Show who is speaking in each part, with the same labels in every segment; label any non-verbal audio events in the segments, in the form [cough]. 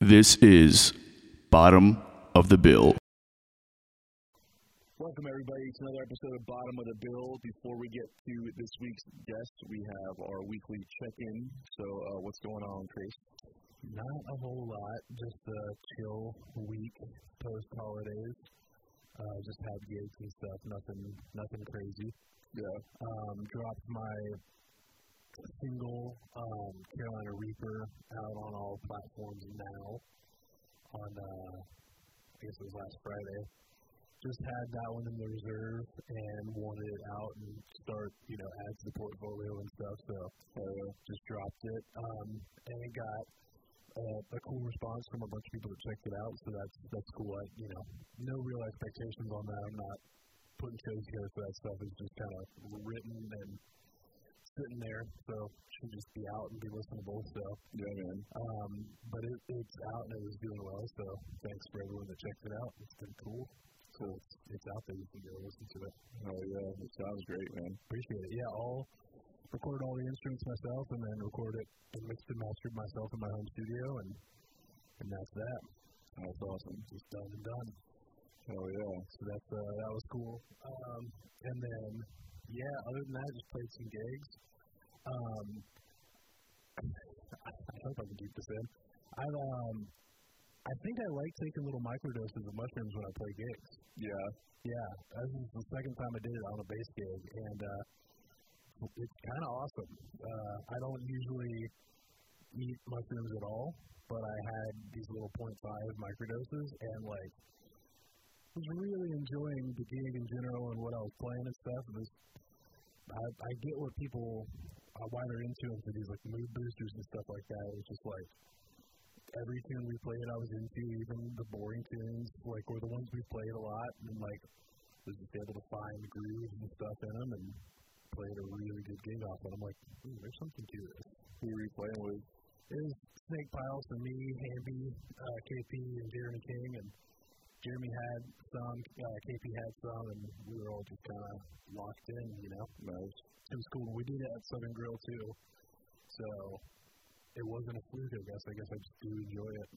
Speaker 1: This is Bottom of the Bill.
Speaker 2: Welcome, everybody, to another episode of Bottom of the Bill. Before we get to this week's guest, we have our weekly check in. So, uh, what's going on, Chris?
Speaker 3: Not a whole lot. Just a chill week post holidays. Uh, just had gigs and stuff. Nothing, nothing crazy.
Speaker 2: Yeah.
Speaker 3: Um, dropped my single um, Carolina Reaper out on all platforms now. On uh, I guess it was last Friday. Just had that one in the reserve and wanted it out and start, you know, add to the portfolio and stuff. So uh, just dropped it. Um, and it got uh, a cool response from a bunch of people that checked it out. So that's that's cool. I, you know, no real expectations on that. I'm not putting shows together for that stuff. It's just kind of written and sitting there, so it should just be out and be listenable. So
Speaker 2: Yeah, man.
Speaker 3: um, but it, it's out and it was doing well, so thanks for everyone that checked it out. It's been cool. So it's, it's out there. You can go listen to it.
Speaker 2: Oh, yeah. It sounds great, man.
Speaker 3: Appreciate it. Yeah, I'll record all the instruments myself and then record it and mix and master it myself in my home studio, and and that's that. That's awesome. Just done and done.
Speaker 2: Oh, yeah.
Speaker 3: So that's uh, that was cool. Um, and then yeah, other than that, just played some gigs. Um, [laughs] I hope I can keep this in. I've um, I think I like taking little microdoses of mushrooms when I play gigs.
Speaker 2: Yeah.
Speaker 3: Yeah, this is the second time I did it on a bass gig, and uh, it's kind of awesome. Uh, I don't usually eat mushrooms at all, but I had these little 0.5 microdoses, and like was really enjoying the gig in general and what I was playing and stuff. It was, I, I get what people uh, why they're into it for these like mood boosters and stuff like that. It's just like every tune we played, I was into, even the boring tunes, like or the ones we played a lot, and like was just able to find grooves and stuff in them and played a really good gig off. And I'm like, hmm, there's something to this. Who were you playing with? It was Snake Piles for me, Hamby, uh, KP, and Jeremy King, and Jeremy had some, uh, KP had some, and we were all just kind of locked in, you know.
Speaker 2: Nice.
Speaker 3: It was cool. We did it at Southern Grill too, so it wasn't a fluke. I guess. I guess I just do enjoy it.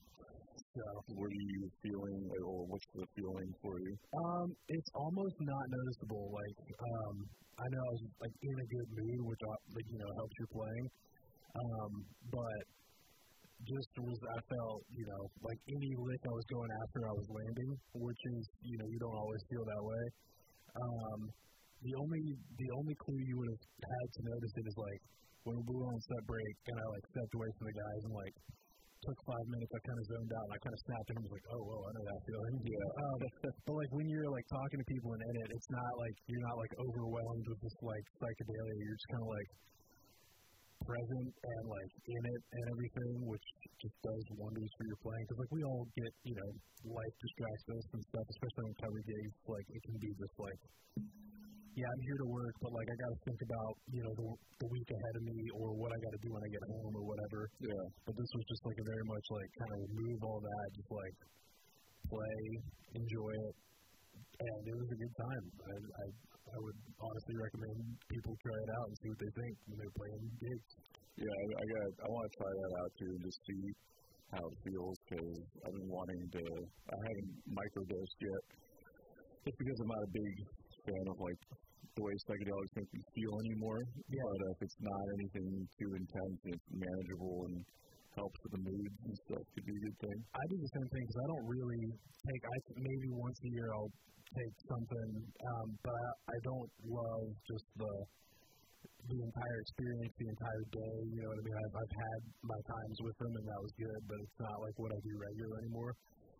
Speaker 3: So
Speaker 2: Were you feeling, or what's the feeling for you?
Speaker 3: um, it's almost not noticeable. Like, um, I know I was like in a good mood, which uh, like you know helps your playing. Um, but just was I felt you know like any lick I was going after, I was landing, which is you know you don't always feel that way. Um, the only the only clue you would have had to notice it is like when we were on set break and I like stepped away from the guys and like took five minutes, I kind of zoned out and I kind of snapped and I was like, oh, whoa, I know that feeling. [laughs] Yeah. Um, but like when you're like talking to people and in it, it's not like you're not like overwhelmed with this like psychedelia. You're just kind of like present and like in it and everything, which just does wonders for your playing. Because like we all get, you know, life distracts us and stuff, especially on cover gigs. Like it can be just like yeah, I'm here to work, but like I got to think about you know the, the week ahead of me or what I got to do when I get home or whatever.
Speaker 2: Yeah.
Speaker 3: But this was just like a very much like kind of remove all that, just like play, enjoy it, and it was a good time. I I, I would honestly recommend people try it out and see what they think when they're playing gigs.
Speaker 2: Yeah, I, I got. I want to try that out too and just see how it feels because I've been wanting to. I haven't microdosed yet, just because I'm not a big fan of like the way psychedelics make me feel anymore.
Speaker 3: Yeah.
Speaker 2: But uh, if it's not anything too intense, and it's manageable and helps with the mood and stuff, could be a good thing.
Speaker 3: I do the same thing because I don't really take. I maybe once a year I'll take something, um, but I, I don't love just the the entire experience, the entire day. You know what I mean? I've, I've had my times with them, and that was good, but it's not like what I do regular anymore.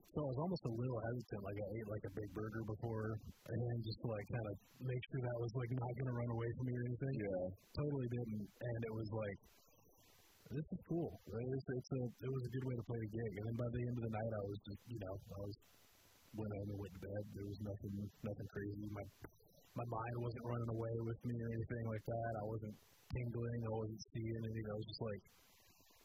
Speaker 3: So I was almost a little hesitant. Like I ate like a big burger before, and just to, like kind of make sure that was like not going to run away from me or anything
Speaker 2: Yeah.
Speaker 3: totally didn't, and it was like, this is cool. It was, it's a, it was a good way to play the gig. And then by the end of the night, I was just, you know, I was went home and went to bed. There was nothing, nothing crazy. My my mind wasn't running away with me or anything like that. I wasn't tingling. I wasn't seeing anything. I was just like,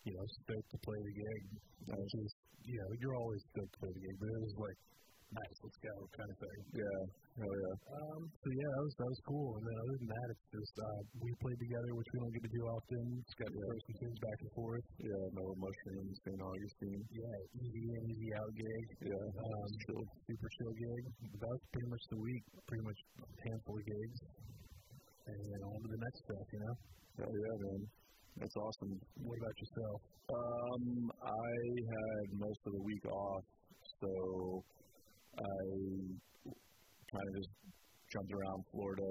Speaker 3: you know, stoked to play the gig. I was just, you know, you're always stoked to play the gig, but it was like
Speaker 4: nice, let's go kind of thing.
Speaker 3: Yeah. Hell Oh, yeah.
Speaker 4: Um, so yeah, that was that was cool. And then other than that, it's just uh, we played together, which we don't get to do often. Just got to
Speaker 3: Yeah.
Speaker 4: throw some things back and forth.
Speaker 3: Yeah. No mushrooms, St. Augustine.
Speaker 4: Yeah, easy in, easy out gig.
Speaker 3: Yeah.
Speaker 4: Um,
Speaker 3: Chill.
Speaker 4: super chill gig. But that was pretty much the week. Pretty much a handful of gigs, and then on to the next stuff. You know.
Speaker 3: Hell Oh, yeah, man. That's awesome.
Speaker 4: What about yourself?
Speaker 3: Um, I had most of the week off, so I kind of just jumped around Florida,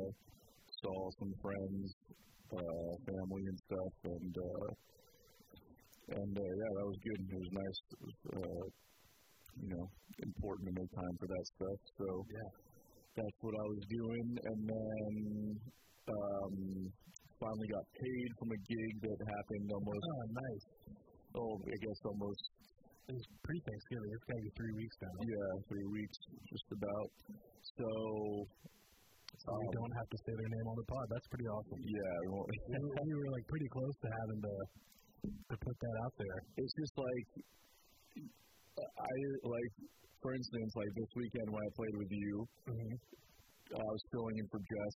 Speaker 3: saw some friends, uh, family and stuff, and uh, and uh, yeah, that was good. It was nice. It was, uh, you know, important to make time for that stuff. So
Speaker 4: Yeah.
Speaker 3: that's what I was doing, and then um, finally got paid from a gig that happened almost.
Speaker 4: Oh, nice.
Speaker 3: Oh, I guess almost,
Speaker 4: It was pre Thanksgiving. It's got to be three weeks now.
Speaker 3: yeah, three weeks, just about. So,
Speaker 4: So we
Speaker 3: um,
Speaker 4: don't have to say their name on the pod. That's pretty awesome.
Speaker 3: yeah, I won't-
Speaker 4: [laughs] we, were, we were like pretty close to having to to put that out there.
Speaker 3: it's just like, I, like, for instance, like this weekend when I played with you, uh,
Speaker 4: Mm-hmm.
Speaker 3: I was filling in for Jess,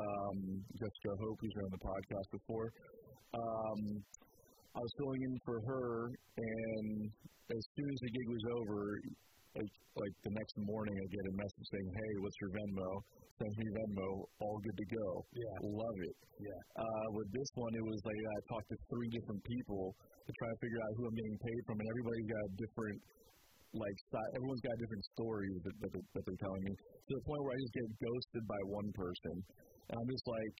Speaker 3: um, Jessica Hope, who's been on the podcast before. Um, I was filling in for her, and as soon as the gig was over, like, like the next morning, I get a message saying, "Hey, what's your Venmo?" Send me Venmo. All good to go.
Speaker 4: Yeah.
Speaker 3: Love it.
Speaker 4: Yeah.
Speaker 3: Uh, with this one, it was like I talked to three different people to try to figure out who I'm getting paid from, and everybody's got a different like si- everyone's got a different story that, that, they're- that they're telling me to the point where I just get ghosted by one person, and I'm just like,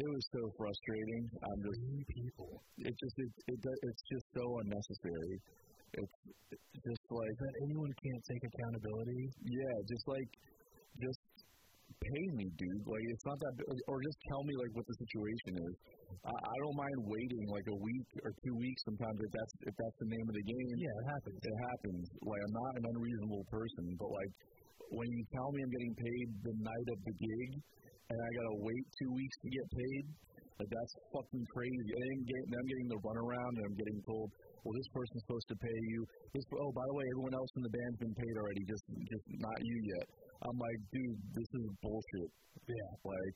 Speaker 3: it was so frustrating. I'm just
Speaker 4: Three people.
Speaker 3: it just it, it do- it's just so unnecessary. It's it's just like
Speaker 4: That anyone can't take accountability.
Speaker 3: yeah, just like just pay me, dude. Like it's not that, or just tell me like what the situation is. I, I don't mind waiting like a week or two weeks sometimes if that's if that's the name of the game.
Speaker 4: Yeah, it happens.
Speaker 3: It happens. Like I'm not an unreasonable person, but like when you tell me I'm getting paid the night of the gig and I gotta wait two weeks to get paid, like that's fucking crazy. And I'm getting, I'm getting the runaround and I'm getting told, well, this person's supposed to pay you. This, oh, by the way, everyone else in the band's been paid already, just just not you yet. I'm like, dude, this is bullshit.
Speaker 4: Yeah.
Speaker 3: Like,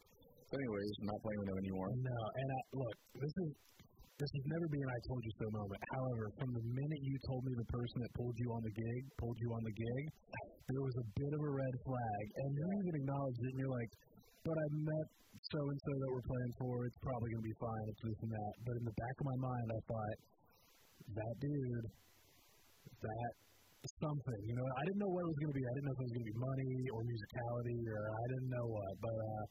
Speaker 3: anyways, I'm not playing with them anymore.
Speaker 4: No, and I, look, this is this has never been an I told you so moment. However, from the minute you told me the person that pulled you on the gig pulled you on the gig, there was a bit of a red flag, and you even acknowledged it. And you're like, "But I met so and so that we're playing for. It's probably gonna be fine. It's this and that." But in the back of my mind, I thought, "That dude, that." Something, you know, I didn't know what it was going to be. I didn't know if it was going to be money or musicality or I didn't know what, but uh,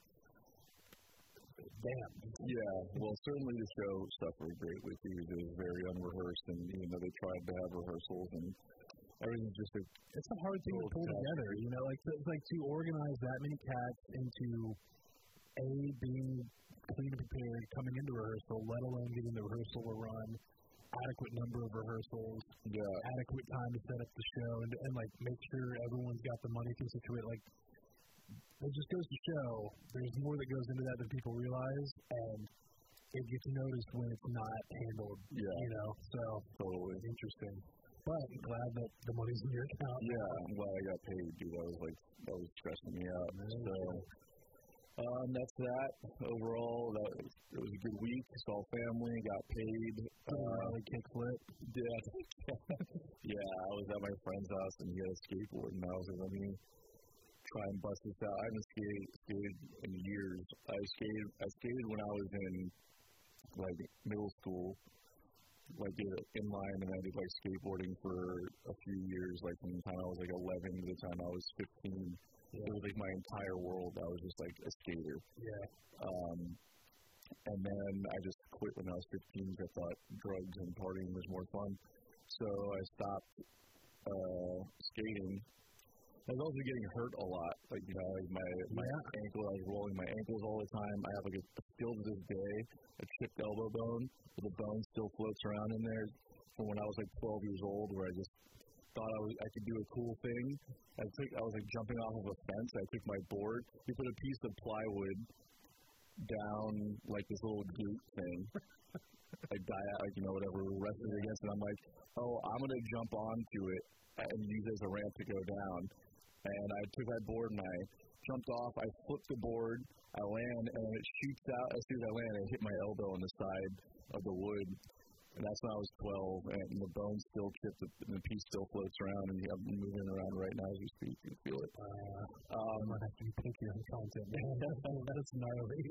Speaker 4: damn,
Speaker 3: Yeah, well, certainly the show suffered greatly too. It was very unrehearsed, and even though they tried to have rehearsals and everything, just a,
Speaker 4: it's a hard thing to
Speaker 3: Well,
Speaker 4: pull
Speaker 3: exactly.
Speaker 4: together, you know, like to, like to organize that many cats into a being clean and prepared coming into rehearsal, let alone getting the rehearsal to run, adequate number of rehearsals,
Speaker 3: yeah,
Speaker 4: adequate time to set up the show, and, and like make sure everyone's got the money to situate. Like it just goes to show there's more that goes into that than people realize, and it gets noticed when it's not handled,
Speaker 3: yeah,
Speaker 4: you know. So
Speaker 3: totally.
Speaker 4: interesting, but glad that the money's in your account.
Speaker 3: Yeah, I'm glad I got paid, dude. That was like that was stressing me out. So, um, that's that. Overall, that was, it was a good week. Saw family, got paid. Uh,
Speaker 4: Rally kickflip.
Speaker 3: yeah, [laughs] yeah. I was at my friend's house and he had a skateboard, and I was like, let me try and bust this out. I haven't skated, skated in years. I skated, I skated when I was in like middle school. Like did inline, and I did like skateboarding for a few years, like from the time I was like 11 to the time I was 15. It was like my entire world. I was just like a skater.
Speaker 4: Yeah.
Speaker 3: Um, and then I just quit when I was 15 because I thought drugs and partying was more fun. So I stopped uh, skating. I was also getting hurt a lot. Like, you know, like my, my ankle, I was rolling my ankles all the time. I have like a, a still to this day, a chipped elbow bone, but the bone still floats around in there from when I was like 12 years old, where I just thought I, was, I could do a cool thing. I took, I was like jumping off of a fence. I took my board. We put a piece of plywood down like this little gate thing. like die out, like you know whatever wrestling against, and I'm like, oh, I'm gonna jump onto it and use it as a ramp to go down. And I took that board and I jumped off. I flipped the board. I land and it shoots out as soon as I land. I hit my elbow on the side of the wood. And that's when I was 12, and the bone still chipped, the, the piece still floats around, and yeah, I'm moving around right now as we speak. You can feel it.
Speaker 5: Uh,
Speaker 3: Um,
Speaker 5: I'm gonna have to [laughs] be picky on content, man. That's gnarly.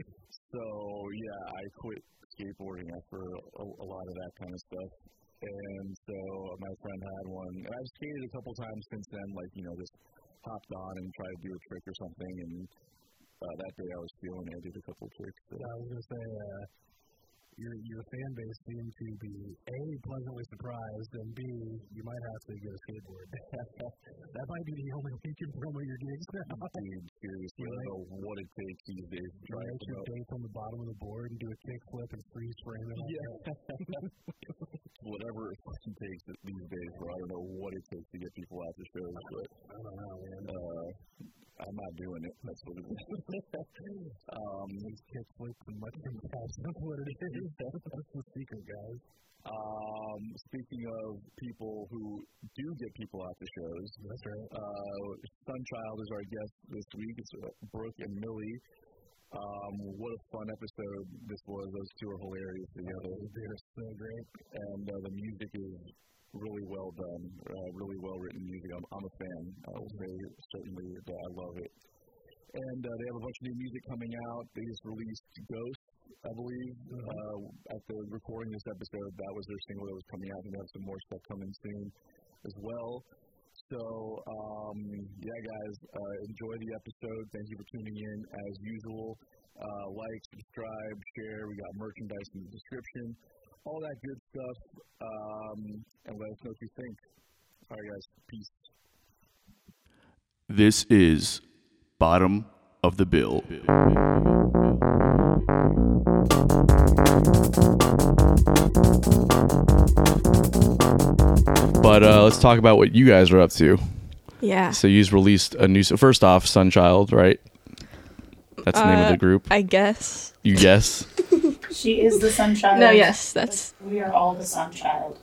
Speaker 3: So yeah, I quit skateboarding after a, a lot of that kind of stuff. And so uh, my friend had one, and I've skated a couple times since then. Like you know, just hopped on and tried to do a trick or something. And uh, that day I was feeling, it, I did a couple tricks. So,
Speaker 5: Yeah, I was gonna say, uh, your your fan base seemed to be a pleasantly surprised, and b you might have to get a
Speaker 3: [laughs]
Speaker 5: skateboard. that might be the only way you can promote your gigs now.
Speaker 3: dude, seriously, I don't know what it takes these days to try
Speaker 5: Write
Speaker 3: to
Speaker 5: your
Speaker 3: promote
Speaker 5: dates on the bottom of the board and do a kickflip and freeze frame it. on
Speaker 3: Yeah. [laughs] whatever it fucking takes these days. Where I don't know what it takes to get people out to shows, but
Speaker 5: I don't know, man.
Speaker 3: uh, I'm not doing it. That's what it
Speaker 5: [laughs]
Speaker 3: is. um,
Speaker 5: These kickflips and mushroom caps. That's what it
Speaker 3: [laughs]
Speaker 5: is. That's the secret, guys.
Speaker 3: Um, speaking of people who do get people out to shows,
Speaker 5: That's right.
Speaker 3: uh, Sunchild is our guest this week. It's uh, Brooke and Millie. Um, what a fun episode this was. Those two are hilarious together. They're so great. And uh, the music is really well done, uh, really well written music. I'm, I'm a fan. I will say certainly that I love it. And uh, they have a bunch of new music coming out. They just released Ghost, I believe, uh, at the recording this episode. That was their single that was coming out, and they have some more stuff coming soon as well. So, um, yeah, guys, uh, enjoy the episode. Thank you for tuning in as usual. Uh, like, subscribe, share. We got merchandise in the description, all that good stuff. Um, and let us know what you think. All right, guys. Peace.
Speaker 6: This is Bottom of the Bill.
Speaker 7: But uh, let's talk about what you guys are up to.
Speaker 4: Yeah.
Speaker 7: So you've released a new. So first off, Sunchild, right? That's the name of
Speaker 4: Uh,
Speaker 7: the group.
Speaker 4: I guess.
Speaker 7: You guess.
Speaker 8: She is the sunshine.
Speaker 4: No, yes, that's
Speaker 8: We are all the sunchild.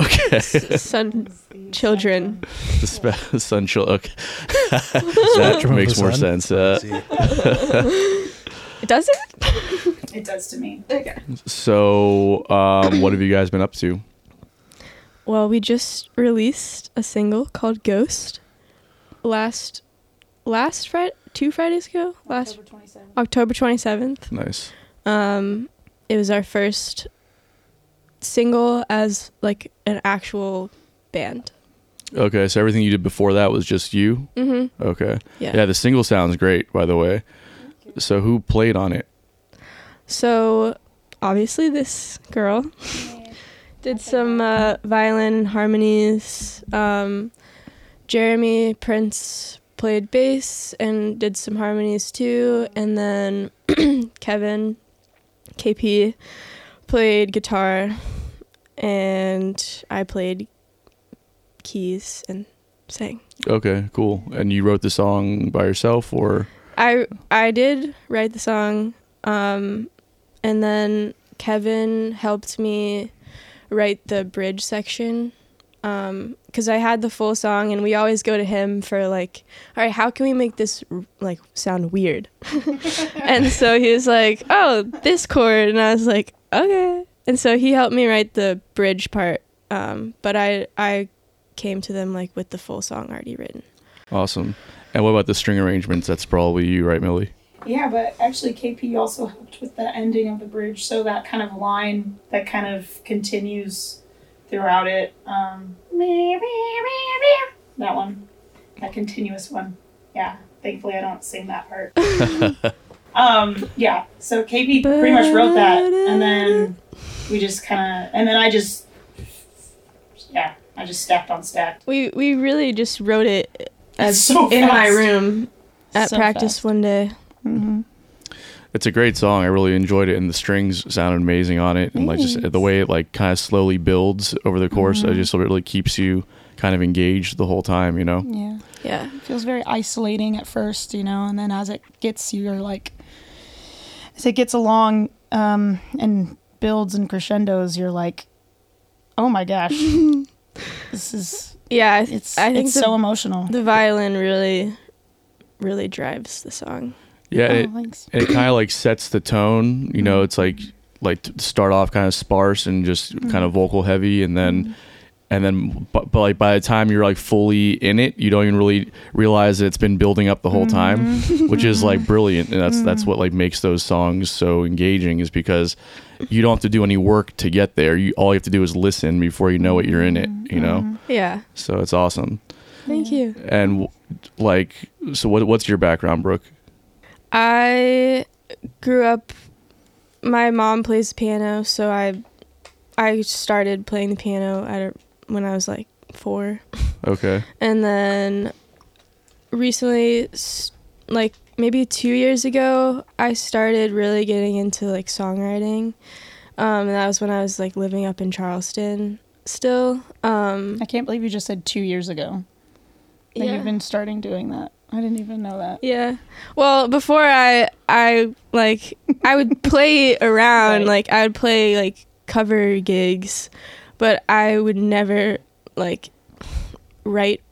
Speaker 7: Okay. [laughs]
Speaker 4: Sun Children.
Speaker 7: the spe- Sunchild. Okay. [laughs] that makes more
Speaker 9: Sun?
Speaker 7: sense. Uh,
Speaker 4: Does it?
Speaker 8: It does to me.
Speaker 4: okay.
Speaker 7: so um, what have you guys been up to?
Speaker 4: Well, we just released a single called Ghost last last Friday, two Fridays ago, last
Speaker 8: twenty seventh.
Speaker 4: October 27th.
Speaker 7: Nice.
Speaker 4: Um it was our first single as like an actual band.
Speaker 7: Okay. So everything you did before that was just you.
Speaker 4: Mhm.
Speaker 7: Okay.
Speaker 4: Yeah.
Speaker 7: Yeah. The single sounds great, by the way. So who played on it?
Speaker 4: So obviously this girl did some uh, violin harmonies. Um, Jeremy Prince played bass and did some harmonies too, and then [clears throat] Kevin KP played guitar, and I played keys and sang.
Speaker 7: Okay. Cool. And you wrote the song by yourself, or?
Speaker 4: I I did write the song, um, and then Kevin helped me write the bridge section because I had the full song, and we always go to him for like, all right, how can we make this r- like sound weird? [laughs] and so he was like, oh, this chord, and I was like, okay. And so he helped me write the bridge part, um, but I I came to them like with the full song already written.
Speaker 7: Awesome. And what about the string arrangements? That's probably you, right, Millie?
Speaker 8: Yeah, but actually KP also helped with the ending of the bridge, so that kind of line that kind of continues throughout it. Um, that one, that continuous one. Yeah, thankfully I don't sing that part. um, yeah, so KP pretty much wrote that, and then we just kind of, and then I just, yeah, I just stacked on stacked.
Speaker 4: We we really just wrote it as
Speaker 8: So
Speaker 4: in my
Speaker 8: fast.
Speaker 4: room at
Speaker 8: So
Speaker 4: practice
Speaker 8: fast.
Speaker 4: one day.
Speaker 7: It's a great song. I really enjoyed it, and the strings sounded amazing on it, and like just the way it like kind of slowly builds over the course. It just really keeps you kind of engaged the whole time, you know.
Speaker 10: Yeah.
Speaker 4: Yeah.
Speaker 10: It feels very isolating at first, you know, and then as it gets you're like as it gets along um and
Speaker 8: builds and crescendos, you're like, oh my gosh,
Speaker 4: [laughs]
Speaker 8: this is
Speaker 4: Yeah, I th-
Speaker 8: it's
Speaker 4: I think
Speaker 8: it's
Speaker 4: the,
Speaker 8: so emotional.
Speaker 4: the violin really, really drives the song.
Speaker 7: Yeah,
Speaker 8: oh,
Speaker 7: it,
Speaker 8: thanks.
Speaker 7: and it kind of like sets the tone. You know, it's like like to start off kind of sparse and just kind of vocal heavy, and then and then but, but like by the time you're like fully in it, you don't even really realize that it's been building up the whole time, which is like brilliant. And that's that's what like makes those songs so engaging is because you don't have to do any work to get there. You all you have to do is listen before you know it. You're in it. You know,
Speaker 4: Yeah,
Speaker 7: so it's awesome.
Speaker 4: thank you.
Speaker 7: And like, so what what's your background, Brooke?
Speaker 4: I grew up. My mom plays piano, so I, I started playing the piano at a, when I was like four,
Speaker 7: Okay.
Speaker 4: and then recently, s- like maybe two years ago, I started really getting into like songwriting, um, and that was when I was like living up in Charleston still. Um,
Speaker 8: I can't believe you just said two years ago that
Speaker 4: yeah.
Speaker 8: you've been starting doing that. I didn't even know that.
Speaker 4: Yeah. Well, before I I like I would play around,
Speaker 8: Right.
Speaker 4: like I would play like cover gigs, but I would never like write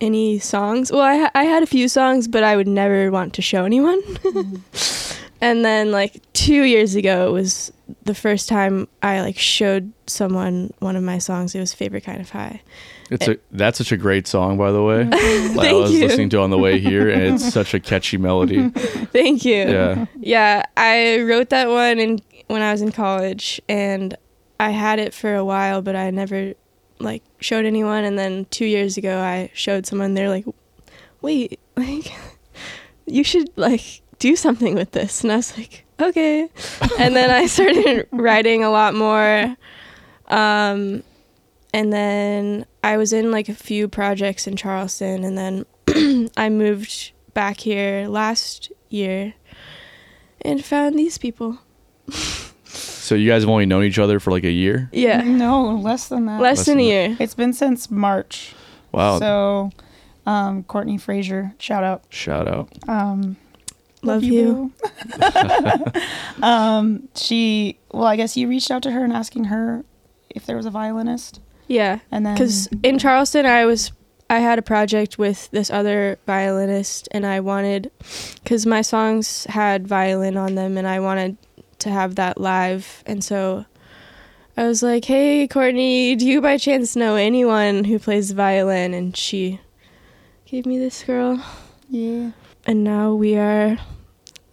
Speaker 4: any songs. Well, I ha- I had a few songs, but I would never want to show anyone. [laughs] and then like 2 years ago it was the first time I like showed someone one of my songs. It was Favorite Kind of High. [laughs]
Speaker 7: It's a that's such a great song, by the way. Like, I was
Speaker 4: you.
Speaker 7: listening to it on the way here, and it's such a catchy melody.
Speaker 4: Thank you.
Speaker 7: Yeah,
Speaker 4: Yeah, I wrote that one in when I was in college, and I had it for a while, but I never like showed anyone. And then two years ago, I showed someone. They're like, "Wait, [laughs] like, you should like do something with this." And I was like, "Okay." and then I started writing a lot more. Um, and then I was in like a few projects in Charleston, and then [clears throat] I moved back here last year and found these people.
Speaker 7: so you guys have only known each other for like a year.
Speaker 4: Yeah,
Speaker 8: No, less than that.
Speaker 4: Mm-hmm. less than a
Speaker 7: than
Speaker 4: year.
Speaker 8: It's been since March.
Speaker 7: Wow!
Speaker 8: So, um, Courtney Frazier, shout out.
Speaker 7: Shout out.
Speaker 8: Um,
Speaker 4: Love you.
Speaker 8: boo. [laughs] um, she, well, I guess you reached out to her and asking her if there was a violinist,
Speaker 4: Yeah,
Speaker 8: and then
Speaker 4: because in Charleston, I was I had a project with this other violinist, and I wanted because my songs had violin on them, and I wanted to have that live, and so. I was like, "Hey, Courtney, do you by chance know anyone who plays violin?" And she gave me this girl,
Speaker 8: yeah,
Speaker 4: and now we are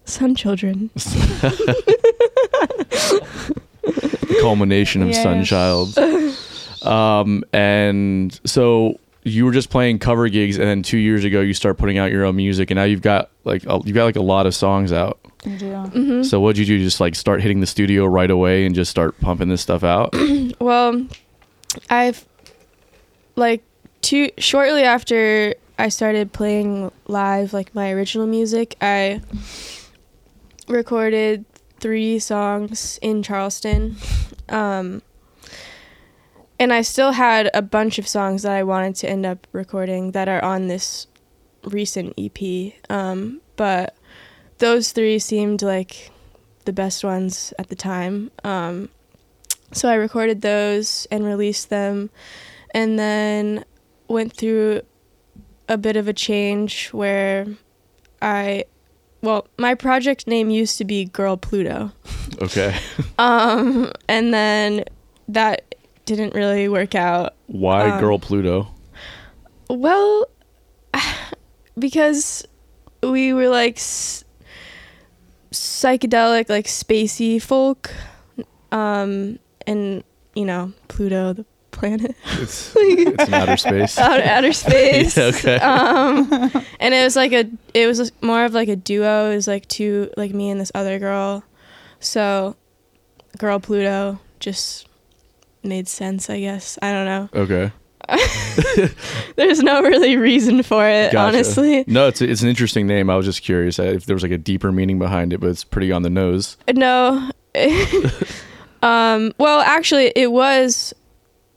Speaker 4: son children.
Speaker 7: The culmination of
Speaker 8: Yeah,
Speaker 7: Sunchild. Um, and so you were just playing cover gigs, and then two years ago you start putting out your own music, and now you've got like a, you've got like a lot of songs out.
Speaker 8: you do.
Speaker 7: So what'd you do? Just like start hitting the studio right away and just start pumping this stuff out.
Speaker 4: Well, I've like two shortly after I started playing live, like my original music, I recorded three songs in Charleston. Um, and I still had a bunch of songs that I wanted to end up recording that are on this recent EP. Um, but those three seemed like the best ones at the time. Um, so I recorded those and released them, and then went through a bit of a change where I, well, my project name used to be Girl Pluto, Um,
Speaker 7: Okay.
Speaker 4: and then that didn't really work out.
Speaker 7: Why
Speaker 4: Um,
Speaker 7: Girl Pluto?
Speaker 4: Well, [sighs] because we were like s- psychedelic, like spacey folk, um, and you know Pluto, the planet.
Speaker 7: It's, it's an outer space. [laughs]
Speaker 4: out of outer space.
Speaker 7: Yeah, okay.
Speaker 4: And it was like a, it was more of like a duo. It was like two, like me and this other girl. So, girl Pluto just made sense, I guess. I don't know.
Speaker 7: okay.
Speaker 4: There's no really reason for it,
Speaker 7: [laughs] Gotcha.
Speaker 4: honestly.
Speaker 7: No, it's it's an interesting name. I was just curious uh, if there was like a deeper meaning behind it, but it's pretty on the nose.
Speaker 4: No. um. Well, actually, it was,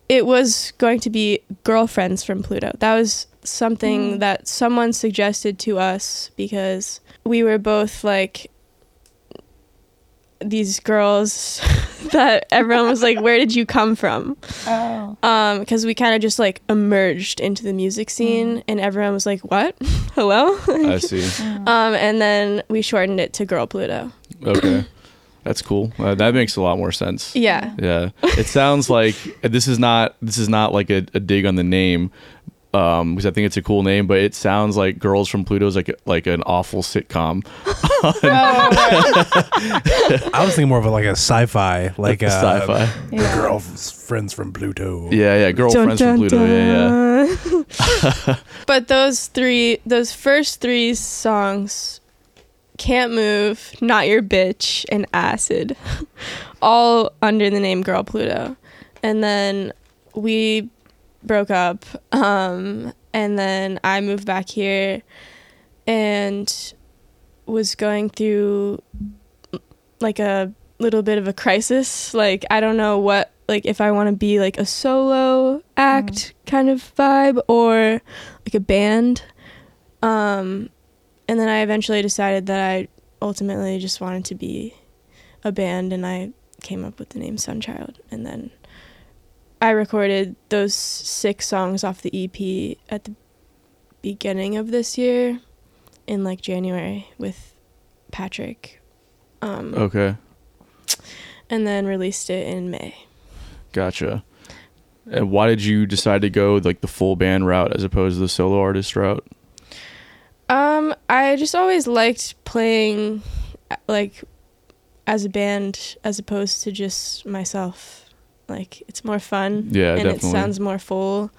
Speaker 4: it was going to be girlfriends from Pluto. That was something that someone suggested to us because we were both like these girls [laughs] that everyone was like, "Where did you come from?"
Speaker 8: Oh.
Speaker 4: because we kind of just like emerged into the music scene, and everyone was like, "What? [laughs] Hello?"
Speaker 7: I see.
Speaker 8: Uh,
Speaker 4: um, and then we shortened it to Girl Pluto.
Speaker 7: Okay, that's cool. Uh, that makes a lot more sense.
Speaker 4: Yeah,
Speaker 7: Yeah, it sounds like uh, this is not this is not like a, a dig on the name, um, because I think it's a cool name, but it sounds like Girls from Pluto is like like an awful sitcom.
Speaker 11: I was thinking more of a, like a sci-fi, like uh, a
Speaker 7: sci-fi.
Speaker 8: Yeah.
Speaker 11: girlfriends from Pluto.
Speaker 7: [laughs] Yeah, yeah, girlfriends from Pluto. Yeah, [laughs]
Speaker 4: but those three, those first three songs, "Can't Move," "Not Your Bitch," and "Acid," [laughs] all under the name Girl Pluto, and then we broke up. Um, and then I moved back here, and was going through like a little bit of a crisis. Like I don't know what like if I want to be like a solo act kind of vibe or like a band. Um and then I eventually decided that I ultimately just wanted to be a band and I came up with the name Sunchild and then I recorded those six songs off the EP at the beginning of this year in like January with Patrick. Um
Speaker 7: yeah. Okay,
Speaker 4: and then released it in May.
Speaker 7: gotcha. And why did you decide to go like the full band route as opposed to the solo artist route?
Speaker 4: Um, I just always liked playing uh, like as a band as opposed to just myself. Like it's more fun.
Speaker 7: Yeah,
Speaker 4: and
Speaker 7: definitely.
Speaker 4: it sounds more full.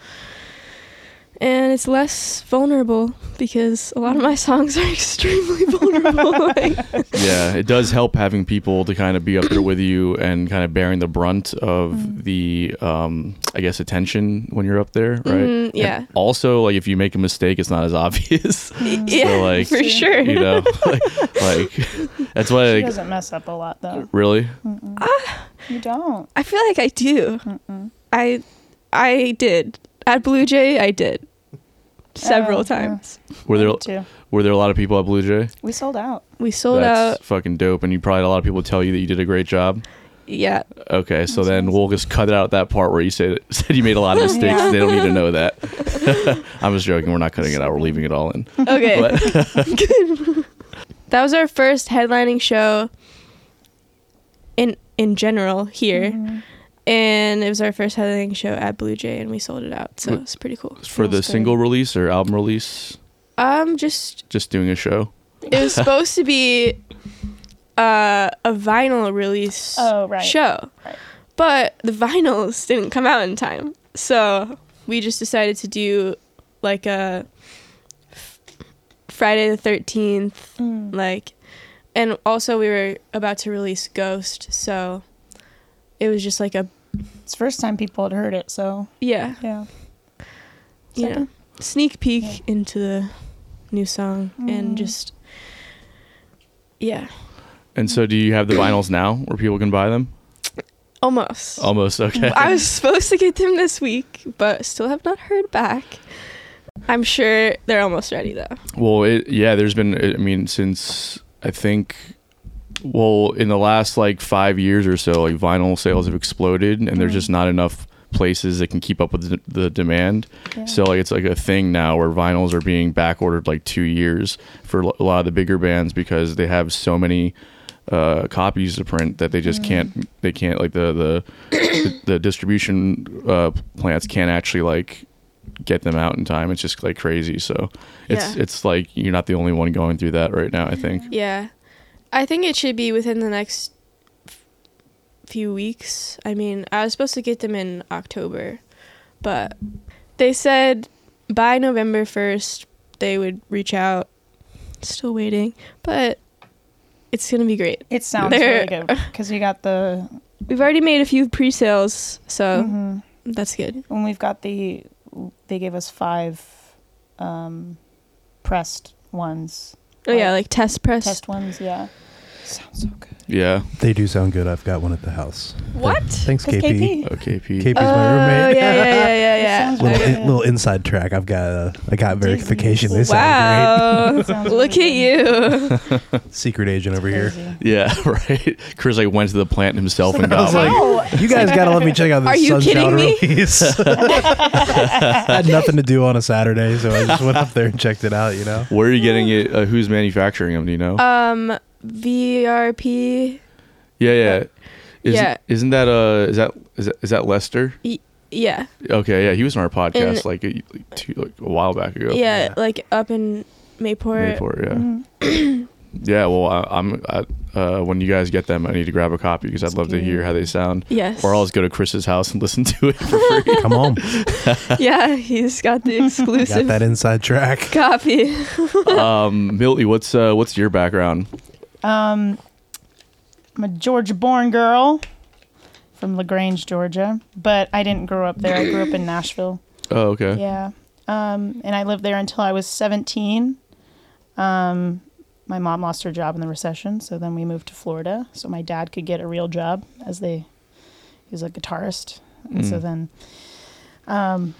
Speaker 4: And it's less vulnerable because a lot of my songs are [laughs]
Speaker 7: [laughs]
Speaker 4: extremely vulnerable. like,
Speaker 7: yeah, it does help having people to kind of be up there with you and kind of bearing the brunt of
Speaker 8: Mm-hmm.
Speaker 7: the, um, I guess, attention when you're up there, right?
Speaker 8: Mm-hmm,
Speaker 4: Mhm,
Speaker 7: And
Speaker 4: yeah.
Speaker 7: also, like if you make a mistake, it's not as [laughs] obvious.
Speaker 8: Mm-hmm.
Speaker 4: yeah,
Speaker 7: like,
Speaker 4: for sure.
Speaker 7: you
Speaker 8: [laughs]
Speaker 7: know, like, like, that's why.
Speaker 8: She
Speaker 7: Like,
Speaker 8: doesn't mess up a lot though.
Speaker 7: really?
Speaker 8: You don't.
Speaker 4: I feel like I do. I I did at Blue Jay. I did several
Speaker 8: Oh, yeah.
Speaker 4: times.
Speaker 7: Were
Speaker 8: Me
Speaker 7: there
Speaker 8: too.
Speaker 7: were there a lot of people at Blue Jay?
Speaker 8: We sold out.
Speaker 4: We sold
Speaker 7: That's
Speaker 4: out.
Speaker 7: fucking dope, and you probably had a lot of people tell you that you did a great job.
Speaker 4: Yeah,
Speaker 7: Okay, so then we'll just cut out that part where you said said you made a lot
Speaker 8: [laughs]
Speaker 7: of mistakes.
Speaker 8: Yeah.
Speaker 7: They don't need to know that.
Speaker 8: [laughs]
Speaker 7: [laughs] I'm just joking. We're not cutting it out. We're leaving it all in.
Speaker 4: Okay.
Speaker 7: But-
Speaker 4: [laughs] that was our first headlining show in in general here.
Speaker 8: Mm-hmm.
Speaker 4: And it was our first headlining show at Blue Jay and we sold it out. So
Speaker 7: Wh-
Speaker 4: it's pretty cool.
Speaker 7: for the
Speaker 8: Sounds great.
Speaker 7: single release or album release
Speaker 4: Um just
Speaker 7: just doing a show
Speaker 4: it was supposed to be uh, a vinyl release
Speaker 8: Oh, right.
Speaker 4: show.
Speaker 8: Right.
Speaker 4: But the vinyls didn't come out in time. So we just decided to do like a f- Friday the 13th
Speaker 8: Mm-hmm.
Speaker 4: like and also we were about to release Ghost, so it was just like a
Speaker 8: It's the first time people had heard it, so
Speaker 4: yeah,
Speaker 8: yeah.
Speaker 4: you know, sneak peek into the new song and just yeah,
Speaker 7: and so do you have the vinyls now where people can buy them
Speaker 4: almost.
Speaker 7: almost okay
Speaker 4: I was supposed to get them this week, but still have not heard back. I'm sure they're almost ready though.
Speaker 7: well it, yeah there's been i mean since i think well in the last like five years or so like vinyl sales have exploded and there's just not enough places that can keep up with the, the demand so like it's like a thing now where vinyls are being back ordered like two years for a lot of the bigger bands because they have so many uh, copies to print that they just can't they can't like the the the distribution uh, plants can't actually like get them out in time it's just like crazy so it's
Speaker 4: Yeah.
Speaker 7: it's like you're not the only one going through that right now i think
Speaker 4: Yeah. I think it should be within the next f- few weeks. I mean, I was supposed to get them in October, but they said by November 1st they would reach out. Still waiting, but it's going to be great.
Speaker 8: It sounds
Speaker 4: They're-
Speaker 8: really good because we got
Speaker 4: [laughs]
Speaker 8: the mm-hmm.
Speaker 4: We've already made a few pre-sales,
Speaker 8: Oh.
Speaker 4: so that's good.
Speaker 8: when we've got the they gave us five um pressed ones
Speaker 4: Oh yeah, like test press.
Speaker 8: test ones yeah Sounds so good.
Speaker 7: Yeah.
Speaker 11: They do sound good. I've got one at the house.
Speaker 4: What?
Speaker 11: Thanks,
Speaker 8: That's
Speaker 11: KP.
Speaker 8: KP.
Speaker 7: Okay, Pete.
Speaker 11: KP's my
Speaker 4: Oh yeah,
Speaker 11: roommate.
Speaker 4: yeah, yeah, yeah,
Speaker 8: That [laughs]
Speaker 4: Oh, yeah.
Speaker 8: sounds
Speaker 11: Little,
Speaker 8: Okay.
Speaker 11: in- little inside track. I've got a, I got
Speaker 8: Disney.
Speaker 11: verification. [laughs] They
Speaker 8: [laughs]
Speaker 11: sound
Speaker 4: Wow.
Speaker 8: Sounds
Speaker 4: Look at
Speaker 8: really
Speaker 4: you.
Speaker 11: great. Secret agent over here.
Speaker 8: Crazy.
Speaker 7: Yeah, [laughs] right. Chris like went to the plant himself and
Speaker 11: [laughs] I
Speaker 7: got
Speaker 11: was
Speaker 7: one.
Speaker 11: like, you guys gotta let me check out this
Speaker 4: Are you
Speaker 11: Sunshine
Speaker 4: kidding me? [laughs]
Speaker 11: release. [laughs] I had nothing to do on a Saturday, so I just went up there and checked it out. You know,
Speaker 7: Where are you getting it? Uh, who's manufacturing them? Do you know?
Speaker 4: Um, VRP.
Speaker 7: yeah, yeah. Is,
Speaker 4: yeah.
Speaker 7: Isn't that uh? Is that is that, is that Lester?
Speaker 4: Y- yeah,
Speaker 7: Okay, yeah. He was on our podcast
Speaker 4: And-
Speaker 7: like, a, like, two, like a while back ago.
Speaker 4: Oh, yeah, like up in Mayport.
Speaker 7: Mayport, yeah.
Speaker 4: Mm-hmm.
Speaker 7: [clears throat] yeah. Well, I, I'm. I, uh, when you guys get them, I need to grab a copy because I'd love to hear how they sound.
Speaker 4: Yes.
Speaker 7: Or I'll
Speaker 4: [laughs]
Speaker 7: just go to Chris's house and listen to it for free.
Speaker 11: come home.
Speaker 4: yeah, he's [laughs] got the
Speaker 11: Got
Speaker 4: exclusive
Speaker 11: that inside track.
Speaker 4: copy.
Speaker 7: um, Milty, what's uh, what's your background?
Speaker 8: [laughs] Um, I'm a Georgia born girl from LaGrange, Georgia, but I didn't grow up there. I grew up in Nashville.
Speaker 7: Oh, okay.
Speaker 8: Yeah. Um, and I lived there until I was 17. Um, my mom lost her job in the recession, so then we moved to Florida so my dad could get a real job as they he was a guitarist. And
Speaker 11: Mm.
Speaker 8: so then um,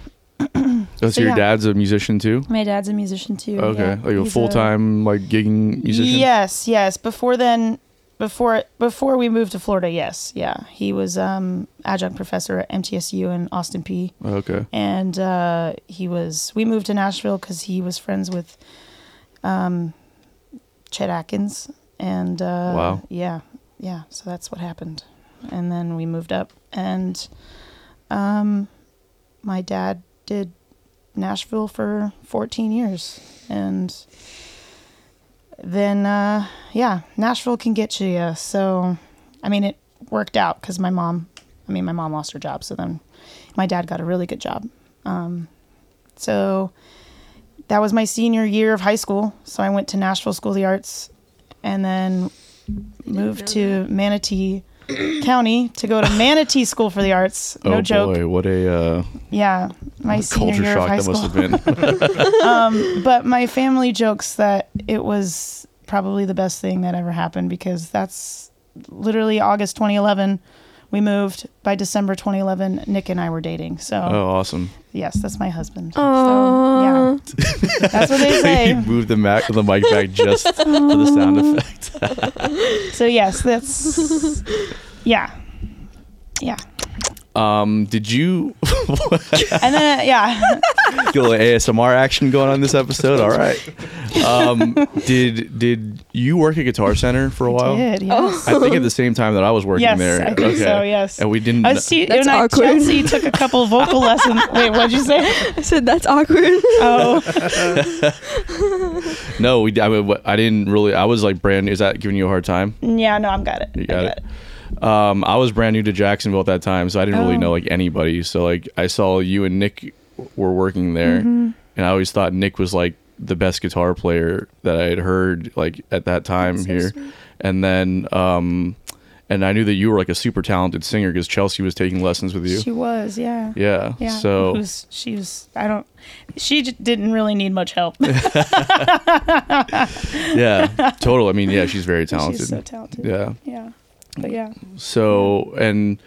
Speaker 7: Oh, so,
Speaker 8: So,
Speaker 7: your
Speaker 8: yeah.
Speaker 7: dad's a musician too.
Speaker 8: my dad's a musician too.
Speaker 7: Okay,
Speaker 8: yeah.
Speaker 7: like a
Speaker 8: He's
Speaker 7: full time like gigging musician.
Speaker 8: Yes, yes. Before then, before before we moved to Florida, yes, yeah, he was um, adjunct professor at MTSU in Austin P.
Speaker 7: Okay.
Speaker 8: And uh, he was. We moved to Nashville because he was friends with um, Chet Atkins, and uh,
Speaker 7: Wow.
Speaker 8: yeah, yeah. So that's what happened, and then we moved up, and um, my dad did Nashville for 14 years, and then uh, yeah, Nashville can get you. Yeah. So, I mean, it worked out because my mom, I mean, my mom lost her job, so then my dad got a really good job. Um, so that was my senior year of high school. So I went to Nashville School of the Arts, and then moved to Manatee County to go to Manatee School for the Arts. No
Speaker 7: oh
Speaker 8: joke.
Speaker 7: boy, what a uh,
Speaker 8: Yeah, my senior
Speaker 7: culture
Speaker 8: year of
Speaker 7: shock
Speaker 8: high
Speaker 7: that
Speaker 8: school.
Speaker 7: must have
Speaker 8: [laughs]
Speaker 7: been. [laughs]
Speaker 8: um, but my family jokes that it was probably the best thing that ever happened because that's literally August 2011. We moved by December 2011. Nick and I were dating. So
Speaker 7: oh,
Speaker 8: [laughs]
Speaker 7: awesome!
Speaker 8: yes, that's my husband.
Speaker 4: Aw.
Speaker 8: So, yeah, that's what they
Speaker 7: [laughs] you
Speaker 8: say.
Speaker 7: moved the mic the mic back
Speaker 8: [laughs]
Speaker 7: just for the sound effect.
Speaker 8: So yes, that's yeah, yeah.
Speaker 7: Um, did you [laughs]
Speaker 8: And then uh, yeah,
Speaker 7: get a little ASMR action going on this episode? All right. Um, did did you work at Guitar Center for a while?
Speaker 8: I did.
Speaker 4: Oh.
Speaker 8: Yes.
Speaker 7: I think at the same time that I was working
Speaker 8: Yes,
Speaker 7: there.
Speaker 8: I think
Speaker 7: okay.
Speaker 8: so, yes. Oh,
Speaker 7: And we didn't.
Speaker 8: I was te-
Speaker 4: That's
Speaker 8: and I,
Speaker 4: awkward.
Speaker 8: Chelsea took a couple vocal lessons. Wait, what'd you say?
Speaker 4: [laughs] I said that's awkward.
Speaker 8: Oh,
Speaker 7: no, we. I, mean, I didn't really. I was like brand. new. Is that giving you a hard time?
Speaker 8: yeah, no, I'm got it.
Speaker 7: You
Speaker 8: I
Speaker 7: got it. Um, I was brand new to Jacksonville at that time, so I didn't really
Speaker 8: Oh.
Speaker 7: know like anybody. So like I saw you and Nick were working there,
Speaker 8: Mm-hmm.
Speaker 7: and I always thought Nick was like the best guitar player that I had heard like at that time here. And then um, and I knew that you were like a super talented singer because Chelsea was taking lessons with you.
Speaker 8: She was, yeah.
Speaker 7: yeah.
Speaker 8: Yeah.
Speaker 7: So
Speaker 8: [laughs] who's she was I don't she j- didn't really need much help. [laughs]
Speaker 7: yeah, total. I mean, yeah, she's very talented.
Speaker 8: She's so talented.
Speaker 7: yeah.
Speaker 8: Yeah. But yeah.
Speaker 7: So and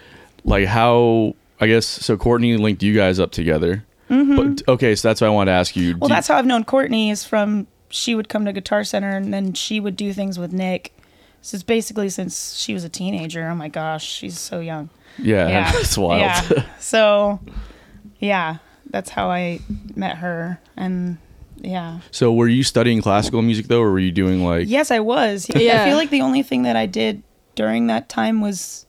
Speaker 7: like how I guess so Courtney linked you guys up together. But okay, so that's what I wanted to ask you.
Speaker 8: Mm-hmm. Well,
Speaker 7: Do-
Speaker 8: that's how I've known Courtney is from she would come to Guitar Center and then she would do things with Nick. So it's basically since she was a teenager. Oh my gosh, she's so young.
Speaker 7: yeah, [laughs]
Speaker 8: Yeah.
Speaker 7: that's wild. [laughs]
Speaker 8: Yeah. So yeah, that's how I met her and yeah.
Speaker 7: So were you studying classical music though, or were you doing like
Speaker 8: Yes, I was.
Speaker 4: Yeah.
Speaker 8: I feel like the only thing that I did during that time was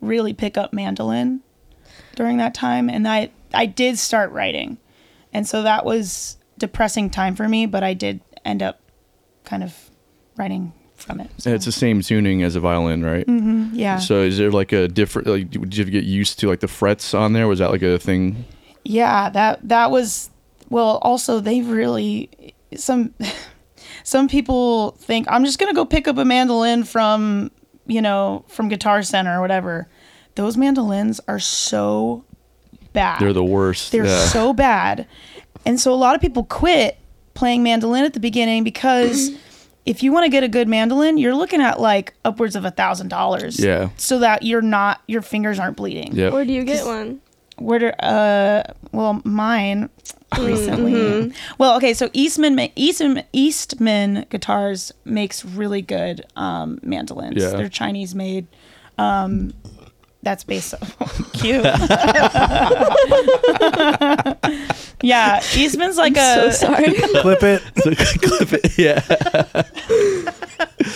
Speaker 8: really pick up mandolin during that time and I I did start writing. And so that was depressing time for me, but I did end up kind of writing from it. So,
Speaker 7: And it's the same tuning as a violin, right? Mm-hmm.
Speaker 8: yeah.
Speaker 7: So is there like a different like did you get used to like the frets on there? Was that like a thing?
Speaker 8: Yeah, that that was well also they really some [laughs] some people think I'm just going to go pick up a mandolin from, you know, from Guitar Center or whatever. Those mandolins are so bad.
Speaker 7: They're the worst.
Speaker 8: They're
Speaker 7: yeah.
Speaker 8: so bad. And so a lot of people quit playing mandolin at the beginning because [clears throat] if you want to get a good mandolin, you're looking at like upwards of a thousand dollars.
Speaker 7: Yeah.
Speaker 8: So that you're not your fingers aren't bleeding.
Speaker 7: Yep.
Speaker 4: Where do you [laughs] get one?
Speaker 8: Where do, uh well mine recently. Well, okay, so Eastman ma- Eastman Eastman Guitars makes really good um mandolins.
Speaker 7: Yeah.
Speaker 8: They're Chinese made. Um that's based [laughs] cute. yeah, Eastman's like
Speaker 4: So
Speaker 8: a
Speaker 4: sorry.
Speaker 11: Clip it.
Speaker 7: [laughs] clip it. [laughs] Yeah.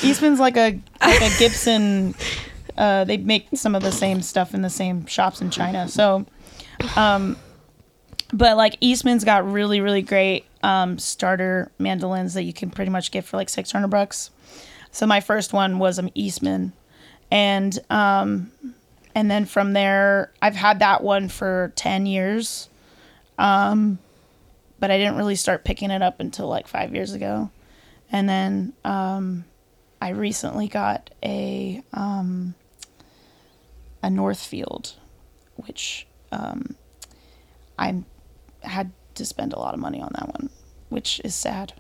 Speaker 8: Eastman's like a like a Gibson. Uh, they make some of the same stuff in the same shops in China. So, um, but like Eastman's got really really great um, starter mandolins that you can pretty much get for like six hundred bucks. So my first one was an Eastman, and um, and then from there I've had that one for ten years. Um, but I didn't really start picking it up until like five years ago, and then um, I recently got a um, a Northfield, which um, I had to spend a lot of money on that one, which is sad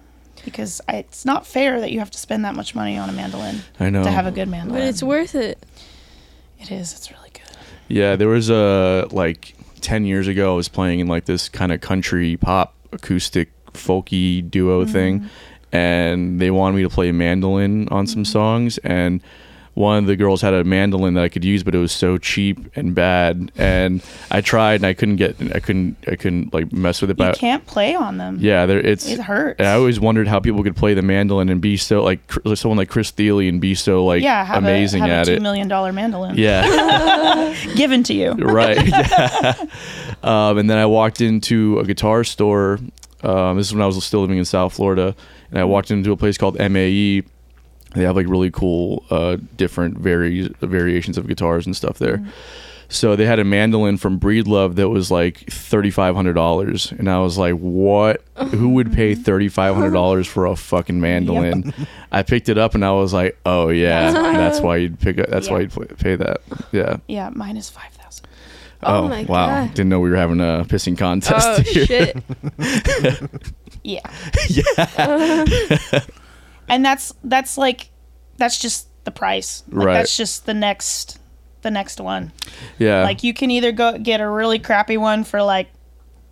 Speaker 8: because I, it's not fair that you have to spend that much money on a mandolin
Speaker 7: I know.
Speaker 8: to have a good mandolin.
Speaker 4: [laughs] But it's worth it.
Speaker 8: it is. It's really good.
Speaker 7: Yeah, there was a like ten years ago. I was playing in like this kind of country pop acoustic folky duo
Speaker 8: Mm-hmm.
Speaker 7: thing, and they wanted me to play mandolin on some
Speaker 8: Mm-hmm.
Speaker 7: songs. And one of the girls had a mandolin that I could use, but it was so cheap and bad. And I tried, and I couldn't get, I couldn't, I couldn't like mess with it.
Speaker 8: you
Speaker 7: But
Speaker 8: can't play on them.
Speaker 7: yeah, there it's
Speaker 8: It hurts.
Speaker 7: And I always wondered how people could play the mandolin and be so like cr- someone like Chris Thiele and be so like
Speaker 8: Yeah, have
Speaker 7: amazing
Speaker 8: a, have
Speaker 7: at
Speaker 8: a
Speaker 7: it.
Speaker 8: two million dollar mandolin
Speaker 7: Yeah.
Speaker 8: [laughs] given to
Speaker 7: [laughs]
Speaker 8: you.
Speaker 7: right yeah. um, and then i walked into a guitar store um, this is when i was still living in south florida and i walked into a place called mae they have like really cool uh, different vari- variations of guitars and stuff there so they had a mandolin from breedlove that was like $3500 and i was like what who would pay $3500 for a fucking mandolin i picked it up and i was like oh yeah that's why you'd pick up that's why you'd pl- pay that yeah
Speaker 8: [laughs] Yeah, mine is five thousand.
Speaker 4: Oh my
Speaker 7: wow.
Speaker 4: God.
Speaker 7: Didn't know we were having a pissing contest [laughs]
Speaker 4: Oh
Speaker 7: here.
Speaker 4: shit.
Speaker 7: [laughs]
Speaker 8: Yeah. [laughs] and that's that's like that's just the price. Like,
Speaker 7: Right.
Speaker 8: That's just the next the next one.
Speaker 7: Yeah.
Speaker 8: Like you can either go get a really crappy one for like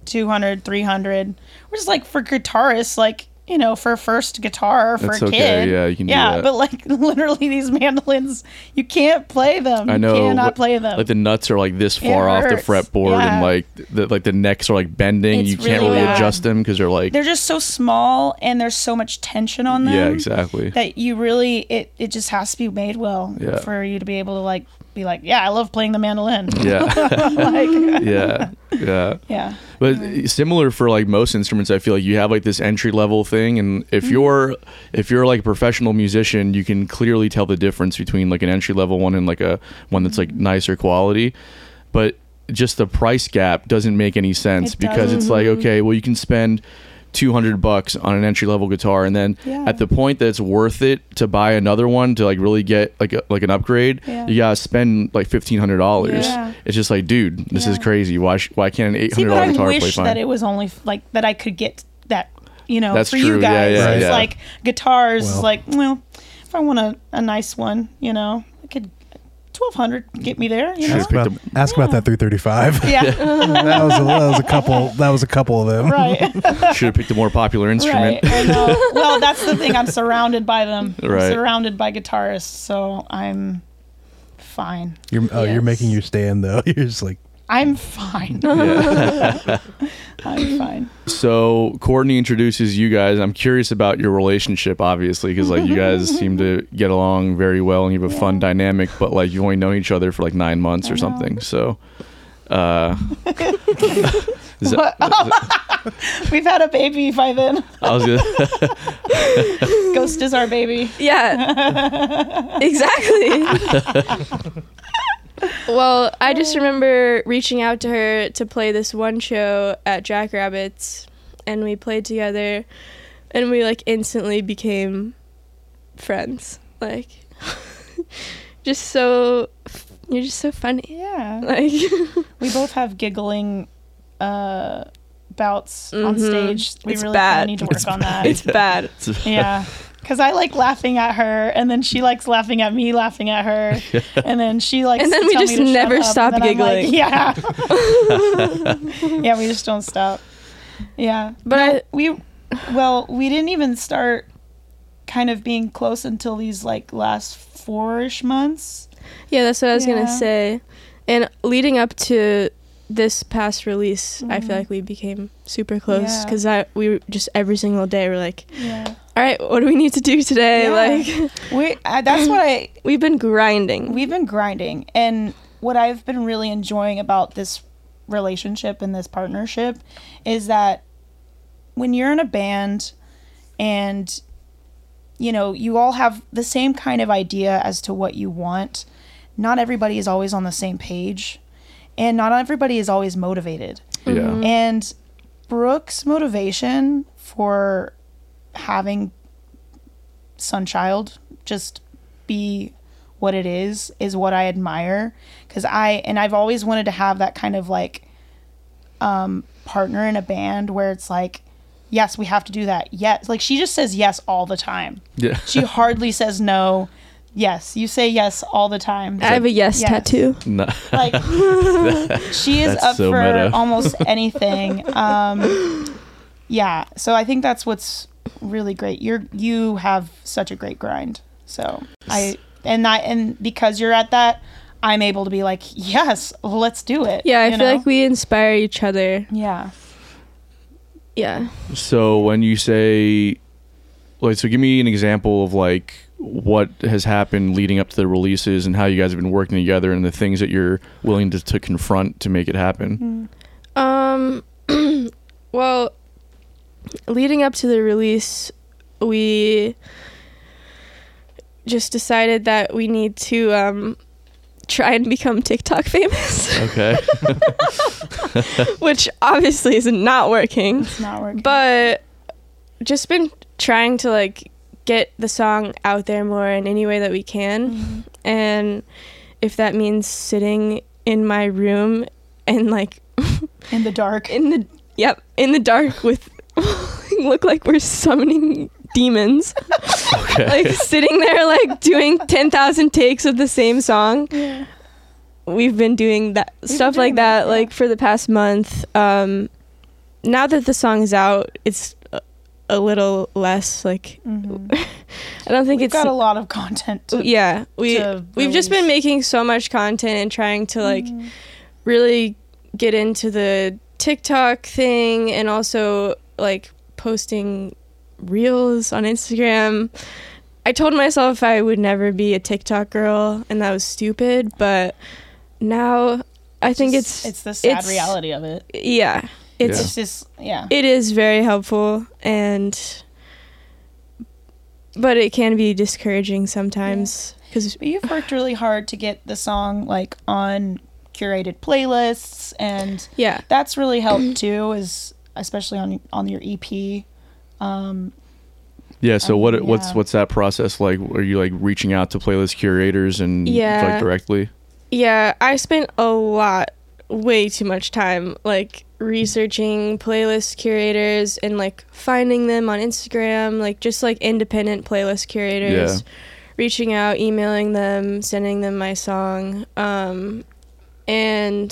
Speaker 8: 200, 300. Or just like for guitarists like you know, for a first guitar for
Speaker 7: That's
Speaker 8: a
Speaker 7: okay.
Speaker 8: kid.
Speaker 7: Yeah, you can do
Speaker 8: Yeah,
Speaker 7: that.
Speaker 8: but like [laughs] literally these mandolins, you can't play them.
Speaker 7: I know.
Speaker 8: You cannot
Speaker 7: what-
Speaker 8: play them.
Speaker 7: Like the nuts are like this far off the
Speaker 8: hurts.
Speaker 7: fretboard,
Speaker 8: Yeah.
Speaker 7: and like the like the necks are like bending.
Speaker 8: It's
Speaker 7: you can't
Speaker 8: really
Speaker 7: really
Speaker 8: bad.
Speaker 7: adjust them because they're like.
Speaker 8: They're just so small and there's so much tension on them.
Speaker 7: yeah, exactly.
Speaker 8: that you really it it just has to be made well
Speaker 7: Yeah.
Speaker 8: for you to be able to like be like yeah i love playing the mandolin
Speaker 7: yeah,
Speaker 8: [laughs]
Speaker 7: [laughs]
Speaker 8: like [laughs]
Speaker 7: yeah, yeah.
Speaker 8: yeah
Speaker 7: But similar for like most instruments, I feel like you have like this entry level thing, and if
Speaker 8: Mm-hmm.
Speaker 7: you're if you're like a professional musician, you can clearly tell the difference between like an entry level one and like a one that's
Speaker 8: Mm-hmm.
Speaker 7: like nicer quality. But just the price gap doesn't make any sense
Speaker 8: It
Speaker 7: because it's like okay, well you can spend. 200 bucks on an entry level guitar and then
Speaker 8: Yeah.
Speaker 7: at the point that it's worth it to buy another one to like really get like a, like an upgrade
Speaker 8: Yeah.
Speaker 7: you gotta spend like $1500
Speaker 8: Yeah.
Speaker 7: it's just like dude this is
Speaker 8: Yeah.
Speaker 7: crazy why sh- why can't an
Speaker 8: see
Speaker 7: hundred
Speaker 8: but
Speaker 7: dollar
Speaker 8: i
Speaker 7: guitar play
Speaker 8: wish
Speaker 7: fine.
Speaker 8: that it was only f- like that i could get that you know
Speaker 7: That's
Speaker 8: for
Speaker 7: true.
Speaker 8: you
Speaker 7: Yeah,
Speaker 8: guys
Speaker 7: yeah,
Speaker 8: it's
Speaker 7: yeah.
Speaker 8: like guitars is
Speaker 11: Well.
Speaker 8: like well if i want a, a nice one you know i could 1200 get me there you know
Speaker 11: Ask, about, ask about that 335.
Speaker 8: yeah
Speaker 11: that was a, that was a couple. That was a couple of
Speaker 7: [laughs]
Speaker 8: [laughs]
Speaker 11: them.
Speaker 8: right
Speaker 7: Should have picked a more popular instrument.
Speaker 8: [laughs] Right. I know. well, that's the thing. I'm surrounded by them. I'm
Speaker 7: Right.
Speaker 8: surrounded by guitarists, so I'm fine.
Speaker 11: You're oh, you're
Speaker 4: Yes.
Speaker 11: making your stand though. [laughs] You're just like
Speaker 8: I'm fine. [laughs] I'm fine.
Speaker 7: So Courtney introduces you guys. I'm curious about your relationship, obviously, because like you guys seem
Speaker 8: [laughs]
Speaker 7: to get along very well and you have a fun dynamic. But like you only know each other for like nine months or something. So,
Speaker 8: [laughs]
Speaker 7: uh, [laughs] is that-
Speaker 8: We've had a baby by then.
Speaker 7: I was gonna, [laughs]
Speaker 8: Ghost is our baby.
Speaker 4: Yeah. exactly. [laughs] well, I just remember reaching out to her to play this one show at Jackrabbits, and we played together, and we like instantly became friends. Like, [laughs] just so you're just so funny. [laughs]
Speaker 8: Yeah.
Speaker 4: Like,
Speaker 8: We both have giggling uh, bouts on stage. We
Speaker 4: Mm-hmm. It's
Speaker 8: really kinda
Speaker 4: bad. [laughs]
Speaker 8: need to work on that.
Speaker 4: it's bad.
Speaker 8: yeah. because I like laughing at her, and then she likes laughing at me, laughing
Speaker 4: [laughs]
Speaker 8: at her, and then she likes.
Speaker 4: And then
Speaker 8: to
Speaker 4: we
Speaker 8: tell me
Speaker 4: just
Speaker 8: to shut
Speaker 4: never
Speaker 8: up, and
Speaker 4: stop
Speaker 8: then I'm like,
Speaker 4: giggling. [laughs]
Speaker 8: [laughs] yeah, yeah, we just don't stop. Yeah,
Speaker 4: But I,
Speaker 8: we well we didn't even start kind of being close until these like last four-ish months
Speaker 4: yeah, that's what I was
Speaker 8: Yeah.
Speaker 4: gonna say. And leading up to this past release, I feel like we became super close
Speaker 8: Mm-hmm. Yeah.
Speaker 4: because I we were just every single day we're like,
Speaker 8: yeah
Speaker 4: all right, what do we need to do today?
Speaker 8: Yeah.
Speaker 4: Like [laughs]
Speaker 8: we I, that's what i
Speaker 4: we've been grinding.
Speaker 8: we've been grinding and what i've been really enjoying about this relationship and this partnership is that when you're in a band and you know you all have the same kind of idea as to what you want not everybody is always on the same page and not everybody is always motivated
Speaker 7: Yeah.
Speaker 8: And Brooke's motivation for having Sunchild just be what it is is what I admire cuz I and I've always wanted to have that kind of like um partner in a band where it's like yes, we have to do that. Yes. Like she just says yes all the time.
Speaker 7: Yeah. [laughs]
Speaker 8: She hardly says no. Yes, you say yes all the time.
Speaker 4: I have a yes,
Speaker 8: Yes.
Speaker 4: tattoo.
Speaker 7: No. [laughs]
Speaker 8: Like she is
Speaker 7: That's
Speaker 8: up
Speaker 7: so
Speaker 8: for
Speaker 7: meta. [laughs]
Speaker 8: almost anything. Um, yeah, so I think that's what's really great. You're you have such a great grind. So I and I and because you're at that, I'm able to be like, yes, let's do it.
Speaker 4: Yeah, I
Speaker 8: you
Speaker 4: feel
Speaker 8: know?
Speaker 4: like we inspire each other.
Speaker 8: Yeah.
Speaker 4: Yeah.
Speaker 7: So when you say, like, so give me an example of like what has happened leading up to the releases and how you guys have been working together and the things that you're willing to, to confront to make it
Speaker 8: Mm-hmm.
Speaker 7: happen.
Speaker 4: Um, [clears throat] well, leading up to the release, we just decided that we need to um, try and become TikTok [laughs] famous,
Speaker 7: Okay.
Speaker 4: which obviously is not working.
Speaker 8: It's not working.
Speaker 4: But just been trying to like get the song out there more in any way that we can. And if that means sitting in my room and like
Speaker 8: in the dark.
Speaker 4: in the yep in the dark with [laughs] look like we're summoning demons
Speaker 7: okay.
Speaker 4: [laughs] like sitting there like doing 10,000 takes of the same song we've been doing that stuff
Speaker 8: doing
Speaker 4: like that,
Speaker 8: that, yeah.
Speaker 4: like for the past month um now that the song is out it's a, a little less like i don't think
Speaker 8: Mm-hmm. We've
Speaker 4: it's
Speaker 8: got a lot of content. To,
Speaker 4: yeah we
Speaker 8: to
Speaker 4: we've just been making so much content and trying to like
Speaker 8: Mm-hmm.
Speaker 4: really get into the tiktok thing and also like posting reels on instagram i told myself i would never be a tiktok girl and that was stupid but now i think it's
Speaker 8: it's the sad reality of it.
Speaker 4: yeah it's
Speaker 8: It's just yeah.
Speaker 4: it is very helpful and but it can be discouraging sometimes because
Speaker 8: But you've worked really hard to get the song like on curated playlists and
Speaker 4: yeah
Speaker 8: that's really
Speaker 7: Mm.
Speaker 8: helped too is especially on on your EP. Um
Speaker 7: [laughs] Yeah. So what
Speaker 8: Um,
Speaker 7: what's
Speaker 8: yeah.
Speaker 7: what's that process like? Are you like reaching out to playlist curators and
Speaker 4: Yeah.
Speaker 7: like directly?
Speaker 4: Yeah, I spent a lot, way too much time like researching playlist curators and like finding them on Instagram, like just like independent playlist curators, reaching out, emailing them, sending them my song. Um, and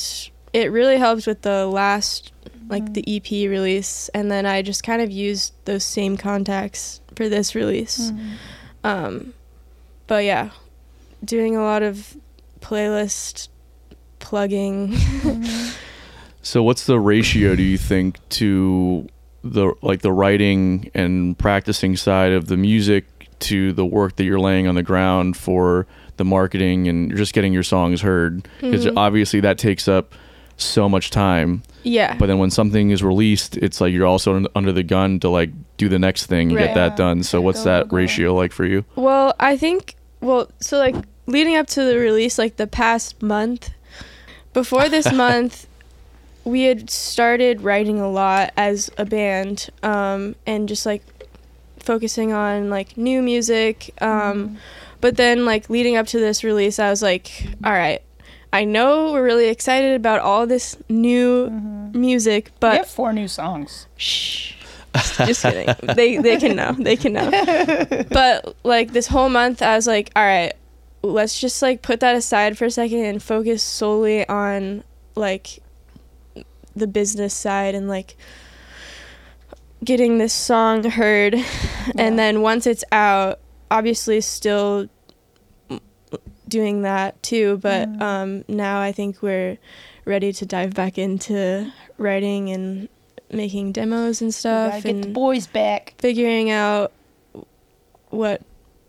Speaker 4: it really helped with the last, like the EP release. And then I just kind of used those same contacts for this release. Um, but yeah, doing a lot of playlist plugging.
Speaker 7: So what's the ratio do you think to the like the writing and practicing side of the music to the work that you're laying on the ground for the marketing and just getting your songs heard because obviously that takes up so much time
Speaker 4: yeah.
Speaker 7: but then when something is released it's like you're also un- under the gun to like do the next thing and
Speaker 4: Right.
Speaker 7: get that done so what's
Speaker 8: Go,
Speaker 7: that
Speaker 8: go, go.
Speaker 7: ratio like for you
Speaker 4: well, I think well, so like leading up to the release like the past month before this month we had started writing a lot as a band um and just like focusing on like new music um but then like leading up to this release I was like all right I know we're really excited about all this new music
Speaker 8: we
Speaker 4: but
Speaker 8: have four new songs.
Speaker 4: Shh. Just kidding. they they can know. They can know. But like this whole month, I was like, all right, let's just like put that aside for a second and focus solely on like the business side and like getting this song heard and then once it's out obviously still doing that too but um now i think we're ready to dive back into writing and making demos and
Speaker 8: gotta
Speaker 4: stuff
Speaker 8: get the
Speaker 4: and
Speaker 8: boys back.
Speaker 4: figuring out what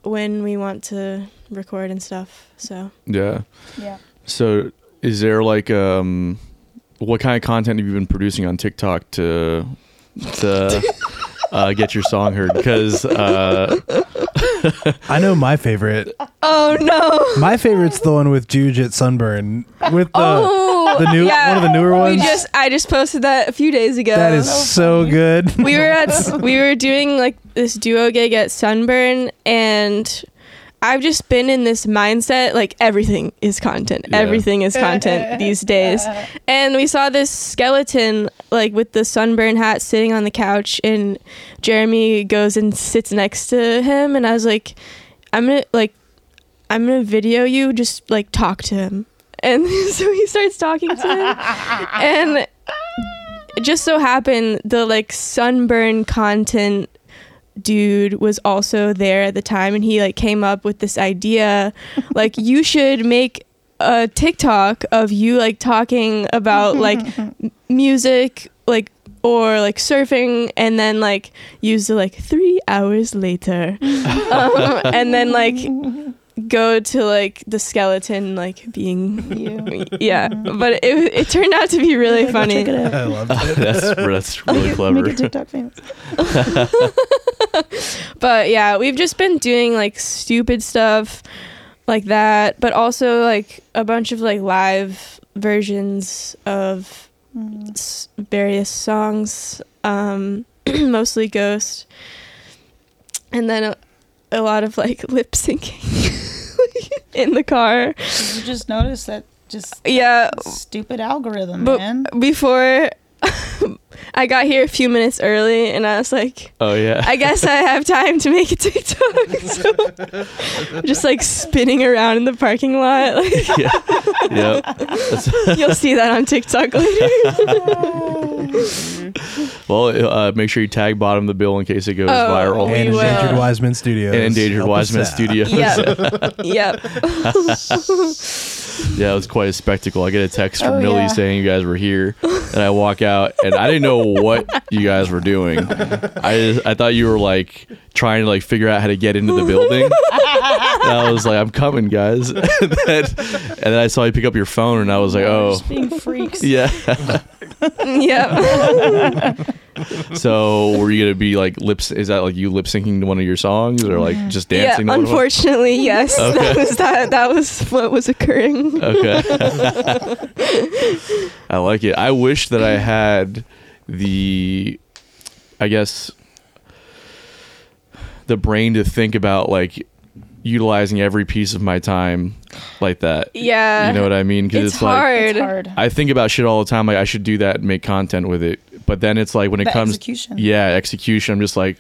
Speaker 4: when we want to record and stuff so
Speaker 7: Yeah.
Speaker 8: Yeah.
Speaker 7: So is there like um what kind of content have you been producing on TikTok to
Speaker 4: [laughs]
Speaker 7: to uh, get your song heard? Because uh, [laughs]
Speaker 11: I know my favorite.
Speaker 4: oh no
Speaker 11: My favorite's the one with Juge at Sunburn with the
Speaker 4: Oh,
Speaker 11: the new one of the newer
Speaker 4: We
Speaker 11: ones.
Speaker 4: just I just posted that a few days ago.
Speaker 11: that is so good.
Speaker 4: we were at s- we were doing like this duo gig at Sunburn and I've just been in this mindset like everything is content.
Speaker 7: Yeah.
Speaker 4: Everything is content these days. And we saw this skeleton like with the sunburn hat sitting on the couch and Jeremy goes and sits next to him and I was like I'm going to like I'm going to video you just like talk to him. And [laughs] so he starts talking to him and it just so happened the like sunburn content dude was also there at the time and he like came up with this idea like you should make a TikTok of you like talking
Speaker 8: [laughs]
Speaker 4: about like m- music like or like surfing and then like use the like 3 hours later um, and then like go to like the skeleton like being
Speaker 8: [laughs] You.
Speaker 4: yeah but it it turned out to be
Speaker 8: [laughs]
Speaker 4: really funny
Speaker 8: Check
Speaker 4: [laughs]
Speaker 8: it out.
Speaker 11: [laughs] I loved it.
Speaker 7: that's that's really
Speaker 8: Make
Speaker 7: clever.
Speaker 8: a TikTok famous.
Speaker 4: but yeah, we've just been doing like stupid stuff like that, but also like a bunch of like live versions of
Speaker 8: Mm.
Speaker 4: s- various songs, um, [clears throat] mostly Ghost, and then a, a lot of like [laughs] lip syncing in the car.
Speaker 8: Did you just notice that just
Speaker 4: Yeah,
Speaker 8: stupid algorithm,
Speaker 4: but [laughs]
Speaker 8: man?
Speaker 4: before. I got here a few minutes early and I was like,
Speaker 7: Oh yeah.
Speaker 4: I guess I have time to make a TikTok. [laughs] So just like spinning around in the parking lot. [laughs] Like,
Speaker 7: [laughs] yeah. Yep.
Speaker 4: you'll see that on TikTok [laughs] later.
Speaker 8: [laughs]
Speaker 7: Well, uh, make sure you tag bottom the bill in case it goes
Speaker 4: Oh,
Speaker 7: viral.
Speaker 4: We
Speaker 11: And
Speaker 4: will.
Speaker 11: Endangered Wiseman Studios.
Speaker 7: And Endangered
Speaker 11: Help us
Speaker 7: Wiseman
Speaker 11: out.
Speaker 7: Studios. [laughs]
Speaker 4: yep. Yep.
Speaker 7: Yeah, it was quite a spectacle. I get a text from
Speaker 8: Oh,
Speaker 7: Millie
Speaker 8: yeah.
Speaker 7: saying you guys were here, and I walk out, and I didn't know what you guys were doing. I just, I thought you were like trying to like figure out how to get into the building. and I was like, I'm coming, guys. [laughs] and, then, and then I saw you pick up your phone, and I was like, oh,
Speaker 8: Just being
Speaker 4: [laughs]
Speaker 8: freaks.
Speaker 7: yeah. [laughs]
Speaker 4: Yep.
Speaker 7: so were you gonna be like lips? Is that like you lip syncing to one of your songs, or like just
Speaker 4: yeah.
Speaker 7: dancing? to one of them?
Speaker 4: Unfortunately, yes. That was that that was what was occurring.
Speaker 7: Uh, Okay. I like it. I wish that I had the, I guess, the brain to think about like utilizing every piece of my time like that.
Speaker 4: Yeah.
Speaker 7: You know what I mean?
Speaker 4: it's,
Speaker 7: like,
Speaker 4: hard.
Speaker 8: It's hard.
Speaker 7: I think about shit all the time. Like I should do that and make content with it. But then it's like when it
Speaker 8: The
Speaker 7: comes,
Speaker 8: execution.
Speaker 7: yeah, execution. I'm just like,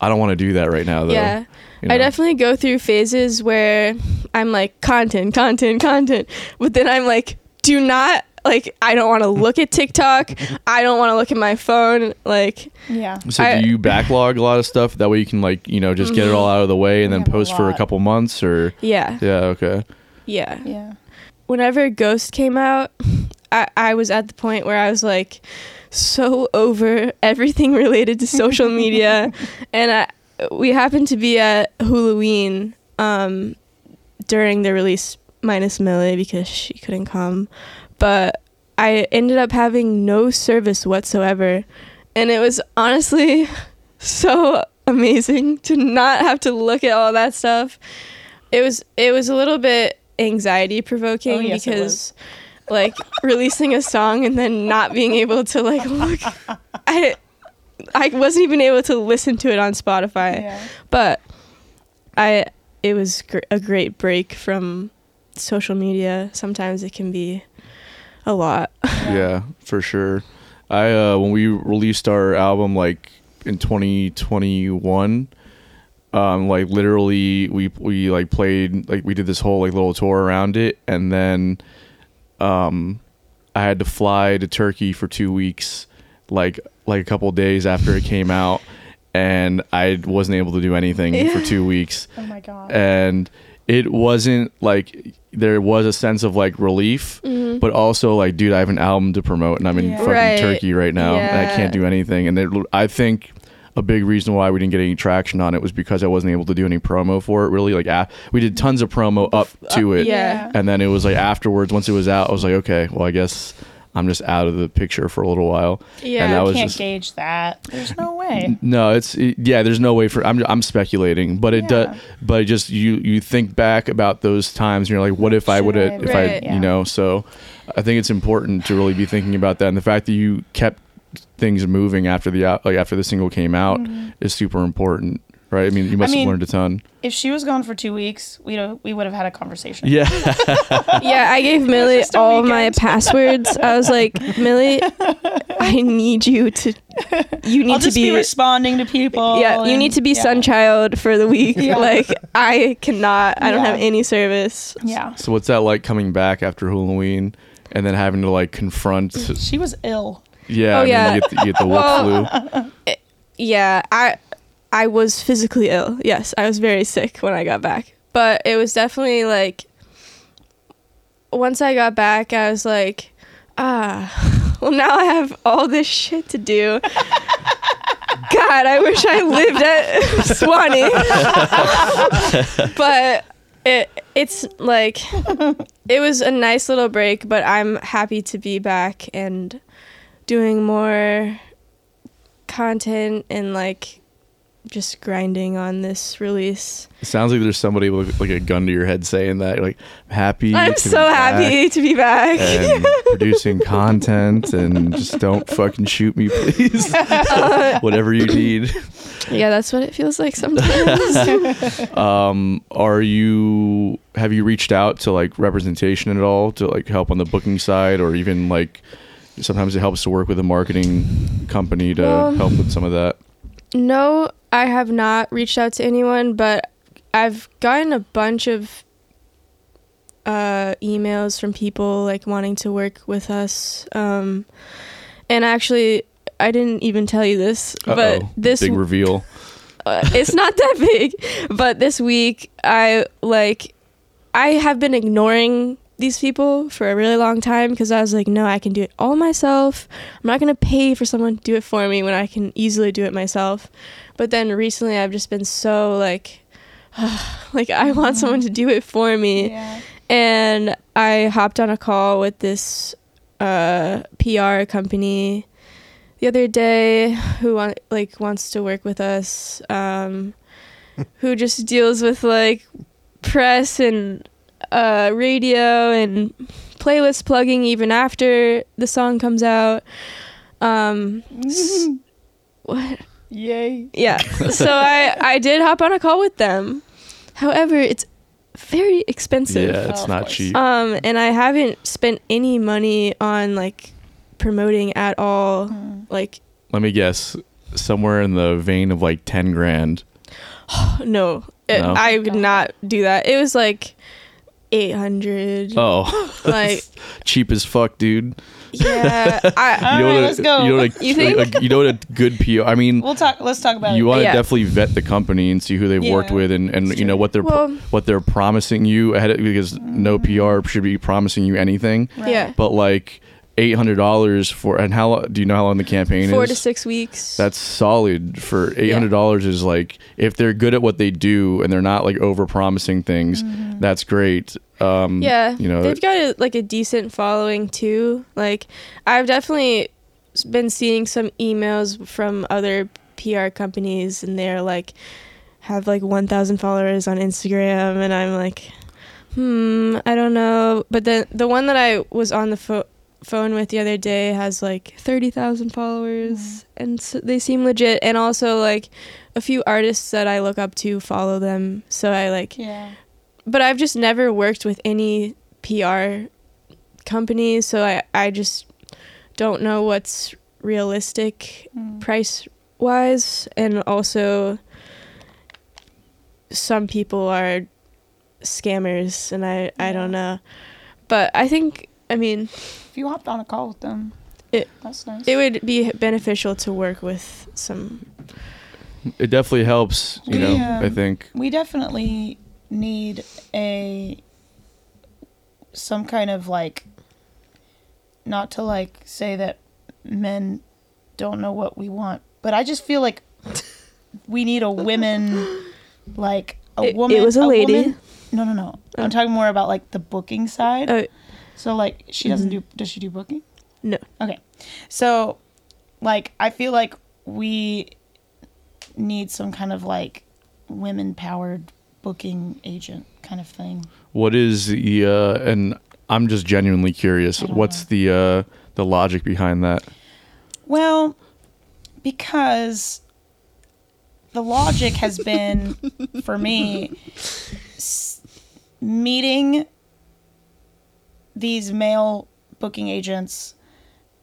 Speaker 7: I don't want to do that right now though.
Speaker 4: Yeah.
Speaker 7: You
Speaker 4: I
Speaker 7: know?
Speaker 4: definitely go through phases where I'm like content, content, content, but then I'm like, do not like I
Speaker 7: [laughs]
Speaker 4: don't want to look at TikTok. I don't want to look at my phone. Like
Speaker 8: Yeah.
Speaker 7: So
Speaker 4: I-
Speaker 7: do you backlog a lot of stuff? That way you can like you know just get it all out of the way and then
Speaker 8: have a
Speaker 7: post for a
Speaker 8: Mm-hmm. lot.
Speaker 7: couple months
Speaker 8: [laughs]
Speaker 7: or
Speaker 4: yeah,
Speaker 7: yeah okay
Speaker 4: yeah.
Speaker 8: Yeah.
Speaker 4: Whenever Ghost came out, I, I was at the point where I was like so over everything [laughs] related to
Speaker 7: [laughs]
Speaker 4: social media, and I, we happened to be at Halloween um, during the release minus Millie because she couldn't come, but I ended up having no service whatsoever, and it was honestly [laughs] so amazing to not have to look at all that stuff. It was it was a little bit anxiety provoking
Speaker 8: Oh, yes, it
Speaker 4: because like releasing a song and then not being able to like
Speaker 8: [laughs]
Speaker 4: look I I wasn't even able to listen to it on Spotify.
Speaker 8: Yeah.
Speaker 4: But I it was gr- a great break from social media. Sometimes it can be a lot. [laughs]
Speaker 7: yeah for sure. I uh, when we released our album like in 2021 um like literally we we like played like we did this whole like little tour around it and then um i had to fly to turkey for two weeks like like a couple days after it came out and i wasn't able to do anything
Speaker 8: [laughs]
Speaker 7: for two weeks
Speaker 8: Oh my god.
Speaker 7: and it wasn't like there was a sense of like relief, but also like, dude, I have an album to promote and I'm in
Speaker 8: Yeah.
Speaker 7: fucking
Speaker 4: Right.
Speaker 7: Turkey right now and I
Speaker 4: Yeah.
Speaker 7: can't do anything. And it, I think a big reason why we didn't get any traction on it was because I wasn't able to do any promo for it really. Like, a we did tons of promo up to it.
Speaker 4: yeah.
Speaker 7: And then it was like afterwards, once it was out, I was like, okay, well, I guess I'm just out of the picture for a little while.
Speaker 4: Yeah.
Speaker 7: And
Speaker 4: I
Speaker 7: that
Speaker 8: I
Speaker 7: was
Speaker 8: can't
Speaker 7: just,
Speaker 8: gauge that. There's no way.
Speaker 7: no, it's yeah. There's no way for I'm I'm speculating, but it does. But just you you think back about those times, and you're like, what if I
Speaker 8: Should
Speaker 7: would
Speaker 8: I
Speaker 7: have?
Speaker 8: have-
Speaker 7: If
Speaker 4: Right.
Speaker 7: I,
Speaker 8: Yeah.
Speaker 7: you know. So, I think it's important to really be thinking about that, and the fact that you kept things moving after the out- like after the single came out is super important, right? I mean, you must
Speaker 8: mean-
Speaker 7: have learned a ton.
Speaker 8: If she was gone for two weeks, we we would have had a conversation.
Speaker 7: Yeah,
Speaker 4: Yeah, I gave Millie
Speaker 8: just a
Speaker 4: all my
Speaker 8: weekend.
Speaker 4: passwords. I was
Speaker 8: [laughs]
Speaker 4: like, Millie, I need you to. You need
Speaker 8: I'll
Speaker 4: to
Speaker 8: just be,
Speaker 4: be.
Speaker 8: responding to people.
Speaker 4: yeah, you
Speaker 8: and-
Speaker 4: need to be
Speaker 8: yeah.
Speaker 4: Sunchild for the week. [laughs] Like, I cannot. I don't
Speaker 8: Yeah.
Speaker 4: have any service.
Speaker 8: Yeah,
Speaker 7: so what's that like coming back after Halloween, and then having to like confront?
Speaker 8: she was ill.
Speaker 7: Yeah,
Speaker 4: Oh,
Speaker 7: I mean,
Speaker 4: yeah.
Speaker 7: you get the, you get the wolf
Speaker 4: Well,
Speaker 7: flu.
Speaker 4: Yeah, I, I was physically ill. Yes, I was very sick when I got back. But it was definitely like. Once I got back, I was like, ah, [laughs] well now I have all this shit to do. God, I wish I lived at Swanee. but it it's like it was a nice little break, but I'm happy to be back and doing more content and like just grinding on this release.
Speaker 7: It sounds like there's somebody with like a gun to your head saying that. You're like, I'm happy.
Speaker 4: I'm
Speaker 7: to be
Speaker 4: so
Speaker 7: back
Speaker 4: happy to be back. [laughs]
Speaker 7: And producing content and just don't fucking shoot me,
Speaker 4: [laughs]
Speaker 7: please. Whatever you need.
Speaker 4: Uh, yeah, that's what it feels
Speaker 7: [laughs]
Speaker 4: like sometimes.
Speaker 7: Um, are you have you reached out to like representation at all to like help on the booking side or even like sometimes it helps to work with a marketing company to
Speaker 4: Well-
Speaker 7: help with some of that?
Speaker 4: No, I have not reached out to anyone, but I've gotten a bunch of uh, emails from people like wanting to work with us. Um, and actually, I didn't even tell you this, but
Speaker 7: Uh-oh.
Speaker 4: this
Speaker 7: big
Speaker 4: [laughs]
Speaker 7: reveal.
Speaker 4: uh, it's not that big, but this week I like I have been ignoring these people for a really long time because I was like, no, I can do it all myself. I'm not gonna pay for someone to do it for me when I can easily do it myself. But then recently, I've just been so like, [sighs] like I want someone to do it for me
Speaker 8: Yeah,
Speaker 4: and I hopped on a call with this uh, PR company the other day who want, like wants to work with us, um, who just deals with like press and uh, radio and playlist plugging even after the song comes out. Um, s- what?
Speaker 8: [laughs] yay.
Speaker 4: Yeah. So I I did hop on a call with them. However, it's very expensive.
Speaker 7: Yeah,
Speaker 8: Oh,
Speaker 7: it's
Speaker 8: of
Speaker 7: not
Speaker 8: course.
Speaker 7: cheap.
Speaker 4: [laughs] Um, and I haven't spent any money on like promoting at all. Like, [laughs]
Speaker 7: Let me guess. Somewhere in the vein of like ten grand.
Speaker 4: no, it,
Speaker 7: No?
Speaker 4: I would not do that. It was like eight hundred. [laughs]
Speaker 7: Oh.
Speaker 4: Like,
Speaker 7: cheap as fuck, dude. [laughs]
Speaker 4: yeah, I,
Speaker 8: All
Speaker 7: you know
Speaker 8: right,
Speaker 7: what a-
Speaker 8: let's go.
Speaker 7: You know what a,
Speaker 4: [laughs] You think?
Speaker 7: a- you know what a good PR. I mean,
Speaker 8: We'll talk. Let's talk about
Speaker 7: you
Speaker 8: it.
Speaker 7: want to
Speaker 4: Yeah.
Speaker 7: definitely vet the company and see who they've worked
Speaker 8: Yeah.
Speaker 7: with and, and you know what they're
Speaker 4: Well- Mm-hmm.
Speaker 7: what they're promising you ahead of, because no PR should be promising you anything.
Speaker 4: yeah,
Speaker 7: But like eight hundred dollars for and how lo- do you know how long the campaign
Speaker 4: four
Speaker 7: is?
Speaker 4: to six weeks.
Speaker 7: That's solid for eight hundred dollars. Is like if they're good at what they do and they're not like over promising things, that's great. Um,
Speaker 4: Mm-hmm. yeah
Speaker 7: you know
Speaker 4: they've got a, like a decent following too like i've definitely s- been seeing some emails from other pr companies and they're like have like 1000 followers on instagram and i'm like hmm i don't know but then the one that i was on the pho- phone with the other day has like 30,000 followers and so they seem legit and also like a few artists that i look up to follow them so i like
Speaker 8: Yeah.
Speaker 4: but I've just never worked with any PR companies,
Speaker 8: Mm.
Speaker 4: so I, I just don't know what's realistic price wise and also some people are scammers and I I don't know. But I think I mean
Speaker 8: If you hopped on a call with them,
Speaker 4: It-
Speaker 8: that's nice.
Speaker 4: it would be beneficial to work with some
Speaker 7: It definitely helps, you know.
Speaker 8: We, um,
Speaker 7: I think
Speaker 8: we definitely need a some kind of like not to like say that men don't know what we want but i just feel like we need a women like a
Speaker 4: It- it
Speaker 8: woman
Speaker 4: was a lady.
Speaker 8: woman- no no no i'm talking more about like the booking side
Speaker 4: Oh. Mm-hmm.
Speaker 8: so like she doesn't do does she do booking
Speaker 4: no
Speaker 8: Okay. So, like, I feel like we need some kind of like women powered booking agent kind of thing.
Speaker 7: what is the uh and I'm just genuinely curious. What's the uh the logic behind that?
Speaker 8: Well, because the logic has been for me s- meeting these male booking agents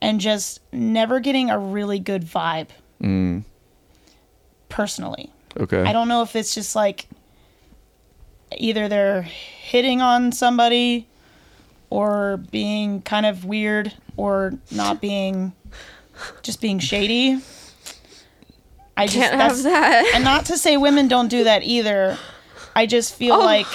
Speaker 8: and just never getting a really good vibe personally.
Speaker 7: Okay.
Speaker 8: I don't know if it's just like either they're hitting on somebody or being kind of weird or not being just being shady. I just
Speaker 4: can't have
Speaker 8: that's-
Speaker 4: that.
Speaker 8: [laughs] and not to say women don't do that either. I just feel
Speaker 4: Oh.
Speaker 8: like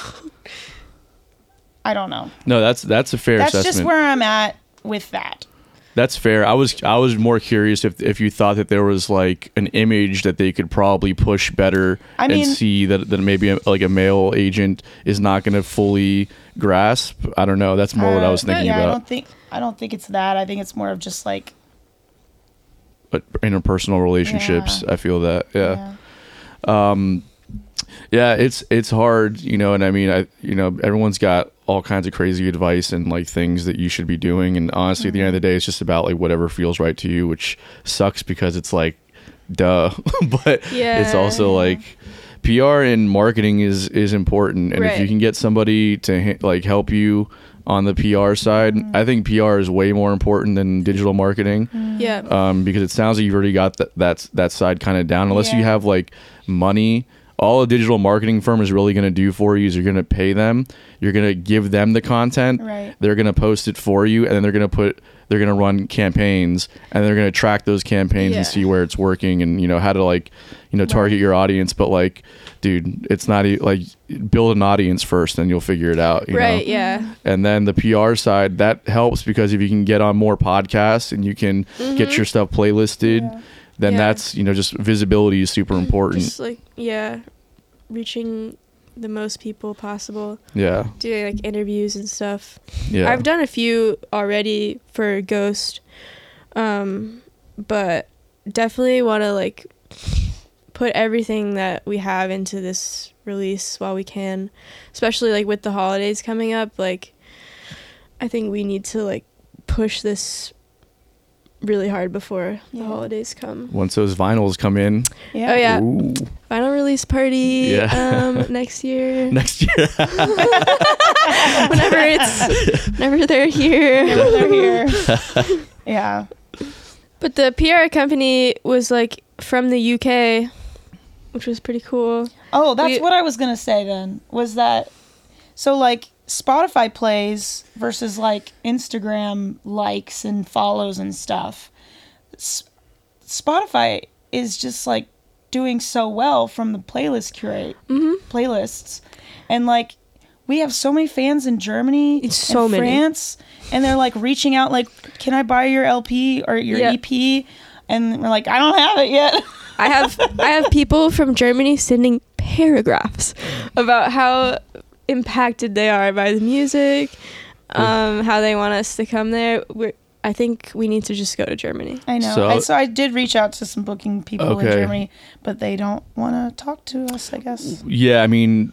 Speaker 8: I don't know.
Speaker 7: no, that's that's a fair
Speaker 8: That's
Speaker 7: assessment.
Speaker 8: just where I'm at with that.
Speaker 7: That's fair. I was I was more curious if if you thought that there was like an image that they could probably push better
Speaker 8: I mean-
Speaker 7: and see that that maybe like a male agent is not going to fully grasp. I don't know. That's more what I was
Speaker 8: Uh,
Speaker 7: thinking
Speaker 8: yeah, I
Speaker 7: about.
Speaker 8: don't think I don't think it's that. I think it's more of just like
Speaker 7: But interpersonal relationships,
Speaker 8: Yeah.
Speaker 7: I feel that. Yeah.
Speaker 8: yeah.
Speaker 7: Yeah, it's it's hard, you know, and I mean, I you know, everyone's got all kinds of crazy advice and like things that you should be doing, and honestly, at the end of the
Speaker 4: Mm-hmm.
Speaker 7: day, it's just about like whatever feels right to you, which sucks because it's like, duh, [laughs] but it's
Speaker 4: Yeah.
Speaker 7: also like. PR and marketing is is important, and if you
Speaker 4: Right.
Speaker 7: can get somebody to ha- like help you on the PR side,
Speaker 4: Mm-hmm.
Speaker 7: I think PR is way more important than digital marketing
Speaker 4: Yeah.
Speaker 7: um, because it sounds like you've already got that that, that side kind of down. Unless you
Speaker 8: Yeah.
Speaker 7: have like money, all a digital marketing firm is really going to do for you is you're going to pay them, you're going to give them the content,
Speaker 8: Right.
Speaker 7: they're going to post it for you, and then they're going to put they're going to run campaigns and they're going to track those campaigns
Speaker 4: Yeah.
Speaker 7: and see where it's working and you know how to like you know target your audience. But like, dude, it's not e- like build an audience first, then you'll figure it out. You
Speaker 4: right,
Speaker 7: Know?
Speaker 4: yeah.
Speaker 7: and then the PR side that helps because if you can get on more podcasts and you can get your stuff playlisted, then
Speaker 4: Mm-hmm. Yeah.
Speaker 7: that's you know just visibility is super important.
Speaker 4: Just like yeah, reaching the most people possible,
Speaker 7: yeah,
Speaker 4: doing like interviews and stuff.
Speaker 7: yeah.
Speaker 4: I've done a few already for Ghost, um, but definitely want to like put everything that we have into this release while we can, especially like with the holidays coming up. Like, I think we need to like push this really hard before
Speaker 8: Yeah.
Speaker 4: the holidays come.
Speaker 7: Once those vinyls come in,
Speaker 8: Yeah.
Speaker 4: Oh yeah,
Speaker 7: ooh, [laughs]
Speaker 4: final release party
Speaker 7: Yeah. [laughs]
Speaker 4: um, next year.
Speaker 7: next year.
Speaker 4: [laughs] whenever it's
Speaker 7: [laughs]
Speaker 4: whenever they're here.
Speaker 8: They're here. [laughs] yeah.
Speaker 4: But the PR company was like from the UK, which was pretty cool.
Speaker 8: Oh, that's
Speaker 4: We-
Speaker 8: what I was gonna say then. Was that so? Like Spotify plays versus like Instagram likes and follows and stuff. S- Spotify is just like doing so well from the playlist curate
Speaker 4: Mm-hmm.
Speaker 8: playlists, and like we have so many fans in Germany,
Speaker 4: It's
Speaker 8: and
Speaker 4: so many.
Speaker 8: France, and they're like reaching out like, "Can I buy your LP or your
Speaker 4: Yeah.
Speaker 8: EP?" And we're like, "I don't have it yet." [laughs]
Speaker 7: [laughs]
Speaker 4: I have I have people from Germany sending paragraphs about how impacted they are by the music, um, how they want us to come there. We're, I think we need to just go to Germany.
Speaker 8: I know.
Speaker 7: So-
Speaker 8: I, so I did reach out to some booking people in
Speaker 7: Okay.
Speaker 8: Germany, but they don't want to talk to us. I guess.
Speaker 7: yeah, I mean,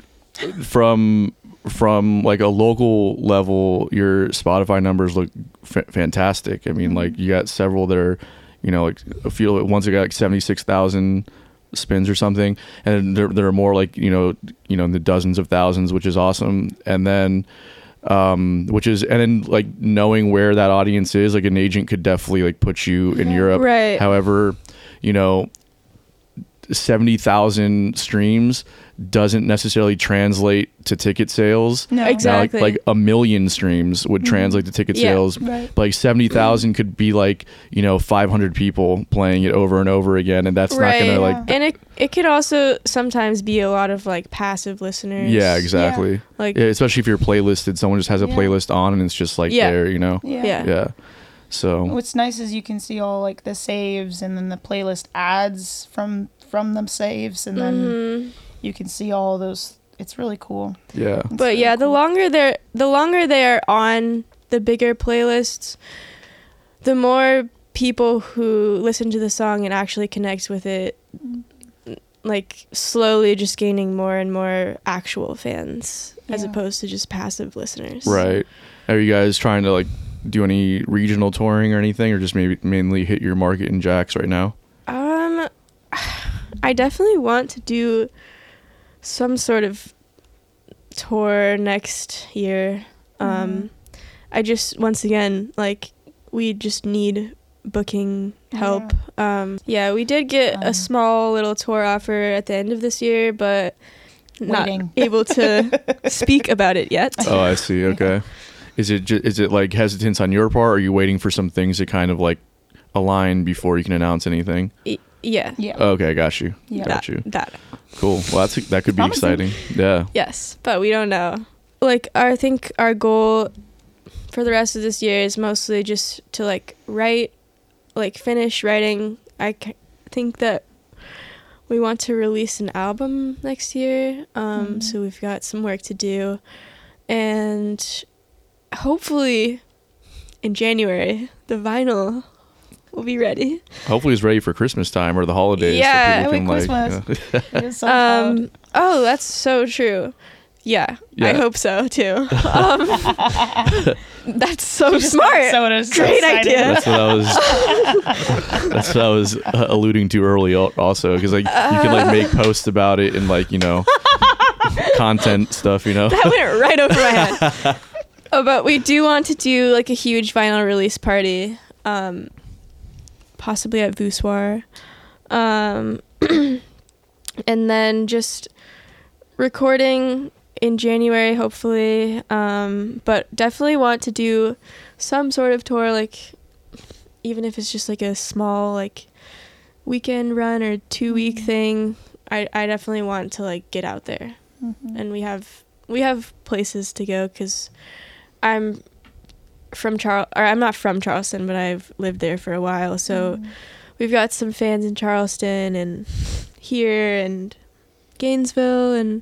Speaker 7: from from like a local level, your Spotify numbers look fa fantastic. I mean, like you got several that are, you know, like a few. Once it got like seventy six thousand spins or something, and there there are more like you know you know in the dozens of thousands, which is awesome. And then um, which is and then like knowing where that audience is like an agent could definitely like put you in europe
Speaker 4: Right.
Speaker 7: however you know seventy thousand streams doesn't necessarily translate to ticket sales.
Speaker 8: No.
Speaker 4: Exactly. Mm-hmm.
Speaker 7: Now, like, like a million streams would translate to ticket
Speaker 4: Yeah.
Speaker 7: sales.
Speaker 8: Right.
Speaker 7: But like seventy thousand could be like you know five hundred people playing it over and over again, and that's
Speaker 4: right.
Speaker 7: not gonna like
Speaker 4: and it it could also sometimes be a lot of like passive listeners.
Speaker 7: yeah exactly.
Speaker 4: Like
Speaker 7: Yeah, especially if you're playlisted, someone just has a
Speaker 8: Yeah.
Speaker 7: playlist on and it's just like
Speaker 4: Yeah.
Speaker 7: there, you know.
Speaker 8: Yeah.
Speaker 4: Yeah.
Speaker 7: Yeah. So
Speaker 8: What's nice is you can see all like the saves and then the playlist ads from from them saves and then
Speaker 4: Mm-hmm.
Speaker 8: you can see all those. It's really cool.
Speaker 7: yeah.
Speaker 8: It's
Speaker 4: but
Speaker 8: really
Speaker 4: yeah, the
Speaker 8: cool.
Speaker 4: longer they're the longer they are on the bigger playlists, the more people who listen to the song and actually connect with it like slowly just gaining more and more actual fans as
Speaker 8: Yeah.
Speaker 4: opposed to just passive listeners.
Speaker 7: Right. Are you guys trying to like do any regional touring or anything, or just maybe mainly hit your market in Jacks right now?
Speaker 4: Um, [sighs] I definitely want to do some sort of tour next year.
Speaker 8: Mm-hmm.
Speaker 4: Um, I just once again like we just need booking help. Um, yeah, we did get a
Speaker 8: Um,
Speaker 4: small little tour offer at the end of this year, but not
Speaker 8: Waiting.
Speaker 4: able
Speaker 8: [laughs]
Speaker 4: to speak about it yet.
Speaker 7: Oh, I see. Okay. Is it ju- is it like hesitance on your part? Or are you waiting for some things to kind of like align before you can announce anything?
Speaker 4: Y- yeah,
Speaker 8: yeah.
Speaker 7: Okay, got you.
Speaker 8: Yeah.
Speaker 7: Got
Speaker 4: that,
Speaker 7: you.
Speaker 4: that
Speaker 7: Cool. Well, that's that could be
Speaker 8: Promising.
Speaker 7: exciting. Yeah.
Speaker 4: Yes, but we don't know. Like I think our goal for the rest of this year is mostly just to like write, like finish writing. I c- think that we want to release an album next year. Um, So we've got some work to do, and hopefully in January the vinyl will be ready.
Speaker 7: Hopefully, it's ready for Christmas time or the holidays. so
Speaker 4: Yeah.
Speaker 7: people
Speaker 8: Oh,
Speaker 7: can,
Speaker 8: wait,
Speaker 7: like,
Speaker 8: Christmas.
Speaker 7: yeah. [laughs]
Speaker 8: It is so loud.
Speaker 4: Um, oh, that's so true. Yeah, I
Speaker 7: Yeah.
Speaker 4: hope so too. Um, [laughs] that's so smart.
Speaker 8: So it is so
Speaker 4: Great
Speaker 8: excited.
Speaker 4: idea.
Speaker 7: That's what I was. [laughs] that's what I was uh, alluding to early, al- also, because like you can like make posts about it and like you
Speaker 8: [laughs]
Speaker 7: know content stuff. You know,
Speaker 4: [laughs] that went right over my head. [laughs] Oh, but we do want to do like a huge vinyl release party, um, possibly at Voussoir, um, [clears throat] and then just recording in January, hopefully. Um, but definitely want to do some sort of tour, like even if it's just like a small like weekend run or two week thing. I I definitely want to like get out there
Speaker 8: Mm-hmm.
Speaker 4: and we have we have places to go because I'm from Charl or I'm not from Charleston, but I've lived there for a while,
Speaker 8: Mm-hmm.
Speaker 4: so we've got some fans in Charleston and here and Gainesville, and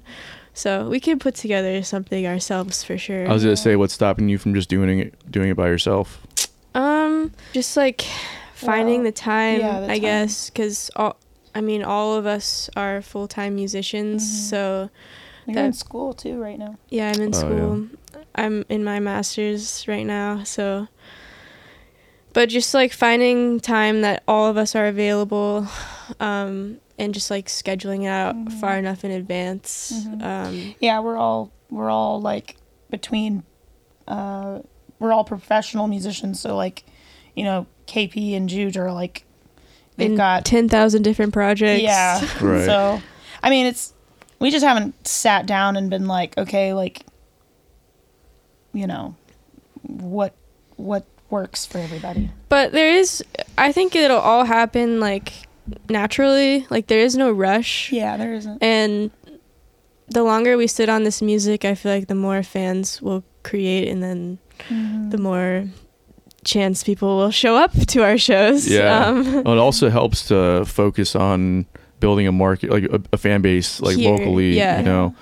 Speaker 4: so we could put together something ourselves for sure.
Speaker 7: I was gonna say, what's stopping you from just doing it, doing it by yourself?
Speaker 4: Um, just like finding the
Speaker 8: Well,
Speaker 4: time,
Speaker 8: yeah, the
Speaker 4: I
Speaker 8: time.
Speaker 4: guess, because all I mean, all of us are full time musicians,
Speaker 8: Mm-hmm.
Speaker 4: so
Speaker 8: You're in
Speaker 4: that-
Speaker 8: school too right now.
Speaker 4: Yeah, I'm in
Speaker 7: Oh, yeah.
Speaker 4: school. I'm in my master's right now, so but just like finding time that all of us are available um and just like scheduling it out
Speaker 8: Mm-hmm.
Speaker 4: far enough in advance. Um
Speaker 8: Yeah, we're all we're all like between uh we're all professional musicians, so like, you know, KP and Jude are like they've
Speaker 4: in
Speaker 8: got
Speaker 4: 10,000 different projects.
Speaker 8: Yeah.
Speaker 7: Right.
Speaker 8: So I mean it's we just haven't sat down and been like, okay, like you know, what what works for everybody.
Speaker 4: But there is I think it'll all happen like naturally. Like there is no rush.
Speaker 8: Yeah, there isn't.
Speaker 4: And the longer we sit on this music, I feel like the more fans will create, and then
Speaker 8: Mm-hmm.
Speaker 4: the more chance people will show up [laughs] to our shows.
Speaker 7: Yeah,
Speaker 4: Um,
Speaker 7: Well, it also helps to focus on building a market, like a, a fan base, like
Speaker 4: Here,
Speaker 7: locally.
Speaker 4: yeah.
Speaker 7: You know,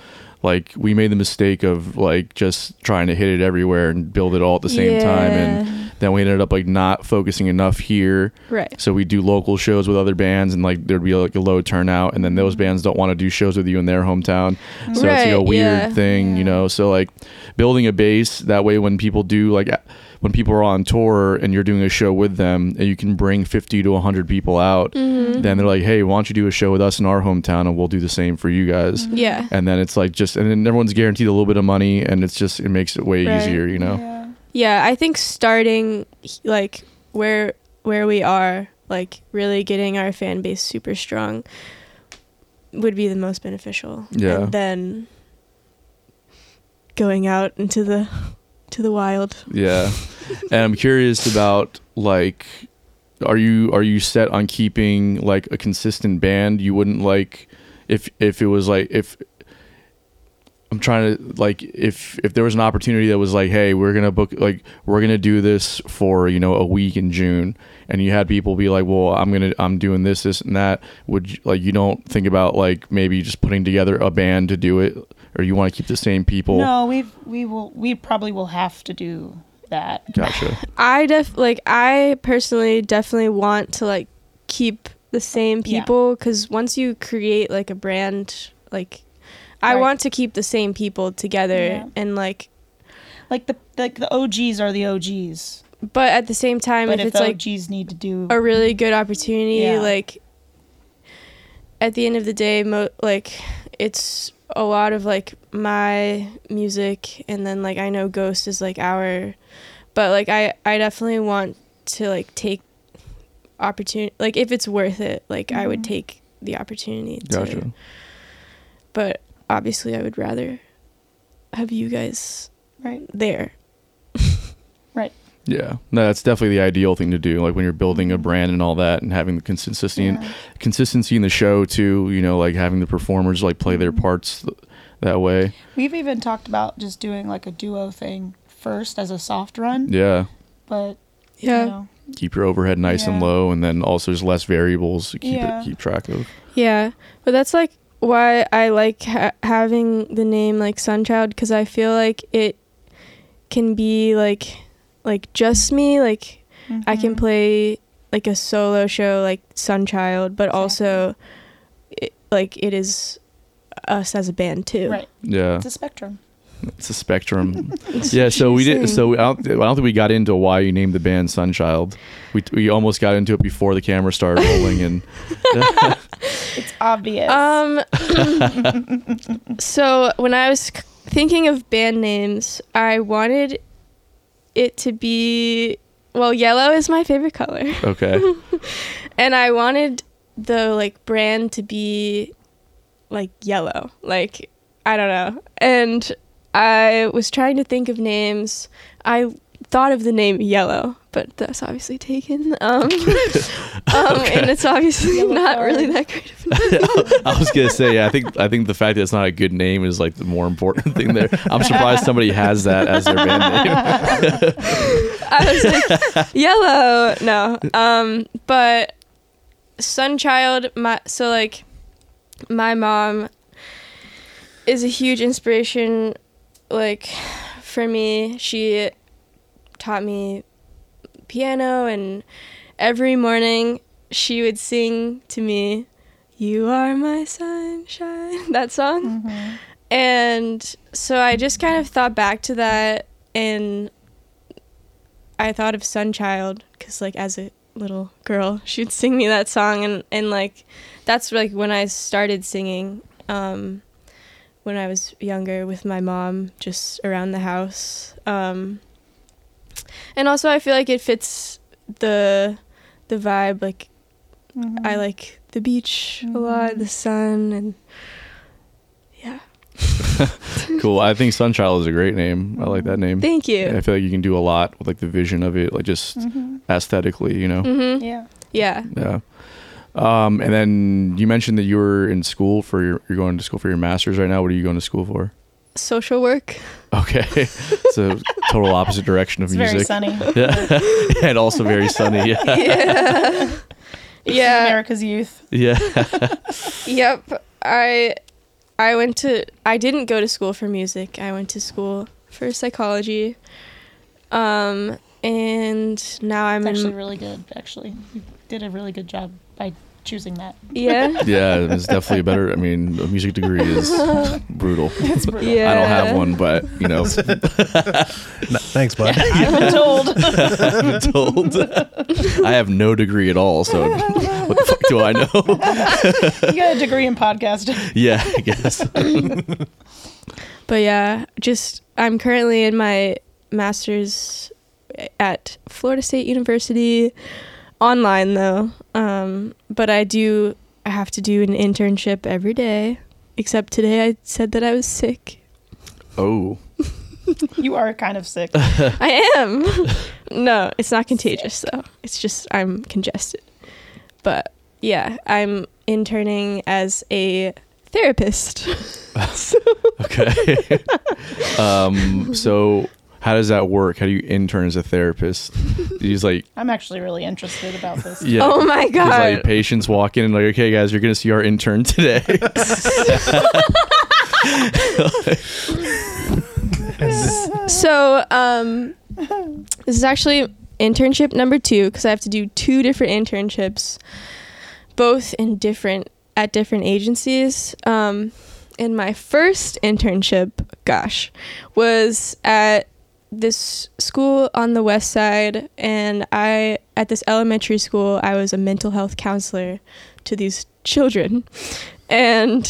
Speaker 7: like we made the mistake of like just trying to hit it everywhere and build it all at the same time, and then we ended up like not focusing enough here.
Speaker 4: right.
Speaker 7: So we do local shows with other bands, and like there'd be like a low turnout, and then
Speaker 4: Mm-hmm.
Speaker 7: those bands don't want to do shows with you in their hometown. So it's like a
Speaker 4: Right,
Speaker 7: weird
Speaker 4: yeah.
Speaker 7: thing, you know. So like building a base that way, when people do like a- when people are on tour and you're doing a show with them, and you can bring fifty to hundred people out,
Speaker 4: Mm-hmm.
Speaker 7: then they're like, hey, why don't you do a show with us in our hometown, and we'll do the same for you guys.
Speaker 4: Yeah.
Speaker 7: And then it's like just, and then everyone's guaranteed a little bit of money, and it's just it makes it way
Speaker 4: Right.
Speaker 7: easier, you know.
Speaker 8: Yeah.
Speaker 4: Yeah. I think starting like where where we are, like really getting our fan base super strong, would be the most beneficial.
Speaker 7: Yeah.
Speaker 4: And then going out into the to the wild.
Speaker 7: Yeah. and I'm curious about like are you are you set on keeping like a consistent band? You wouldn't like if if it was like if I'm trying to like if if there was an opportunity that was like, hey, we're gonna book like we're gonna do this for you know a week in June, and you had people be like, well, I'm gonna I'm doing this this and that. Would you, like you don't think about like maybe just putting together a band to do it, or you want to keep the same people?
Speaker 8: No, we've we will we probably will have to do that.
Speaker 7: Gotcha.
Speaker 4: I def like I personally definitely want to like keep the same
Speaker 8: Yeah.
Speaker 4: people because once you create like a brand, like I
Speaker 8: Right.
Speaker 4: want to keep the same people together
Speaker 8: Yeah.
Speaker 4: and like,
Speaker 8: Like the like the OGs are the OGs,
Speaker 4: but at the same time,
Speaker 8: but
Speaker 4: if,
Speaker 8: if,
Speaker 4: it's
Speaker 8: the
Speaker 4: like
Speaker 8: OGs need to do
Speaker 4: a really good opportunity,
Speaker 8: Yeah.
Speaker 4: like at the end of the day, mo- like it's a lot of like my music, and then like I know Ghost is like our, but like I I definitely want to like take opportunity like if it's worth it like i would take the opportunity to
Speaker 7: Gotcha.
Speaker 4: but obviously i would rather have you guys
Speaker 8: right
Speaker 4: there
Speaker 8: right
Speaker 7: Yeah, no, that's definitely the ideal thing to do. Like when you're building a brand and all that, and having the consistency
Speaker 8: Yeah.
Speaker 7: and consistency in the show too. You know, like having the performers like play
Speaker 8: Mm-hmm.
Speaker 7: their parts th- that way.
Speaker 8: We've even talked about just doing like a duo thing first as a soft run,
Speaker 7: Yeah,
Speaker 8: but
Speaker 4: yeah
Speaker 8: you know,
Speaker 7: keep your overhead nice and
Speaker 8: Yeah.
Speaker 7: low, and then also there's less variables to keep
Speaker 8: Yeah.
Speaker 7: it, keep track of.
Speaker 4: Yeah, but that's like why I like ha- having the name like Sunchild because I feel like it can be like like just me. Like I
Speaker 8: mm-hmm.
Speaker 4: can play like a solo show like Sunchild, but also it, like it is us as a band too.
Speaker 8: right,
Speaker 7: Yeah,
Speaker 8: it's a spectrum.
Speaker 7: it's a spectrum.
Speaker 8: [laughs]
Speaker 7: [laughs] yeah, so we did. So we, I, don't, I don't think we got into why you named the band Sunchild. We we almost got into it before the camera started rolling,
Speaker 8: [laughs]
Speaker 7: and
Speaker 8: It's obvious.
Speaker 4: Um. [laughs] so when I was c- thinking of band names, I wanted it to be well, yellow is my favorite color,
Speaker 7: okay,
Speaker 4: and I wanted the like brand to be like yellow, like I don't know. And I was trying to think of names. I thought of the name yellow, but that's obviously taken. Um, um and it's obviously not really that great of a
Speaker 7: [laughs] I was gonna say, yeah, I think I think the fact that it's not a good name is like the more important thing there. I'm surprised somebody has that as their band name.
Speaker 4: I was like, yellow. No. Um, but Sunchild, my so like my mom is a huge inspiration like for me. She taught me piano and every morning she would sing to me, You are my sunshine [laughs] that song. And so I just kind of thought back to that and I thought of Sunchild because, like, as a little girl, she'd sing me that song, and and like, that's like when I started singing. Um, when I was younger with my mom, just around the house. Um, and also, I feel like it fits the the vibe. Like,
Speaker 8: Mm-hmm. Mm.
Speaker 4: I like the beach a lot, the sun, and yeah.
Speaker 7: Cool. I think Sunchild is a great name. I like that name.
Speaker 4: Thank you.
Speaker 7: I feel like you can do a lot with like the vision of it, like just
Speaker 8: Mm.
Speaker 7: aesthetically, you know.
Speaker 8: Mm-hmm.
Speaker 4: Mm.
Speaker 8: yeah,
Speaker 4: Mm-hmm. Yeah.
Speaker 7: Yeah. Um, and then you mentioned that you were in school for your, you're going to school for your master's right now. What are you going to school for? [laughs]
Speaker 4: Social work. [laughs]
Speaker 7: Okay, so total opposite direction of
Speaker 8: it's very
Speaker 7: music, [laughs]
Speaker 4: [laughs]
Speaker 8: sunny.
Speaker 7: and also very sunny. [laughs] Yeah,
Speaker 4: Yeah.
Speaker 8: America's youth.
Speaker 7: yeah.
Speaker 4: Yep. I I went to I didn't go to school for music. I went to school for psychology. Um and now I'm
Speaker 8: It's actually
Speaker 4: in
Speaker 8: really good. Actually, you did a really good job by choosing
Speaker 7: [laughs]
Speaker 8: that. [laughs]
Speaker 4: yeah.
Speaker 7: Yeah, it's definitely a better. I mean, a music degree is brutal.
Speaker 4: yeah.
Speaker 7: I don't have one, but you know, [laughs]
Speaker 11: No, thanks, bud.
Speaker 8: I'm told.
Speaker 7: [laughs] I'm told I have no degree at all. So what the fuck do I know? [laughs]
Speaker 8: you got a degree in podcasting.
Speaker 7: yeah, I guess.
Speaker 4: But yeah, just I'm currently in my master's at Florida State University online though. Um but I do I have to do an internship every day, except today I said that I was sick.
Speaker 7: Oh,
Speaker 8: [laughs] You are kind of sick.
Speaker 4: I
Speaker 7: [laughs]
Speaker 4: am. no, it's not contagious though. It's just I'm congested. But yeah, I'm interning as a therapist. so
Speaker 7: okay. [laughs] um, so how does that work? How do you intern as a therapist? He's like,
Speaker 8: I'm actually really interested about this.
Speaker 7: yeah.
Speaker 4: Oh my
Speaker 7: He's like,
Speaker 4: God.
Speaker 7: patients walk in and like, okay, guys, you're gonna see our intern today.
Speaker 4: so um this is actually internship number 2 cuz I have to do two different internships both in different at different agencies. Um and my first internship, gosh, was at this school on the west side and I at this elementary school, I was a mental health counselor to these children. And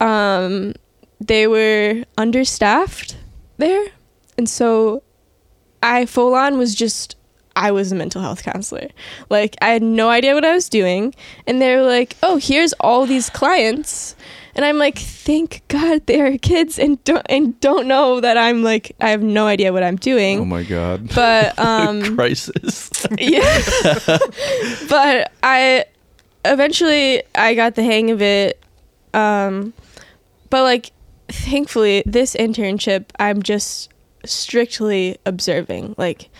Speaker 4: um they were understaffed there. And so I full on was just I was a mental health counselor. Like I had no idea what I was doing and they were like, "Oh, here's all these clients." And I'm like, "Thank God they are kids and don't and don't know that I'm like I have no idea what I'm doing."
Speaker 7: oh my god. [laughs]
Speaker 4: but um
Speaker 7: Crisis.
Speaker 4: [laughs] yeah. but I eventually I got the hang of it. Um but like thankfully this internship I'm just strictly observing. Like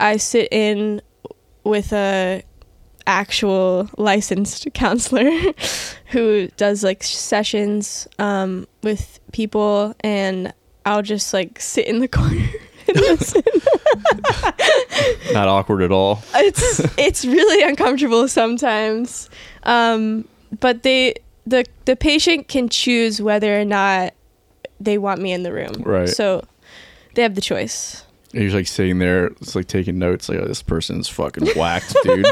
Speaker 4: I sit in with a actual licensed [laughs] counselor who does like sessions um with people and I'll just like sit in the [laughs] corner and listen. [laughs]
Speaker 7: Not awkward at all.
Speaker 4: it's
Speaker 7: [laughs]
Speaker 4: it's really uncomfortable sometimes um but they the the patient can choose whether or not they want me in the room
Speaker 7: Right.
Speaker 4: so they have the choice
Speaker 7: And you're like sitting there, it's like taking notes. Like, oh, this person's fucking whacked,
Speaker 4: [laughs]
Speaker 7: dude.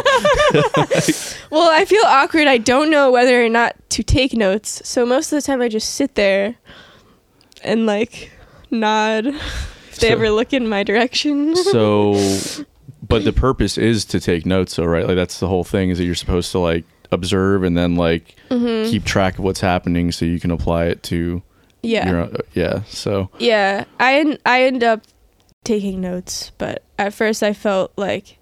Speaker 4: well i feel awkward i don't know whether or not to take notes so most of the time i just sit there and like nod if they
Speaker 7: So-
Speaker 4: ever look in my direction [laughs]
Speaker 7: so, but the purpose is to take notes, though, right? Like, that's the whole thing. Is that you're supposed to like observe and then like
Speaker 4: Mm-hmm.
Speaker 7: keep track of what's happening so you can apply it to
Speaker 4: yeah
Speaker 7: your own, yeah. So
Speaker 4: Yeah, I en- I end up taking notes, but at first I felt like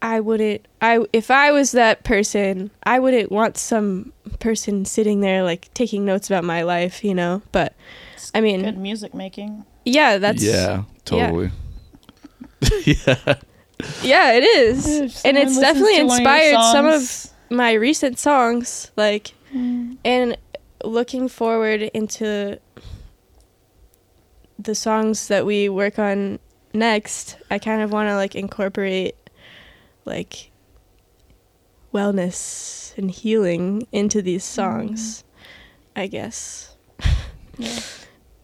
Speaker 4: I wouldn't. I if I was that person, I wouldn't want some person sitting there like taking notes about my life, you know. But I mean,
Speaker 8: Good music making.
Speaker 4: yeah, that's
Speaker 7: yeah,
Speaker 4: [laughs]
Speaker 7: totally. yeah.
Speaker 4: yeah, it is, and it's definitely inspired some of my recent songs, like, and looking forward into the songs that we work on next, I kind of want to like incorporate like wellness and healing into these songs, I guess. [laughs]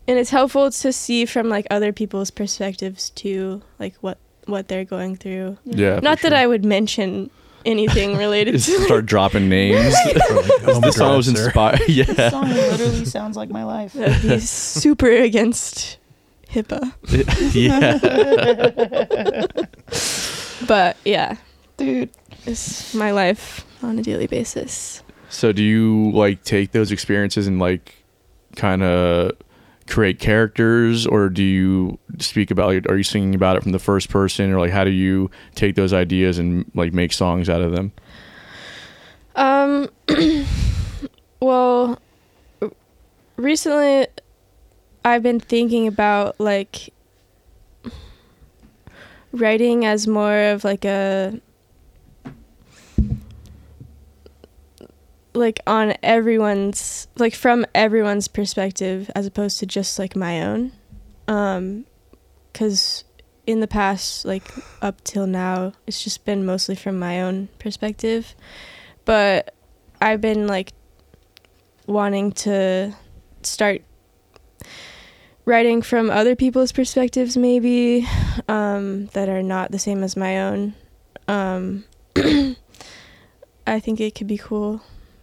Speaker 4: And it's helpful to see from like other people's perspectives too, like what what they're going through.
Speaker 7: Yeah. [laughs] for
Speaker 4: Not that
Speaker 7: sure.
Speaker 4: I would mention
Speaker 7: [laughs]
Speaker 4: anything related
Speaker 7: Just
Speaker 4: to
Speaker 7: start dropping names. [laughs]
Speaker 11: Oh my
Speaker 7: this song
Speaker 11: God,
Speaker 7: was
Speaker 11: sir.
Speaker 7: inspired. [laughs] Yeah.
Speaker 8: This song literally sounds like my life.
Speaker 4: That'd be super against HIPAA.
Speaker 7: yeah.
Speaker 4: But yeah,
Speaker 8: Dude,
Speaker 4: it's my life on a daily basis.
Speaker 7: So do you like take those experiences and like kind of create characters or do you speak about like, are you singing about it from the first person or like how do you take those ideas and like make songs out of them?
Speaker 4: Um, [clears throat] well, r- recently I've been thinking about like writing as more of like a like on everyone's like from everyone's perspective as opposed to just like my own um cuz in the past like up till now it's just been mostly from my own perspective but I've been like wanting to start writing from other people's perspectives, maybe um, that are not the same as my own. Um, [clears throat] I think it could be cool.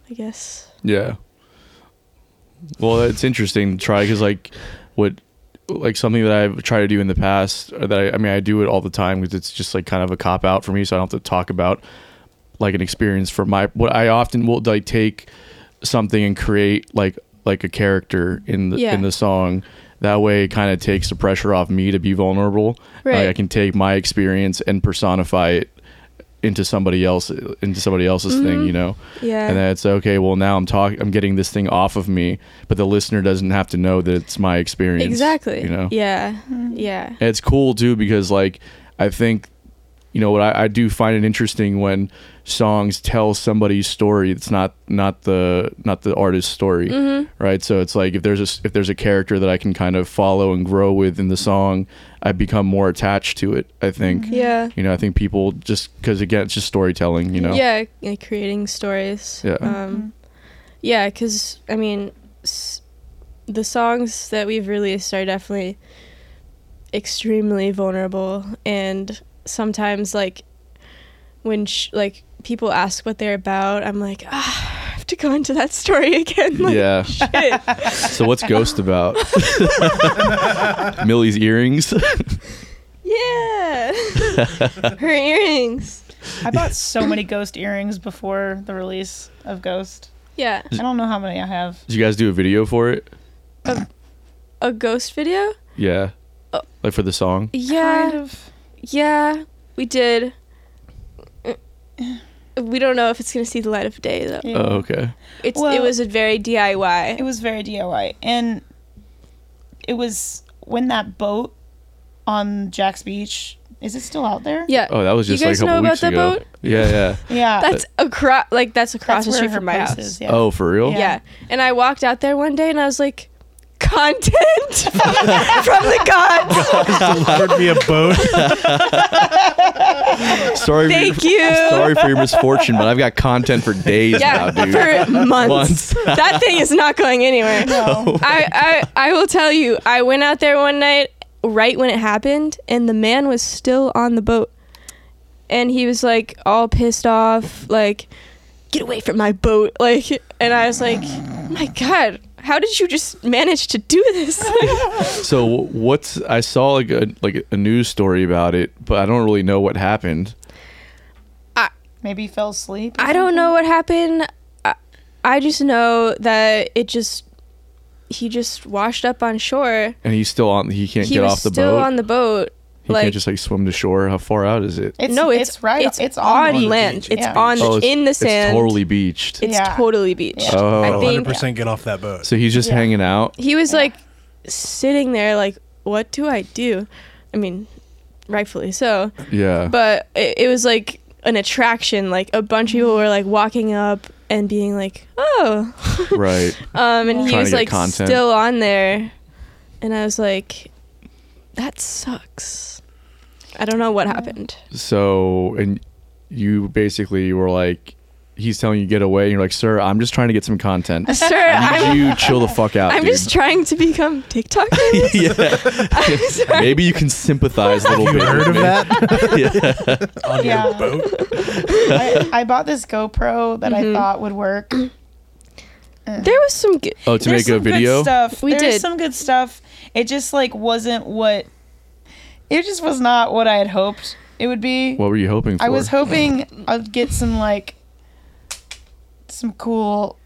Speaker 4: I guess.
Speaker 7: Yeah. Well, it's interesting to try because, like, what, like something that I've tried to do in the past, or that I, I mean, I do it all the time because it's just like kind of a cop out for me, so I don't have to talk about like an experience for my what I often will like take something and create like like a character in the
Speaker 4: Yeah.
Speaker 7: in the song. That way, it kind of takes the pressure off me to be vulnerable. Like
Speaker 4: Right.
Speaker 7: I can take my experience and personify it into somebody else into somebody else's thing. You know.
Speaker 4: Mm-hmm. Yeah.
Speaker 7: And then it's okay. Well, now I'm talking. I'm getting this thing off of me, but the listener doesn't have to know that it's my experience.
Speaker 4: exactly.
Speaker 7: You know.
Speaker 4: Yeah. Yeah.
Speaker 7: And it's cool too because like I think you know what I, I do find it interesting when songs tell somebody's story. It's not not the not the artist's story,
Speaker 4: Mm-hmm.
Speaker 7: right? So it's like if there's a s- if there's a character that I can kind of follow and grow with in the song, I become more attached to it. I think.
Speaker 4: Yeah.
Speaker 7: You know, I think people just because again, it's just storytelling. You know.
Speaker 4: Yeah, yeah, creating stories.
Speaker 7: Yeah.
Speaker 4: Um, yeah, because I mean, s- the songs that we've released are definitely extremely vulnerable, and sometimes like when sh- like people ask what they're about, I'm like, ah, I have to go into that story again. [laughs] Like,
Speaker 7: Yeah.
Speaker 4: shit.
Speaker 7: So what's Ghost about? [laughs] Millie's earrings. [laughs]
Speaker 4: yeah. [laughs] Her earrings.
Speaker 8: I bought so many ghost earrings before the release of Ghost.
Speaker 4: Yeah.
Speaker 8: I don't know how many I have.
Speaker 7: Did you guys do a video for it?
Speaker 4: A ghost video.
Speaker 7: Yeah.
Speaker 4: Uh,
Speaker 7: Like for the song?
Speaker 4: Yeah.
Speaker 8: Kind of.
Speaker 4: Yeah, we
Speaker 8: [sighs]
Speaker 4: did. We don't know if it's gonna see the light of day though.
Speaker 8: Yeah.
Speaker 7: Oh, okay.
Speaker 4: It's it
Speaker 8: Well-
Speaker 4: was a very DIY.
Speaker 8: It was very DIY, and it was when that boat on Jack's Beach. Is it still out there?
Speaker 4: yeah.
Speaker 7: Oh, that was
Speaker 4: Uh, You
Speaker 7: just like a
Speaker 4: guys
Speaker 7: couple
Speaker 4: know about
Speaker 7: weeks
Speaker 4: that
Speaker 7: ago.
Speaker 4: boat?
Speaker 7: Yeah, yeah.
Speaker 8: yeah.
Speaker 4: that's across like that's across the
Speaker 8: where
Speaker 4: street
Speaker 8: her
Speaker 4: from my
Speaker 8: place
Speaker 4: house.
Speaker 8: is, yeah.
Speaker 7: Oh, for real?
Speaker 4: yeah. and I walked out there one day and I was like,
Speaker 7: [laughs]
Speaker 4: content from, from the gods.
Speaker 11: [laughs] Delivered me a boat. Oh,
Speaker 7: Sorry.
Speaker 4: Thank
Speaker 7: for,
Speaker 4: you.
Speaker 7: [laughs] Sorry for your misfortune, but I've got content for days
Speaker 4: Yeah,
Speaker 7: now, dude.
Speaker 4: for
Speaker 7: Months.
Speaker 4: months. that thing is not going
Speaker 8: [laughs]
Speaker 4: anywhere.
Speaker 7: [laughs]
Speaker 8: No.
Speaker 4: I, I I will tell you, I went out there one night right when it happened and the man was still on the boat. And he was like all pissed off, like, get away from my boat. Like and I was like, My God, how did you just manage to do this? [laughs]
Speaker 7: So what's I saw like a like a news story about it, but I don't really know what happened.
Speaker 8: Maybe he fell asleep.
Speaker 4: I don't know what happened. I, I just know that it just he just washed up on shore.
Speaker 7: And he's still on he can't
Speaker 4: He
Speaker 7: get
Speaker 4: was
Speaker 7: off the
Speaker 4: still
Speaker 7: boat.
Speaker 4: on the boat.
Speaker 7: he
Speaker 4: like
Speaker 7: can't just like swim to shore. How far out is it?
Speaker 8: It's,
Speaker 4: no, it's,
Speaker 8: right.
Speaker 4: It's, on,
Speaker 8: the
Speaker 4: land.
Speaker 8: beach,
Speaker 4: It's
Speaker 8: yeah.
Speaker 4: on
Speaker 7: Oh,
Speaker 4: in the sand.
Speaker 7: It's totally beached.
Speaker 4: It's
Speaker 8: Yeah.
Speaker 4: totally beach.
Speaker 7: Oh.
Speaker 4: I think
Speaker 11: 100% get off that boat.
Speaker 7: so he's just hanging out.
Speaker 4: he was like sitting there, like, what do I do? I mean, rightfully so.
Speaker 7: Yeah.
Speaker 4: But [laughs] it, it was like an attraction. Like a bunch of people were like walking up and being like, oh,
Speaker 7: right.
Speaker 4: um, and
Speaker 7: Trying
Speaker 4: he
Speaker 7: to
Speaker 4: was
Speaker 7: get
Speaker 4: like
Speaker 7: content.
Speaker 4: still on there, and I was like, that sucks. I don't know what
Speaker 8: [laughs]
Speaker 4: happened.
Speaker 7: So, and you basically were like, he's telling you to get away, and you're like, sir, I'm just trying to get some content.
Speaker 4: [laughs] Sir, I'm,
Speaker 7: you chill the fuck out,
Speaker 4: I'm
Speaker 7: dude.
Speaker 4: just trying to
Speaker 7: [laughs]
Speaker 4: become TikTok famous.
Speaker 7: yeah. [laughs]
Speaker 4: I'm [laughs] sorry.
Speaker 7: Maybe you can sympathize a little
Speaker 11: You
Speaker 7: bit.
Speaker 11: heard
Speaker 7: with
Speaker 11: of
Speaker 7: me.
Speaker 11: that?
Speaker 7: [laughs] Yeah.
Speaker 8: [laughs] yeah. I, I bought this GoPro that
Speaker 4: Mm-hmm.
Speaker 8: I thought would
Speaker 4: [clears throat]
Speaker 8: work. Uh,
Speaker 4: There was some. G-
Speaker 7: Oh, to make
Speaker 8: There's
Speaker 7: a
Speaker 8: some good
Speaker 7: video.
Speaker 8: stuff.
Speaker 4: We
Speaker 8: There's
Speaker 4: did.
Speaker 8: some good stuff. It just like wasn't what. It just was not what I had hoped it would be.
Speaker 7: What were you hoping for?
Speaker 8: I was hoping I'd get some like some cool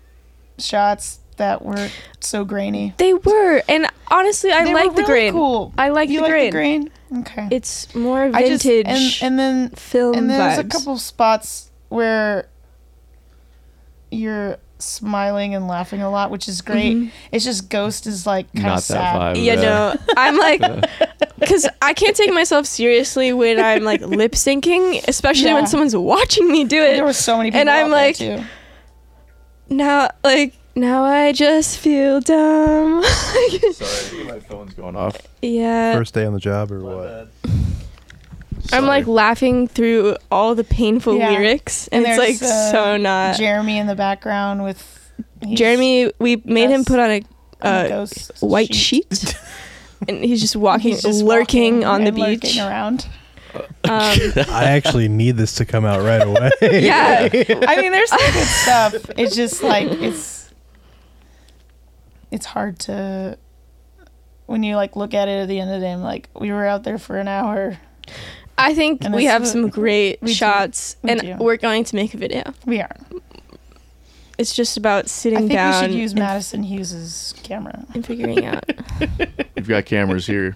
Speaker 8: shots that were so grainy.
Speaker 4: They were, and honestly, I
Speaker 8: They were
Speaker 4: like the
Speaker 8: really
Speaker 4: grain.
Speaker 8: Cool.
Speaker 4: I like
Speaker 8: you
Speaker 4: the
Speaker 8: like
Speaker 4: grain.
Speaker 8: the grain. Okay.
Speaker 4: It's more
Speaker 8: I just-
Speaker 4: vintage
Speaker 8: and, and then
Speaker 4: film
Speaker 8: and there's a
Speaker 4: vibes.
Speaker 8: couple spots where you're smiling and laughing a lot, which is great.
Speaker 4: Mm-hmm.
Speaker 8: It's just Ghost is like kind
Speaker 7: not
Speaker 8: of sad.
Speaker 7: that vibe.
Speaker 4: you know,
Speaker 7: [laughs]
Speaker 4: I'm like, because I can't take myself seriously when I'm
Speaker 8: [laughs]
Speaker 4: like lip syncing, especially
Speaker 8: Yeah.
Speaker 4: when someone's watching me do
Speaker 8: There were
Speaker 4: it.
Speaker 8: so many
Speaker 4: [laughs]
Speaker 8: people
Speaker 4: And I'm
Speaker 8: out there,
Speaker 4: like-
Speaker 8: too.
Speaker 4: Now, like now, I just feel dumb. [laughs]
Speaker 7: Sorry, my phone's going off.
Speaker 4: yeah,
Speaker 11: First day on the job or what?
Speaker 4: I'm like laughing through all the painful
Speaker 8: Yeah.
Speaker 4: lyrics, and,
Speaker 8: And
Speaker 4: it's like
Speaker 8: there's, uh,
Speaker 4: so not.
Speaker 8: Jeremy in the background with he's
Speaker 4: Jeremy, we made him
Speaker 8: That's
Speaker 4: put on a,
Speaker 8: on the
Speaker 4: uh,
Speaker 8: ghost
Speaker 4: white sheet. [laughs] And he's just walking,
Speaker 8: He's just
Speaker 4: lurking
Speaker 8: walking
Speaker 4: on the
Speaker 8: and lurking
Speaker 4: beach.
Speaker 8: around.
Speaker 4: Um,
Speaker 8: [laughs]
Speaker 11: I actually need this to come out right
Speaker 7: [laughs]
Speaker 11: away.
Speaker 4: yeah,
Speaker 8: I mean, there's some good stuff. It's just like it's it's hard to when you like look at it at the end of the day. I'm like, we were out there for an hour.
Speaker 4: I think
Speaker 8: And
Speaker 4: we
Speaker 8: that's
Speaker 4: have
Speaker 8: what
Speaker 4: some great
Speaker 8: we do.
Speaker 4: shots,
Speaker 8: We
Speaker 4: and
Speaker 8: do.
Speaker 4: we're going to make a video.
Speaker 8: We are.
Speaker 4: It's just about
Speaker 8: I
Speaker 4: sitting
Speaker 8: think we
Speaker 4: down
Speaker 8: should use Madison Hughes's camera.
Speaker 4: and figuring out.
Speaker 8: [laughs]
Speaker 7: We've got cameras here.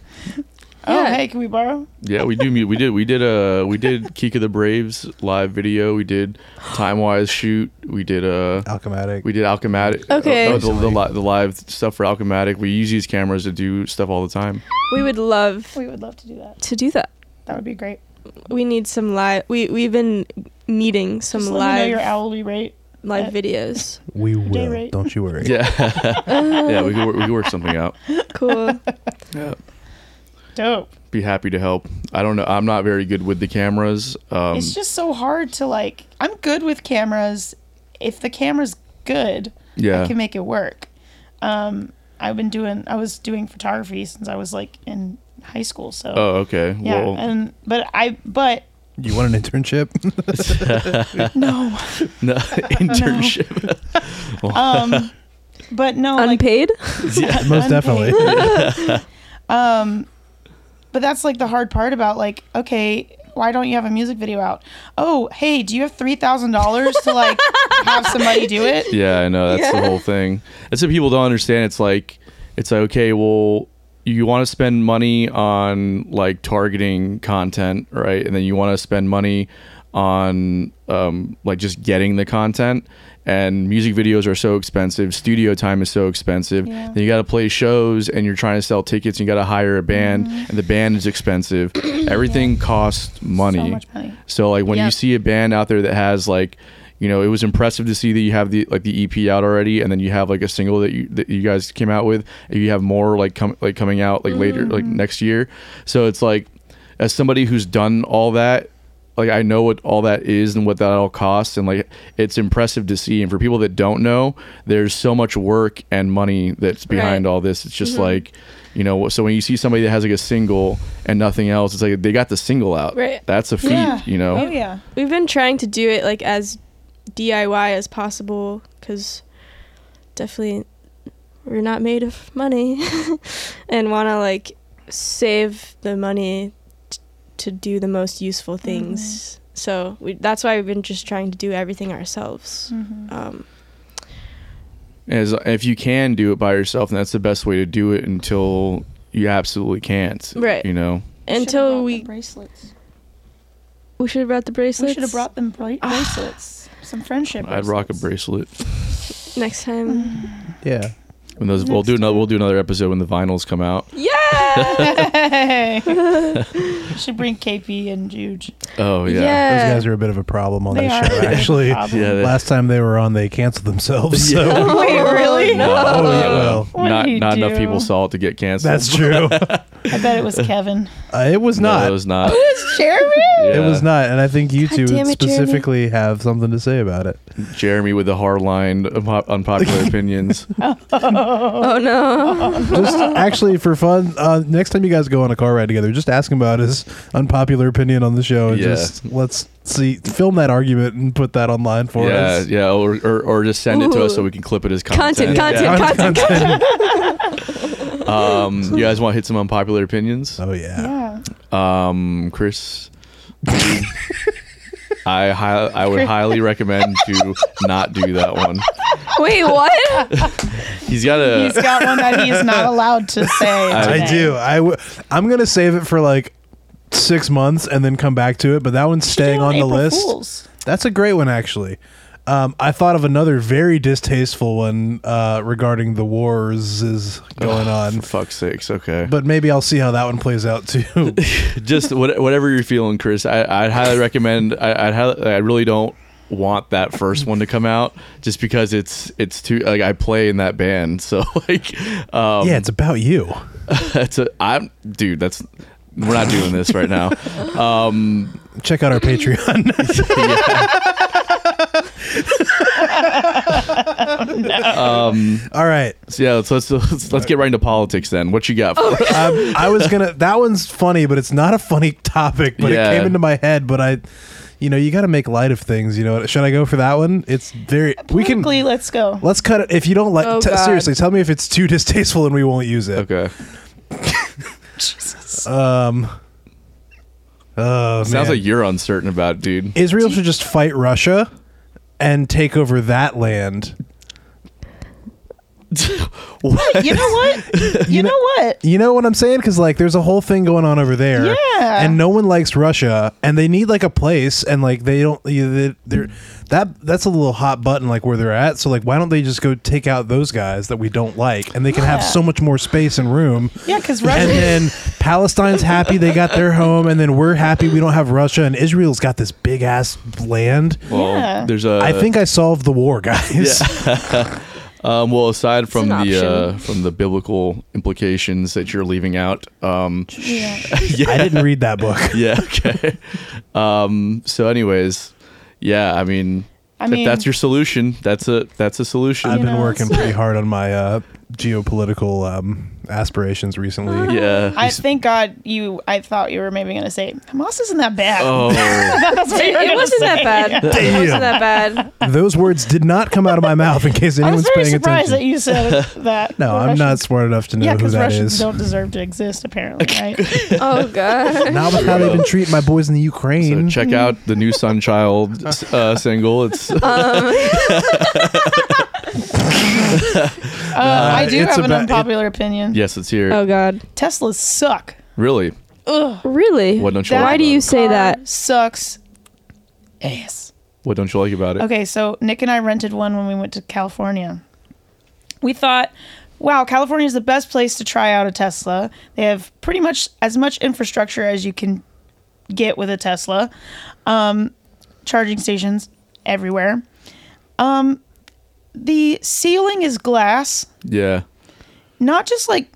Speaker 8: Oh,
Speaker 4: Yeah.
Speaker 8: hey, can we borrow?
Speaker 7: Yeah, we do. mu- We did. We did. Uh, we did. Kika the Braves live video. We did. Time wise shoot. We did. Uh,
Speaker 11: Alchematic.
Speaker 7: we did Alchematic.
Speaker 4: Okay.
Speaker 7: Oh, the, the, li- the live stuff for Alchematic. We use these cameras to do stuff all the time.
Speaker 4: we would love
Speaker 8: We would love to do that.
Speaker 4: to do that.
Speaker 8: That would be great.
Speaker 4: We need some live. We we've been needing some
Speaker 8: Just let me know
Speaker 4: live
Speaker 8: your hourly rate.
Speaker 4: live
Speaker 8: [laughs]
Speaker 4: videos.
Speaker 11: we
Speaker 8: Day
Speaker 11: will.
Speaker 8: rate.
Speaker 11: Don't you worry.
Speaker 7: Yeah. yeah. We could, work, we could work something out.
Speaker 4: Cool.
Speaker 8: Dope.
Speaker 7: Be happy to help. I don't know. I'm not very good with the cameras. Um,
Speaker 8: it's just so hard to like. I'm good with cameras. If the camera's good,
Speaker 7: Yeah.
Speaker 8: I can make it work. Um, I've been doing. I was doing photography since I was like in high school. So
Speaker 7: oh, okay.
Speaker 8: yeah,
Speaker 7: well, [laughs]
Speaker 8: and but I but
Speaker 11: You want an internship?
Speaker 4: [laughs]
Speaker 8: no,
Speaker 7: no, internship.
Speaker 8: um, but no, like
Speaker 4: Unpaid.
Speaker 11: [laughs]
Speaker 8: [laughs]
Speaker 11: Most definitely.
Speaker 7: [laughs]
Speaker 8: um but that's like the hard part about like okay why don't you have a music video out oh hey do you have $3000 to like have somebody do it
Speaker 7: [laughs] Yeah, I know. That's the
Speaker 4: Yeah.
Speaker 7: whole thing. That's what people don't understand. It's like, it's like, okay, well, you want to spend money on like targeting content, right? And then you want to spend money on um, like just getting the content. And music videos are so expensive. Studio time is so expensive.
Speaker 8: Yeah.
Speaker 7: Then you got to play shows, and you're trying to sell tickets. And you got to hire a band, and the band is
Speaker 8: [clears throat]
Speaker 7: expensive. Everything costs money.
Speaker 8: Mm-hmm. so much money
Speaker 7: So like when you
Speaker 4: Yep.
Speaker 7: see a band out there that has like, you know, it was impressive to see that you have the like the EP out already, and then you have like a single that you that you guys came out with, and you have more like com- like coming out like later
Speaker 4: Mm.
Speaker 7: like next year. So it's like, as somebody who's done all that, like I know what all that is and what that all costs, and like it's impressive to see. And for people that don't know, there's so much work and money that's behind
Speaker 4: Right. Mm-hmm.
Speaker 7: all this. It's just like, you know, so when you see somebody that has like a single and nothing else, it's like they got the single out.
Speaker 4: Right.
Speaker 7: That's a feat,
Speaker 8: Yeah.
Speaker 7: you know.
Speaker 8: oh yeah
Speaker 4: We've been trying to do it like as DIY as possible because definitely we're not made of money [laughs] and want to like save the money t- to do the most
Speaker 8: Oh,
Speaker 4: useful things. So we, that's why we've been just trying to do everything ourselves.
Speaker 8: Mm-hmm.
Speaker 4: Um,
Speaker 7: As if you can do it by yourself, then that's the best way to do it until you absolutely can't.
Speaker 4: Right.
Speaker 7: You know.
Speaker 4: until we
Speaker 8: bracelets
Speaker 4: we should have brought the
Speaker 8: we
Speaker 4: bracelets.
Speaker 8: should have brought them bra- bracelets some friendship
Speaker 7: I'd rock a
Speaker 8: bracelet.
Speaker 7: bracelet.
Speaker 4: next time. [laughs]
Speaker 11: yeah.
Speaker 7: When those, we'll
Speaker 8: Next
Speaker 7: do another. We'll do another episode when the vinyls come out.
Speaker 8: Mm-hmm.
Speaker 11: [laughs]
Speaker 4: Yeah.
Speaker 8: hey [laughs] We should bring kp and juge
Speaker 7: Oh yeah.
Speaker 11: Those
Speaker 4: Yeah.
Speaker 11: guys are a bit of a problem on
Speaker 8: they are
Speaker 11: that
Speaker 4: [laughs]
Speaker 11: show, actually.
Speaker 7: Yeah, they-
Speaker 11: Last time they were on, they
Speaker 7: [laughs]
Speaker 11: canceled themselves. So.
Speaker 8: wait really
Speaker 7: No,
Speaker 11: Oh,
Speaker 7: no,
Speaker 11: [laughs] yeah,
Speaker 7: no.
Speaker 11: well,
Speaker 8: What
Speaker 7: not
Speaker 8: do you
Speaker 7: not enough
Speaker 8: do?
Speaker 7: people saw it to get canceled.
Speaker 11: that's true.
Speaker 7: [laughs]
Speaker 11: Uh,
Speaker 8: i bet it was kevin
Speaker 11: it was
Speaker 7: No,
Speaker 11: [laughs] not.
Speaker 7: it was not.
Speaker 8: jeremy
Speaker 11: It was
Speaker 7: Yeah.
Speaker 11: not, and I think you
Speaker 4: God
Speaker 11: two
Speaker 4: damn it, Jeremy.
Speaker 11: specifically have something to say about it.
Speaker 7: Jeremy with the hard line of po- unpopular
Speaker 11: [laughs]
Speaker 7: opinions.
Speaker 4: oh
Speaker 8: [laughs]
Speaker 4: no. [laughs]
Speaker 11: Just actually for fun, uh, next time you guys go on a car ride together, just ask him about his unpopular opinion on the show, and
Speaker 7: Yeah.
Speaker 11: just let's see, film that argument and put that online for
Speaker 7: yeah,
Speaker 11: us.
Speaker 7: yeah, or, or or just send it to us so
Speaker 4: Ooh.
Speaker 7: we can clip it as
Speaker 4: Content,
Speaker 7: content.
Speaker 4: content,
Speaker 11: [laughs]
Speaker 7: Yeah.
Speaker 4: content,
Speaker 7: Um, you guys want to hit some unpopular opinions?
Speaker 11: Oh yeah.
Speaker 8: yeah
Speaker 7: Um, Chris, I hi- I would highly recommend to not do that one.
Speaker 4: Wait, what?
Speaker 7: He's got a
Speaker 8: He's got one that he is not allowed to say.
Speaker 11: I
Speaker 8: today.
Speaker 11: do. I w- I'm gonna save it for like six months and then come back to it. But that one's
Speaker 8: Do it
Speaker 11: staying on
Speaker 8: April
Speaker 11: the list.
Speaker 8: Fools.
Speaker 11: That's a great one, actually. Um, I thought of another very distasteful one uh, regarding the wars is going on,
Speaker 7: fuck's sakes. Okay,
Speaker 11: but maybe I'll see how that one plays out too.
Speaker 7: just what, whatever you're feeling, Chris. I I highly recommend. I I'd highly, I really don't want that first one to come out just because it's it's too like I play in that band, [laughs] so like um,
Speaker 11: yeah, it's about you.
Speaker 7: that's a I'm dude. That's we're not doing this right now.
Speaker 11: Check
Speaker 8: [laughs]
Speaker 11: out our Patreon.
Speaker 8: [laughs]
Speaker 11: [laughs] All right.
Speaker 7: So yeah, let's let's let's, let's get right into politics then. What you got? For us?
Speaker 11: Um, I was gonna. That one's funny, but it's not a funny topic. But
Speaker 7: Yeah.
Speaker 11: it came into my head. But I, you know, you got to make light of things. You know, should I go for that one? It's very. We can.
Speaker 8: Quickly, let's go.
Speaker 11: Let's cut it. If you don't like,
Speaker 4: Oh,
Speaker 11: t-
Speaker 4: God.
Speaker 11: seriously, tell me if it's too [laughs] distasteful
Speaker 7: [laughs]
Speaker 11: and we won't use it.
Speaker 7: Okay.
Speaker 11: Um, Oh,
Speaker 7: Sounds
Speaker 11: man.
Speaker 7: like you're uncertain about, dude.
Speaker 11: Israel should just fight Russia and take over that land.
Speaker 8: You know
Speaker 11: [laughs]
Speaker 8: what? you know, what?
Speaker 11: You know what I'm saying? Because like, there's a whole thing going on over there,
Speaker 8: Yeah.
Speaker 11: and no one likes Russia, and they need like a place, and like they don't, you- they- they're that that's a little hot button like where they're at. So like, why don't they just go take out those guys that we don't like, and they can have
Speaker 8: Yeah.
Speaker 11: so much more space and room.
Speaker 8: Yeah, because
Speaker 11: And [laughs]
Speaker 8: Russia.
Speaker 11: then Palestine's happy they got their home, and then we're happy we don't have Russia, and Israel's got this big ass land.
Speaker 7: Well,
Speaker 8: Yeah.
Speaker 7: there's a.
Speaker 11: I think I solved the war, guys.
Speaker 7: Um, well, aside from
Speaker 4: an
Speaker 7: the uh,
Speaker 4: option.
Speaker 7: from the biblical implications that you're leaving out, um,
Speaker 8: Yeah.
Speaker 11: I didn't read that book.
Speaker 7: yeah, [laughs] okay. Um, so, anyways, yeah, I mean,
Speaker 8: I
Speaker 7: if
Speaker 8: mean-
Speaker 7: that's your solution, that's a that's a solution.
Speaker 11: I've
Speaker 8: You
Speaker 11: been
Speaker 8: know,
Speaker 11: working
Speaker 8: it's-
Speaker 11: pretty hard on my uh, geopolitical um,
Speaker 8: [laughs]
Speaker 11: aspirations recently.
Speaker 7: yeah.
Speaker 8: I thank God you. I thought you were maybe going to say Hamas isn't that bad.
Speaker 7: oh,
Speaker 8: [laughs] That's what you were
Speaker 4: It
Speaker 8: gonna
Speaker 4: wasn't
Speaker 8: say.
Speaker 4: that bad. It wasn't that bad.
Speaker 11: Those words did not come out of my mouth in
Speaker 8: [laughs]
Speaker 11: case
Speaker 8: I was
Speaker 11: anyone's
Speaker 8: very
Speaker 11: paying
Speaker 8: surprised that
Speaker 11: attention.
Speaker 8: you said
Speaker 11: [laughs]
Speaker 8: that.
Speaker 11: No,
Speaker 8: the
Speaker 11: I'm not
Speaker 8: Russians-
Speaker 11: smart enough to know
Speaker 8: Yeah,
Speaker 11: who
Speaker 8: because
Speaker 11: that
Speaker 8: Russians
Speaker 11: is.
Speaker 8: don't deserve to exist,
Speaker 11: [laughs]
Speaker 8: apparently, right?
Speaker 4: [laughs] Oh god.
Speaker 8: [laughs]
Speaker 11: Not with how they've been treating my boys in the
Speaker 7: so
Speaker 11: Ukraine.
Speaker 7: check out the new Sunchild
Speaker 11: [laughs]
Speaker 7: uh, single. It's
Speaker 4: Um,
Speaker 8: Uh, I do
Speaker 11: it's
Speaker 8: have an
Speaker 11: about- it-
Speaker 8: unpopular opinion.
Speaker 7: yes, it's here.
Speaker 4: [laughs] Oh god.
Speaker 8: Teslas suck.
Speaker 7: Really?
Speaker 4: Really?
Speaker 7: What don't you
Speaker 8: That-
Speaker 7: like
Speaker 4: Why do
Speaker 7: about
Speaker 4: you
Speaker 7: it?
Speaker 4: say that?
Speaker 8: Sucks. Ass.
Speaker 7: What don't you like about it?
Speaker 8: Okay, so Nick and I rented one when we went to California. We thought, wow, California is the best place to try out a Tesla. They have pretty much as much infrastructure as you can get with a Tesla, um, charging stations everywhere. Um, the ceiling is glass,
Speaker 7: Yeah.
Speaker 8: not just like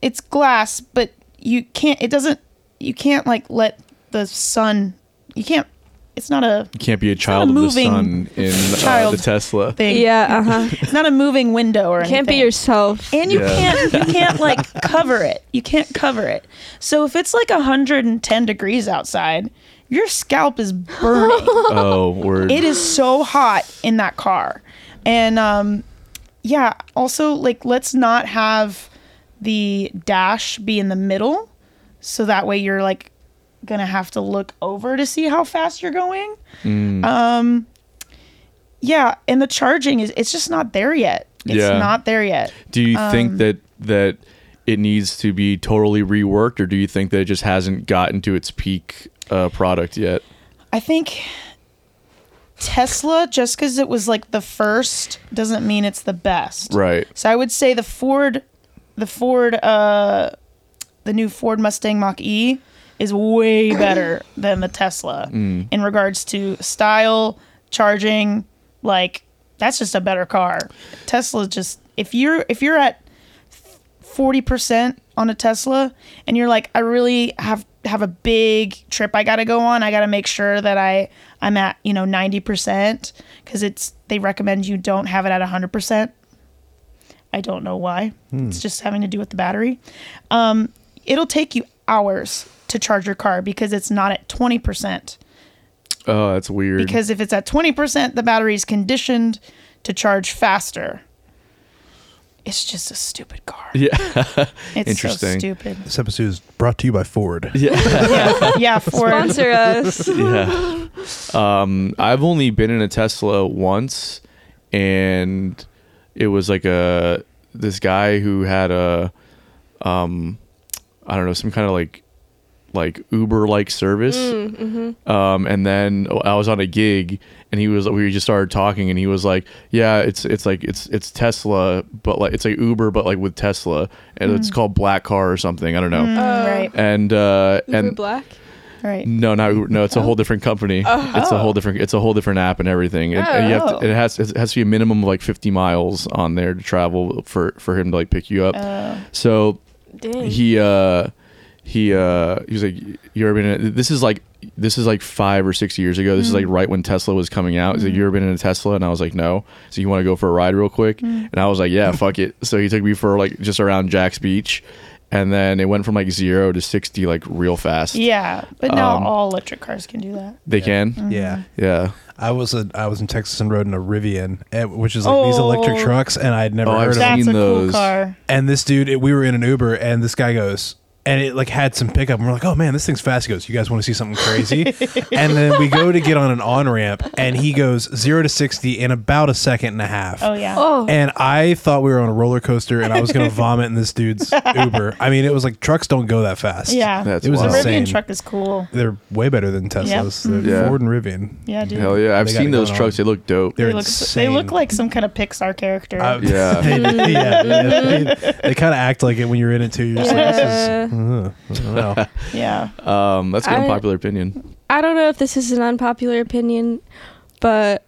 Speaker 8: it's glass, but you can't, it doesn't, you can't like let the sun, you can't, it's not a
Speaker 7: You can't be a
Speaker 8: not a
Speaker 7: child of the
Speaker 8: moving
Speaker 7: sun in uh, the
Speaker 8: child.
Speaker 7: Tesla.
Speaker 8: thing.
Speaker 4: Yeah, uh-huh.
Speaker 8: It's not a moving window or
Speaker 4: Can't be
Speaker 8: anything.
Speaker 4: yourself.
Speaker 8: [laughs] and you
Speaker 7: Yeah.
Speaker 8: can't you can't like cover it you can't cover it so if it's like 110 degrees outside your scalp
Speaker 4: [laughs]
Speaker 8: is burning [laughs]
Speaker 7: Oh, word.
Speaker 8: it is so hot in that car and um yeah also like let's not have the dash be in the middle so that way you're like gonna have to look over to see how fast you're going um yeah and the charging is it's just not there yet it's
Speaker 7: Yeah.
Speaker 8: not there yet
Speaker 7: Do you think that that it needs to be totally reworked, or do you think that it just hasn't gotten to its peak uh, product yet?
Speaker 8: I think Tesla, just because it was like the first, doesn't mean it's the best.
Speaker 7: Right.
Speaker 8: So I would say the Ford, the Ford, uh, the new Ford Mustang Mach E is way better than the Tesla in regards to style, charging. Like that's just a better car. Tesla just if you're if you're at forty percent on a Tesla, and you're like, I really have have a big trip I got to go on. I got to make sure that I I'm at you know ninety percent because it's they recommend you don't have it at hundred percent. I don't know why.
Speaker 7: Hmm.
Speaker 8: It's just having to do with the battery. Um, it'll take you hours to charge your car because it's not at twenty percent
Speaker 7: Oh, that's weird.
Speaker 8: because if it's at 20% the battery is conditioned to charge faster it's just a stupid car yeah [laughs] it's so
Speaker 7: Interesting.
Speaker 8: stupid
Speaker 11: This episode is brought to you by Ford. Yeah.
Speaker 7: [laughs]
Speaker 8: yeah for
Speaker 4: Sponsor us.
Speaker 7: yeah. Um, I've only been in a Tesla once, and it was like a this guy who had a, um, I don't know, some kind of like like Uber like service.
Speaker 4: Mm, mm-hmm.
Speaker 7: Um, and then I was on a gig, and he was we just started talking, and he was like, "Yeah, it's it's like it's it's Tesla, but like it's like Uber, but like with Tesla, and
Speaker 4: Mm.
Speaker 7: it's called Black Car or something. I don't know."
Speaker 8: right
Speaker 7: And uh,
Speaker 4: Uber
Speaker 7: and
Speaker 4: Black.
Speaker 8: right
Speaker 7: no, not Uber. No, it's a whole different company. It's a whole different. It's a whole different app and everything. And, and you have
Speaker 8: Oh.
Speaker 7: to, it has it has to be a minimum of like fifty miles on there to travel for for him to like pick you up.
Speaker 8: Oh.
Speaker 7: So
Speaker 8: Mm.
Speaker 4: Dang.
Speaker 7: he uh he uh he was like you ever been in a, this is like this is like five or six years ago. This is like
Speaker 8: Mm.
Speaker 7: right when Tesla was coming out. He's like, You ever been in a Tesla? And I was like, No. So you want to go for a ride real quick?
Speaker 8: Mm.
Speaker 7: And I was like, Yeah, fuck it. So he took me for like just around Jack's Beach. And then it went from like zero to 60 like real fast.
Speaker 8: yeah Mm. but now
Speaker 7: Um,
Speaker 8: all electric cars can do that
Speaker 7: They can? Yeah.
Speaker 11: I was a, I was in Texas and rode in a Rivian, eh, which is like these electric
Speaker 8: Oh.
Speaker 11: trucks, and I'd never
Speaker 7: Oh, I've
Speaker 11: heard of
Speaker 7: seen-
Speaker 11: them.
Speaker 8: that's a cool
Speaker 7: those.
Speaker 8: car
Speaker 11: And this dude, it, we were in an Uber, and this guy goes, and it like had some pickup and we're like oh man this thing's fast he goes you guys want to see something crazy
Speaker 8: [laughs]
Speaker 11: and then we go to get on an on-ramp and he goes 0 to 60 in about a second and a half
Speaker 8: Oh yeah.
Speaker 4: Oh,
Speaker 11: and I thought we were on a roller coaster and I was going to vomit in this
Speaker 8: [laughs]
Speaker 11: dude's Uber. I mean, it was like trucks don't go that fast.
Speaker 8: Yeah.
Speaker 7: That's
Speaker 11: It was
Speaker 8: the
Speaker 7: wild. Mm-hmm.
Speaker 11: insane.
Speaker 8: Rivian truck is cool.
Speaker 11: They're way better than Teslas. They're
Speaker 7: Yeah.
Speaker 11: Ford and Rivian.
Speaker 8: Yeah, dude.
Speaker 7: Hell yeah! I've
Speaker 11: They got
Speaker 7: seen
Speaker 11: it
Speaker 7: those
Speaker 11: going
Speaker 7: trucks.
Speaker 11: on.
Speaker 7: They look dope.
Speaker 11: They're
Speaker 8: They look,
Speaker 11: insane.
Speaker 8: they look like some kind of Pixar character.
Speaker 11: Uh,
Speaker 7: Yeah.
Speaker 11: they, [laughs] yeah, yeah, they, kind of act like it when you're in it too. You're just like, this is, uh, I don't know.
Speaker 4: [laughs]
Speaker 8: yeah.
Speaker 7: Um, that's an
Speaker 4: I-
Speaker 7: unpopular opinion.
Speaker 4: I don't know if this is an unpopular opinion, but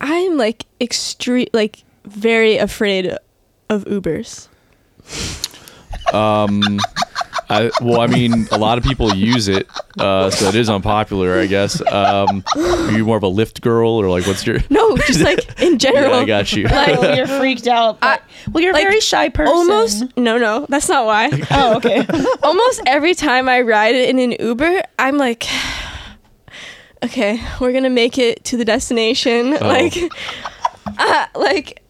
Speaker 4: I'm like extreme, like very afraid of Ubers.
Speaker 7: Um, I, well, I mean, a lot of people use it, uh, so it is unpopular, I guess. Um, are you more of a lift girl, or like, what's your?
Speaker 4: [laughs] No, just like in
Speaker 7: [laughs]
Speaker 4: general.
Speaker 7: Yeah, I got
Speaker 4: [laughs]
Speaker 7: you.
Speaker 4: Like
Speaker 8: well, you're freaked out. but- well, you're a
Speaker 4: like,
Speaker 8: very shy person.
Speaker 4: almost no, no, that's not why.
Speaker 8: [laughs]
Speaker 4: [laughs]
Speaker 8: Oh, okay.
Speaker 4: almost every time I ride in an Uber, I'm like, [sighs] okay, we're gonna make it to the destination. Like, [laughs] uh, like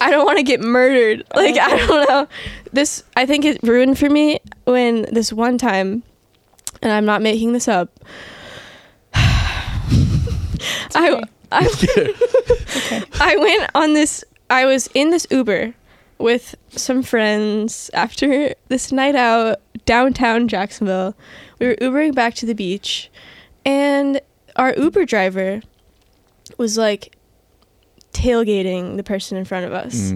Speaker 4: I don't want to get murdered. Like I don't know. This I think it ruined for me when this one time, and I'm not making this up. I I, I went on this. I was in this Uber with some friends after this night out downtown Jacksonville. We were Ubering back to the beach, and our Uber driver was like tailgating the person in front of us.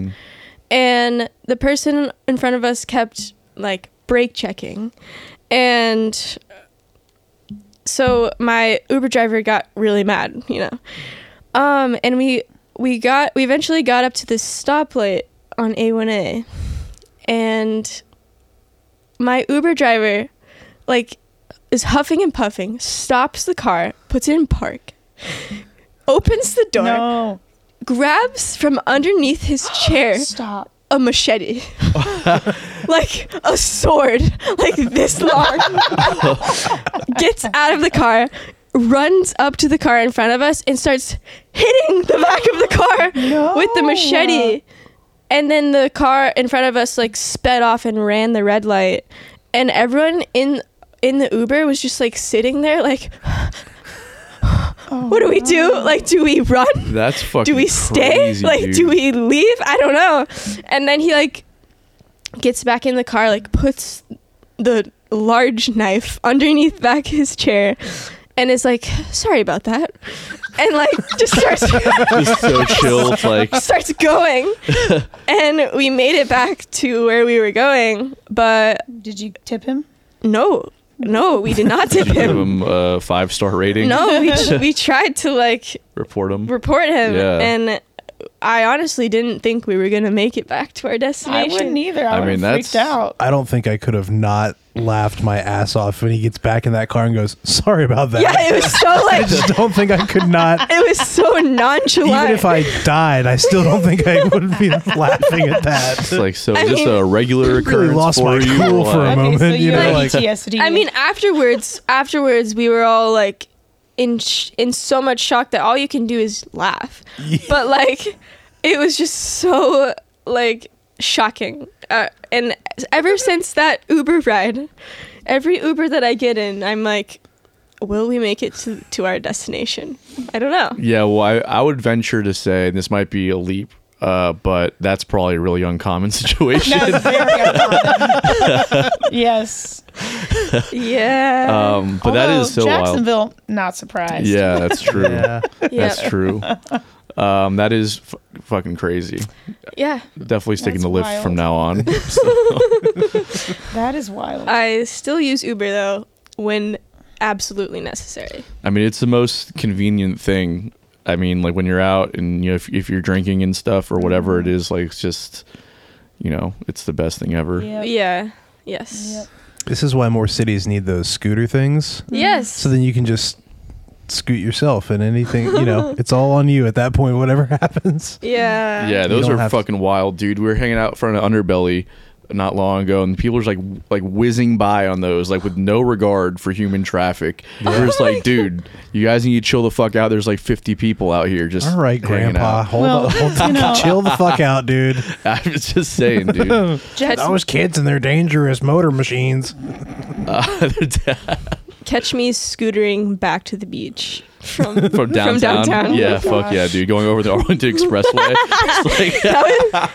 Speaker 4: And the person in front of us kept like brake checking. And so my Uber driver got really mad, you know. Um, and we we got we eventually got up to this stoplight on A1A, and my Uber driver, like, is huffing and puffing, stops the car, puts it in park, opens the door,
Speaker 8: No.
Speaker 4: grabs from underneath his
Speaker 8: [gasps]
Speaker 4: chair
Speaker 8: Stop.
Speaker 4: a machete, [laughs] like a sword, like this long. Gets out of the car, runs up to the car in front of us, and starts hitting the back of the car with the machete. And then the car in front of us like sped off and ran the red light, and everyone in in the Uber was just like sitting there, like,
Speaker 8: Oh,
Speaker 4: what do we do? Like, do we run?
Speaker 7: That's fucking.
Speaker 4: do we stay?
Speaker 7: crazy,
Speaker 4: like,
Speaker 7: dude.
Speaker 4: do we leave? I don't know. And then he like gets back in the car, like puts the large knife underneath back his chair, and is like, "Sorry about that," and like [laughs] just starts
Speaker 7: Just
Speaker 4: [laughs]
Speaker 7: so chill. It's like
Speaker 4: starts going. and we made it back to where we were going, but
Speaker 8: Did you tip him?
Speaker 4: no, no, we did not tip
Speaker 7: did you give [laughs] him
Speaker 4: him.
Speaker 7: a five star rating.
Speaker 4: No, we we tried to like
Speaker 7: Report him.
Speaker 4: report him
Speaker 7: Yeah.
Speaker 4: and I honestly didn't think we were gonna make it back to our
Speaker 8: I
Speaker 4: destination.
Speaker 8: wouldn't either. I,
Speaker 7: I
Speaker 8: would
Speaker 7: mean,
Speaker 8: have
Speaker 7: that's-
Speaker 8: freaked out.
Speaker 11: I don't think I could have not laughed my ass off when he gets back in that car and goes, sorry about that.
Speaker 4: Yeah, it was
Speaker 8: [laughs]
Speaker 4: so
Speaker 11: [laughs] I
Speaker 4: like
Speaker 11: just don't think I could not.
Speaker 4: it was so nonchalant.
Speaker 11: Even if I died, I still don't think I would
Speaker 8: [laughs]
Speaker 11: be laughing at that.
Speaker 7: It's like so.
Speaker 4: I
Speaker 7: Is this
Speaker 4: mean-
Speaker 7: a regular
Speaker 11: [laughs] really
Speaker 7: occurrence
Speaker 11: lost
Speaker 7: for
Speaker 11: my
Speaker 7: you?
Speaker 11: cool
Speaker 7: or
Speaker 11: for a
Speaker 7: what?
Speaker 11: moment.
Speaker 8: so
Speaker 11: you
Speaker 8: you
Speaker 11: know,
Speaker 8: had
Speaker 11: like-
Speaker 8: PTSD.
Speaker 4: I mean, afterwards, afterwards, we were all like in sh- in so much shock that all you can do is laugh. But like, it was just so like shocking. Uh, and ever since that Uber ride, every Uber that I get in, I'm like, will we make it to to our destination? I don't know.
Speaker 7: Yeah, well, I, I would venture to say, and this might be a leap, uh, but that's probably a really uncommon [laughs] situation.
Speaker 8: That was [laughs] very uncommon. yes.
Speaker 4: Yeah.
Speaker 7: um, but that
Speaker 8: Although
Speaker 7: is so wild.
Speaker 8: Jacksonville, not surprised.
Speaker 7: Yeah, that's
Speaker 8: [laughs]
Speaker 7: true.
Speaker 11: [laughs] Yeah.
Speaker 4: yeah.
Speaker 7: Oh, That's true. Um, that is f- fucking crazy.
Speaker 4: yeah.
Speaker 7: Definitely sticking
Speaker 8: That's
Speaker 7: the lift
Speaker 8: wild.
Speaker 7: from now on.
Speaker 8: That is wild.
Speaker 4: I still use Uber though when absolutely necessary.
Speaker 7: I mean, it's the most convenient thing. I mean, like when you're out and you know, if, if you're drinking and stuff or whatever it is, like it's just, you know, it's the best thing ever.
Speaker 8: Yep.
Speaker 4: Yeah. Yes.
Speaker 8: Yep.
Speaker 11: This is why more cities need those scooter things.
Speaker 4: Yes.
Speaker 8: Mm-hmm.
Speaker 11: So then you can just scoot yourself and anything,
Speaker 8: [laughs]
Speaker 11: you know, it's all on you at that point, whatever [laughs] happens.
Speaker 4: Yeah.
Speaker 7: Yeah, those
Speaker 11: don't
Speaker 7: are
Speaker 11: have to-
Speaker 7: fucking wild, dude. We were hanging out in front of Underbelly not long ago, and people are just like like whizzing by on those, like with no regard for human traffic. We're just
Speaker 11: [laughs]
Speaker 7: like, dude, you guys need to chill the fuck out. There's like 50 people out here just
Speaker 11: All right,
Speaker 7: hanging
Speaker 11: Grandpa.
Speaker 7: out." [laughs]
Speaker 11: Hold
Speaker 8: Well,
Speaker 11: up. Hold
Speaker 8: you know-
Speaker 11: chill the
Speaker 8: [laughs]
Speaker 11: fuck out, dude.
Speaker 7: I was just saying, dude.
Speaker 11: [laughs]
Speaker 8: Jet-
Speaker 11: Those kids and their dangerous motor machines.
Speaker 4: Catch me scootering back to the beach from [laughs]
Speaker 7: From downtown.
Speaker 4: downtown.
Speaker 7: Yeah,
Speaker 4: Oh
Speaker 7: fuck yeah, dude. Going over the [laughs] Arlington Expressway. It's like,
Speaker 4: that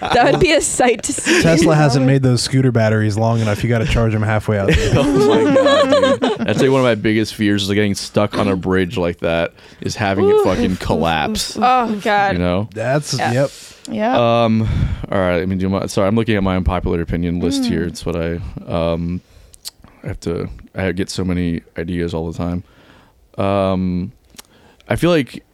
Speaker 4: would that would be a sight to see. [laughs]
Speaker 11: Tesla hasn't made those scooter batteries long enough. You got to charge them halfway [laughs] out. There.
Speaker 7: oh my god, dude. That's like one of my biggest fears is like getting stuck on a bridge like that, is having it fucking
Speaker 4: [laughs]
Speaker 7: collapse.
Speaker 4: Oh god.
Speaker 7: You know?
Speaker 11: That's
Speaker 4: Yeah.
Speaker 11: yep.
Speaker 8: yeah.
Speaker 7: Um, all right. I mean, do my sorry. I'm looking at my unpopular opinion
Speaker 4: Mm.
Speaker 7: list here. It's what I um, I have to. I get so many ideas all the time. Um, I feel like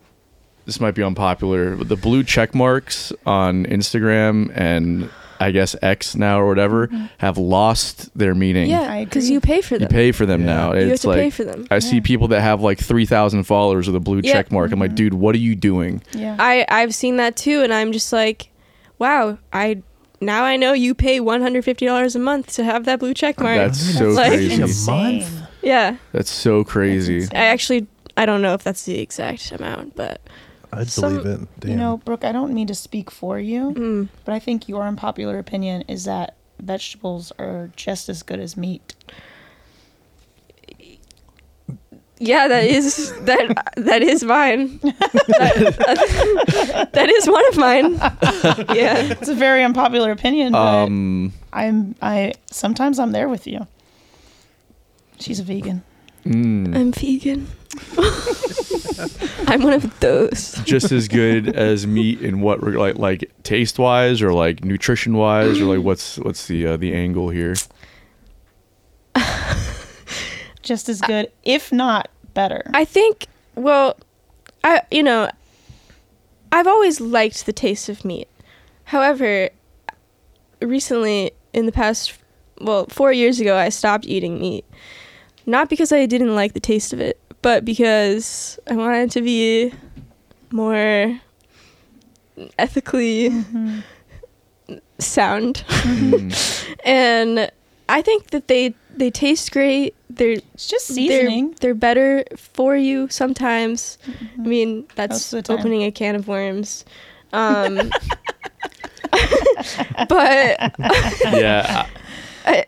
Speaker 7: this might be unpopular. But the blue check marks on Instagram and I guess X now or whatever have lost their meaning.
Speaker 4: Mm-hmm. Yeah,
Speaker 8: I
Speaker 4: because
Speaker 8: agree.
Speaker 4: you pay for
Speaker 7: You
Speaker 4: them.
Speaker 7: pay for them
Speaker 11: Yeah.
Speaker 7: now.
Speaker 4: You have
Speaker 7: it's
Speaker 4: to
Speaker 7: like
Speaker 4: pay for them.
Speaker 7: I see people that have like three thousand followers with a blue
Speaker 4: Yeah.
Speaker 7: check mark. I'm like, dude, what are you doing?
Speaker 8: yeah.
Speaker 4: I I've seen that too, and I'm just like, wow. I now I know you pay one hundred fifty dollars a month to have that blue check mark.
Speaker 7: That's so
Speaker 4: Like-
Speaker 7: crazy.
Speaker 4: [laughs]
Speaker 8: Insane.
Speaker 4: yeah,
Speaker 7: That's so crazy.
Speaker 8: insane.
Speaker 4: I actually I don't know if that's the exact amount, but
Speaker 11: I'd
Speaker 4: Some-
Speaker 11: believe it. Damn.
Speaker 8: You know, Brooke, I don't mean to speak for you, but I think your unpopular opinion is that vegetables are just as good as meat.
Speaker 4: yeah, that is that that is mine. That- that is one of mine. Yeah,
Speaker 8: It's a very unpopular opinion, but
Speaker 7: Um,
Speaker 8: I'm I sometimes I'm there with you. She's a vegan.
Speaker 4: I'm vegan. [laughs] I'm one of those.
Speaker 7: just as good as meat in what reg- like like taste wise or like nutrition wise or like what's what's the uh, the angle here?
Speaker 8: Just as good, if not better.
Speaker 4: I think. Well, I you know, I've always liked the taste of meat. However, recently in the past, well, four years ago, I stopped eating meat. Not because I didn't like the taste of it, but because I wanted to be more ethically sound. and I think that they they taste great. They're
Speaker 8: it's just
Speaker 4: they're-
Speaker 8: seasoning. Mm-hmm.
Speaker 4: They're, better for you sometimes. I mean,
Speaker 8: Most
Speaker 4: that's
Speaker 8: of the time.
Speaker 4: opening a can of
Speaker 8: [laughs]
Speaker 4: worms. Um, [laughs] but uh,
Speaker 7: Yeah, I-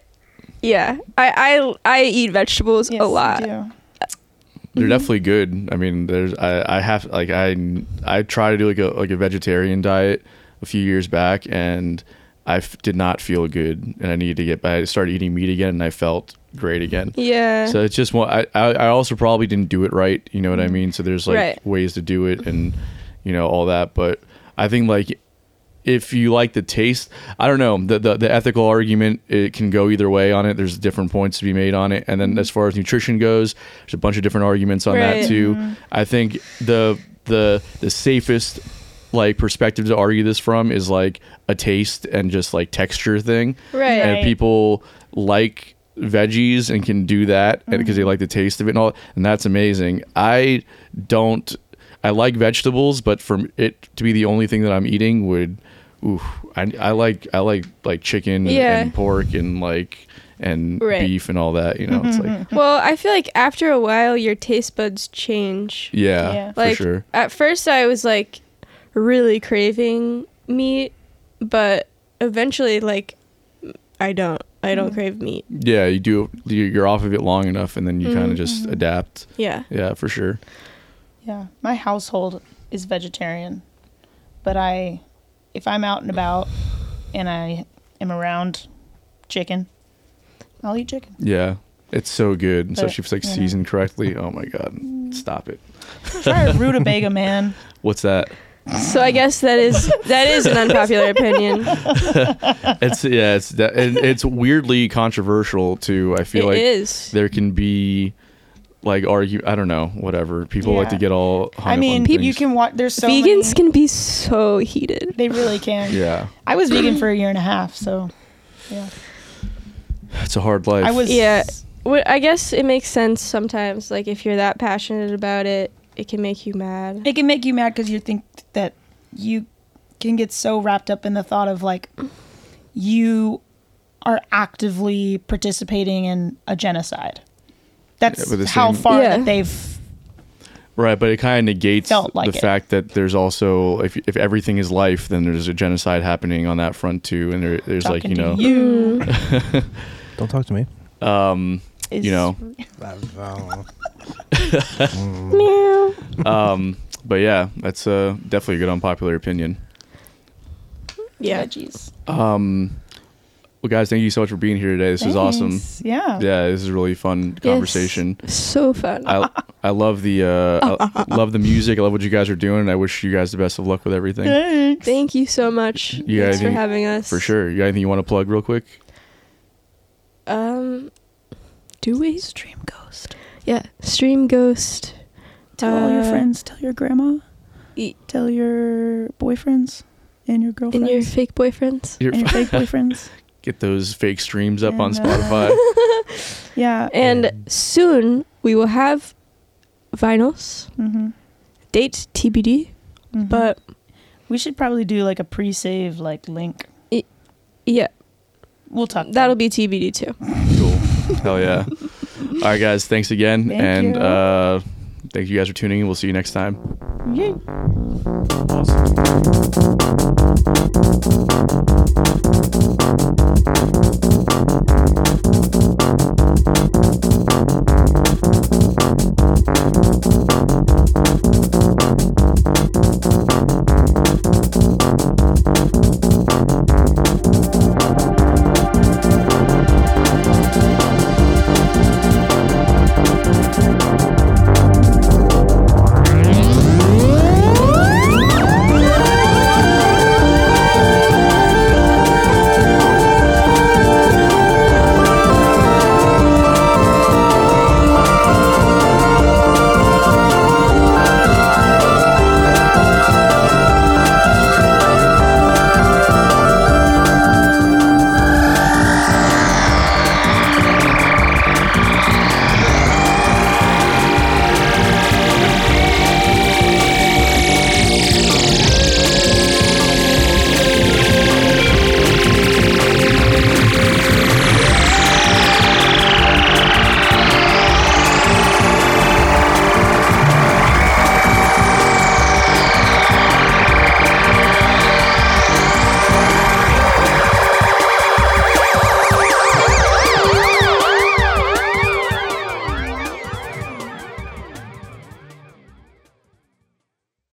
Speaker 4: yeah, I I, I eat vegetables
Speaker 8: Yes,
Speaker 4: a
Speaker 8: you
Speaker 4: lot.
Speaker 8: do.
Speaker 7: they're definitely good. I mean, there's I I have like I I try to do like a like a vegetarian diet a few years back and I f- did not feel good and I needed to get I started eating meat again and I felt great again.
Speaker 4: Yeah.
Speaker 7: So it's just one. I, I I also probably didn't do it right. You know what I mean? So there's like
Speaker 4: Mm. Right. Mm-hmm.
Speaker 7: ways to do it and you know all that. But I think like if you like the taste, I don't know the the, the ethical argument. It can go either way on it. There's different points to be made on it. And then as far as nutrition goes, there's a bunch of different arguments on
Speaker 4: Mm-hmm. Right. Mm-hmm.
Speaker 7: that too. I think the the the safest like perspective to argue this from is like a taste and just like texture thing
Speaker 4: Right.
Speaker 7: and if
Speaker 8: Right.
Speaker 7: people like veggies and can do that because they like the taste of it and all and that's amazing i don't i like vegetables but for it to be the only thing that i'm eating would oof, I, I like i like like chicken
Speaker 4: Yeah.
Speaker 7: and pork and like and
Speaker 4: Right. Mm-hmm.
Speaker 7: beef and all that you know it's like
Speaker 4: Well, I feel like after a while, your taste buds change.
Speaker 7: yeah,
Speaker 8: Yeah.
Speaker 7: for
Speaker 4: Like
Speaker 7: sure
Speaker 4: at first, I was like really craving meat, but eventually, like I don't. I
Speaker 8: Mm.
Speaker 4: don't crave meat.
Speaker 7: yeah you do you- you're off of it long enough and then you kind of just adapt
Speaker 4: Yeah.
Speaker 7: yeah for sure
Speaker 8: Yeah, my household is vegetarian, but I, if I'm out and about, and I am around chicken, I'll
Speaker 7: [laughs]
Speaker 8: eat chicken.
Speaker 7: yeah it's so good and so
Speaker 8: But,
Speaker 7: she's like
Speaker 8: you know.
Speaker 7: seasoned correctly oh my god stop it
Speaker 8: Try a rutabaga, man.
Speaker 7: what's that
Speaker 4: So I guess that is that is an
Speaker 7: [laughs]
Speaker 4: unpopular opinion.
Speaker 7: it's yeah, it's that, and it's weirdly controversial too. I feel
Speaker 4: It
Speaker 7: like
Speaker 4: is.
Speaker 7: there can be like argue. I don't know, whatever. People like
Speaker 8: Yeah.
Speaker 7: to get all. Hung
Speaker 8: I mean,
Speaker 7: up on
Speaker 8: you
Speaker 7: things.
Speaker 8: can watch. There's so
Speaker 4: Vegans
Speaker 8: many-
Speaker 4: can be so heated.
Speaker 8: They really can.
Speaker 7: Yeah,
Speaker 8: I was vegan for a year and a half, so yeah.
Speaker 7: it's a hard life.
Speaker 8: I was.
Speaker 4: Yeah. Well, I guess it makes sense sometimes. Like if you're that passionate about it, it can make you mad.
Speaker 8: It can make you mad because you think that you can get so wrapped up in the thought of like you are actively participating in a genocide.
Speaker 7: Yeah,
Speaker 8: That's
Speaker 7: but the
Speaker 8: how
Speaker 7: same-
Speaker 8: far
Speaker 4: Yeah.
Speaker 8: that they've
Speaker 7: Right, but it kind of negates
Speaker 8: Felt like
Speaker 7: the
Speaker 8: it.
Speaker 7: fact that there's also if if everything is life, then there's a genocide happening on that front too, and there, there's like
Speaker 8: talking
Speaker 7: you know
Speaker 8: to you.
Speaker 11: Don't talk to me.
Speaker 7: [laughs] you know
Speaker 11: um,
Speaker 4: Meow.
Speaker 7: but yeah that's uh definitely a good unpopular opinion
Speaker 8: Oh,
Speaker 4: Yeah.
Speaker 8: Veggies.
Speaker 7: well guys thank you so much for being here today this is awesome
Speaker 8: Thanks. Oh. Yeah.
Speaker 7: yeah this is a really fun conversation
Speaker 4: So fun.
Speaker 7: i i love the uh I
Speaker 8: [laughs]
Speaker 7: love the music i love what you guys are doing and i wish you guys the best of luck with everything
Speaker 8: Thanks.
Speaker 4: Thank you so much.
Speaker 7: You got
Speaker 4: Thanks for
Speaker 7: anything-
Speaker 4: having us.
Speaker 7: for sure you got anything you want to plug real quick
Speaker 4: Um, do we?
Speaker 8: Stream ghost.
Speaker 4: Yeah. Stream Ghost.
Speaker 8: Tell all your
Speaker 4: Uh,
Speaker 8: friends. Tell your grandma.
Speaker 4: E-
Speaker 8: Tell your boyfriends and your girlfriends
Speaker 4: And your fake boyfriends.
Speaker 7: Your-
Speaker 8: and your fake boyfriends.
Speaker 7: [laughs] get those fake streams up on
Speaker 8: And, uh,
Speaker 7: spotify
Speaker 8: [laughs]
Speaker 4: [laughs]
Speaker 8: Yeah.
Speaker 4: And soon we will have vinyls.
Speaker 8: Mm-hmm.
Speaker 4: Date TBD. But
Speaker 8: we should probably do like a pre-save like link.
Speaker 4: yeah,
Speaker 8: We'll talk.
Speaker 4: that'll be TBD too.
Speaker 7: cool hell yeah all right guys thanks again
Speaker 8: Thank
Speaker 7: and
Speaker 8: you.
Speaker 7: uh thank you guys for tuning in we'll see you next time
Speaker 8: Yay.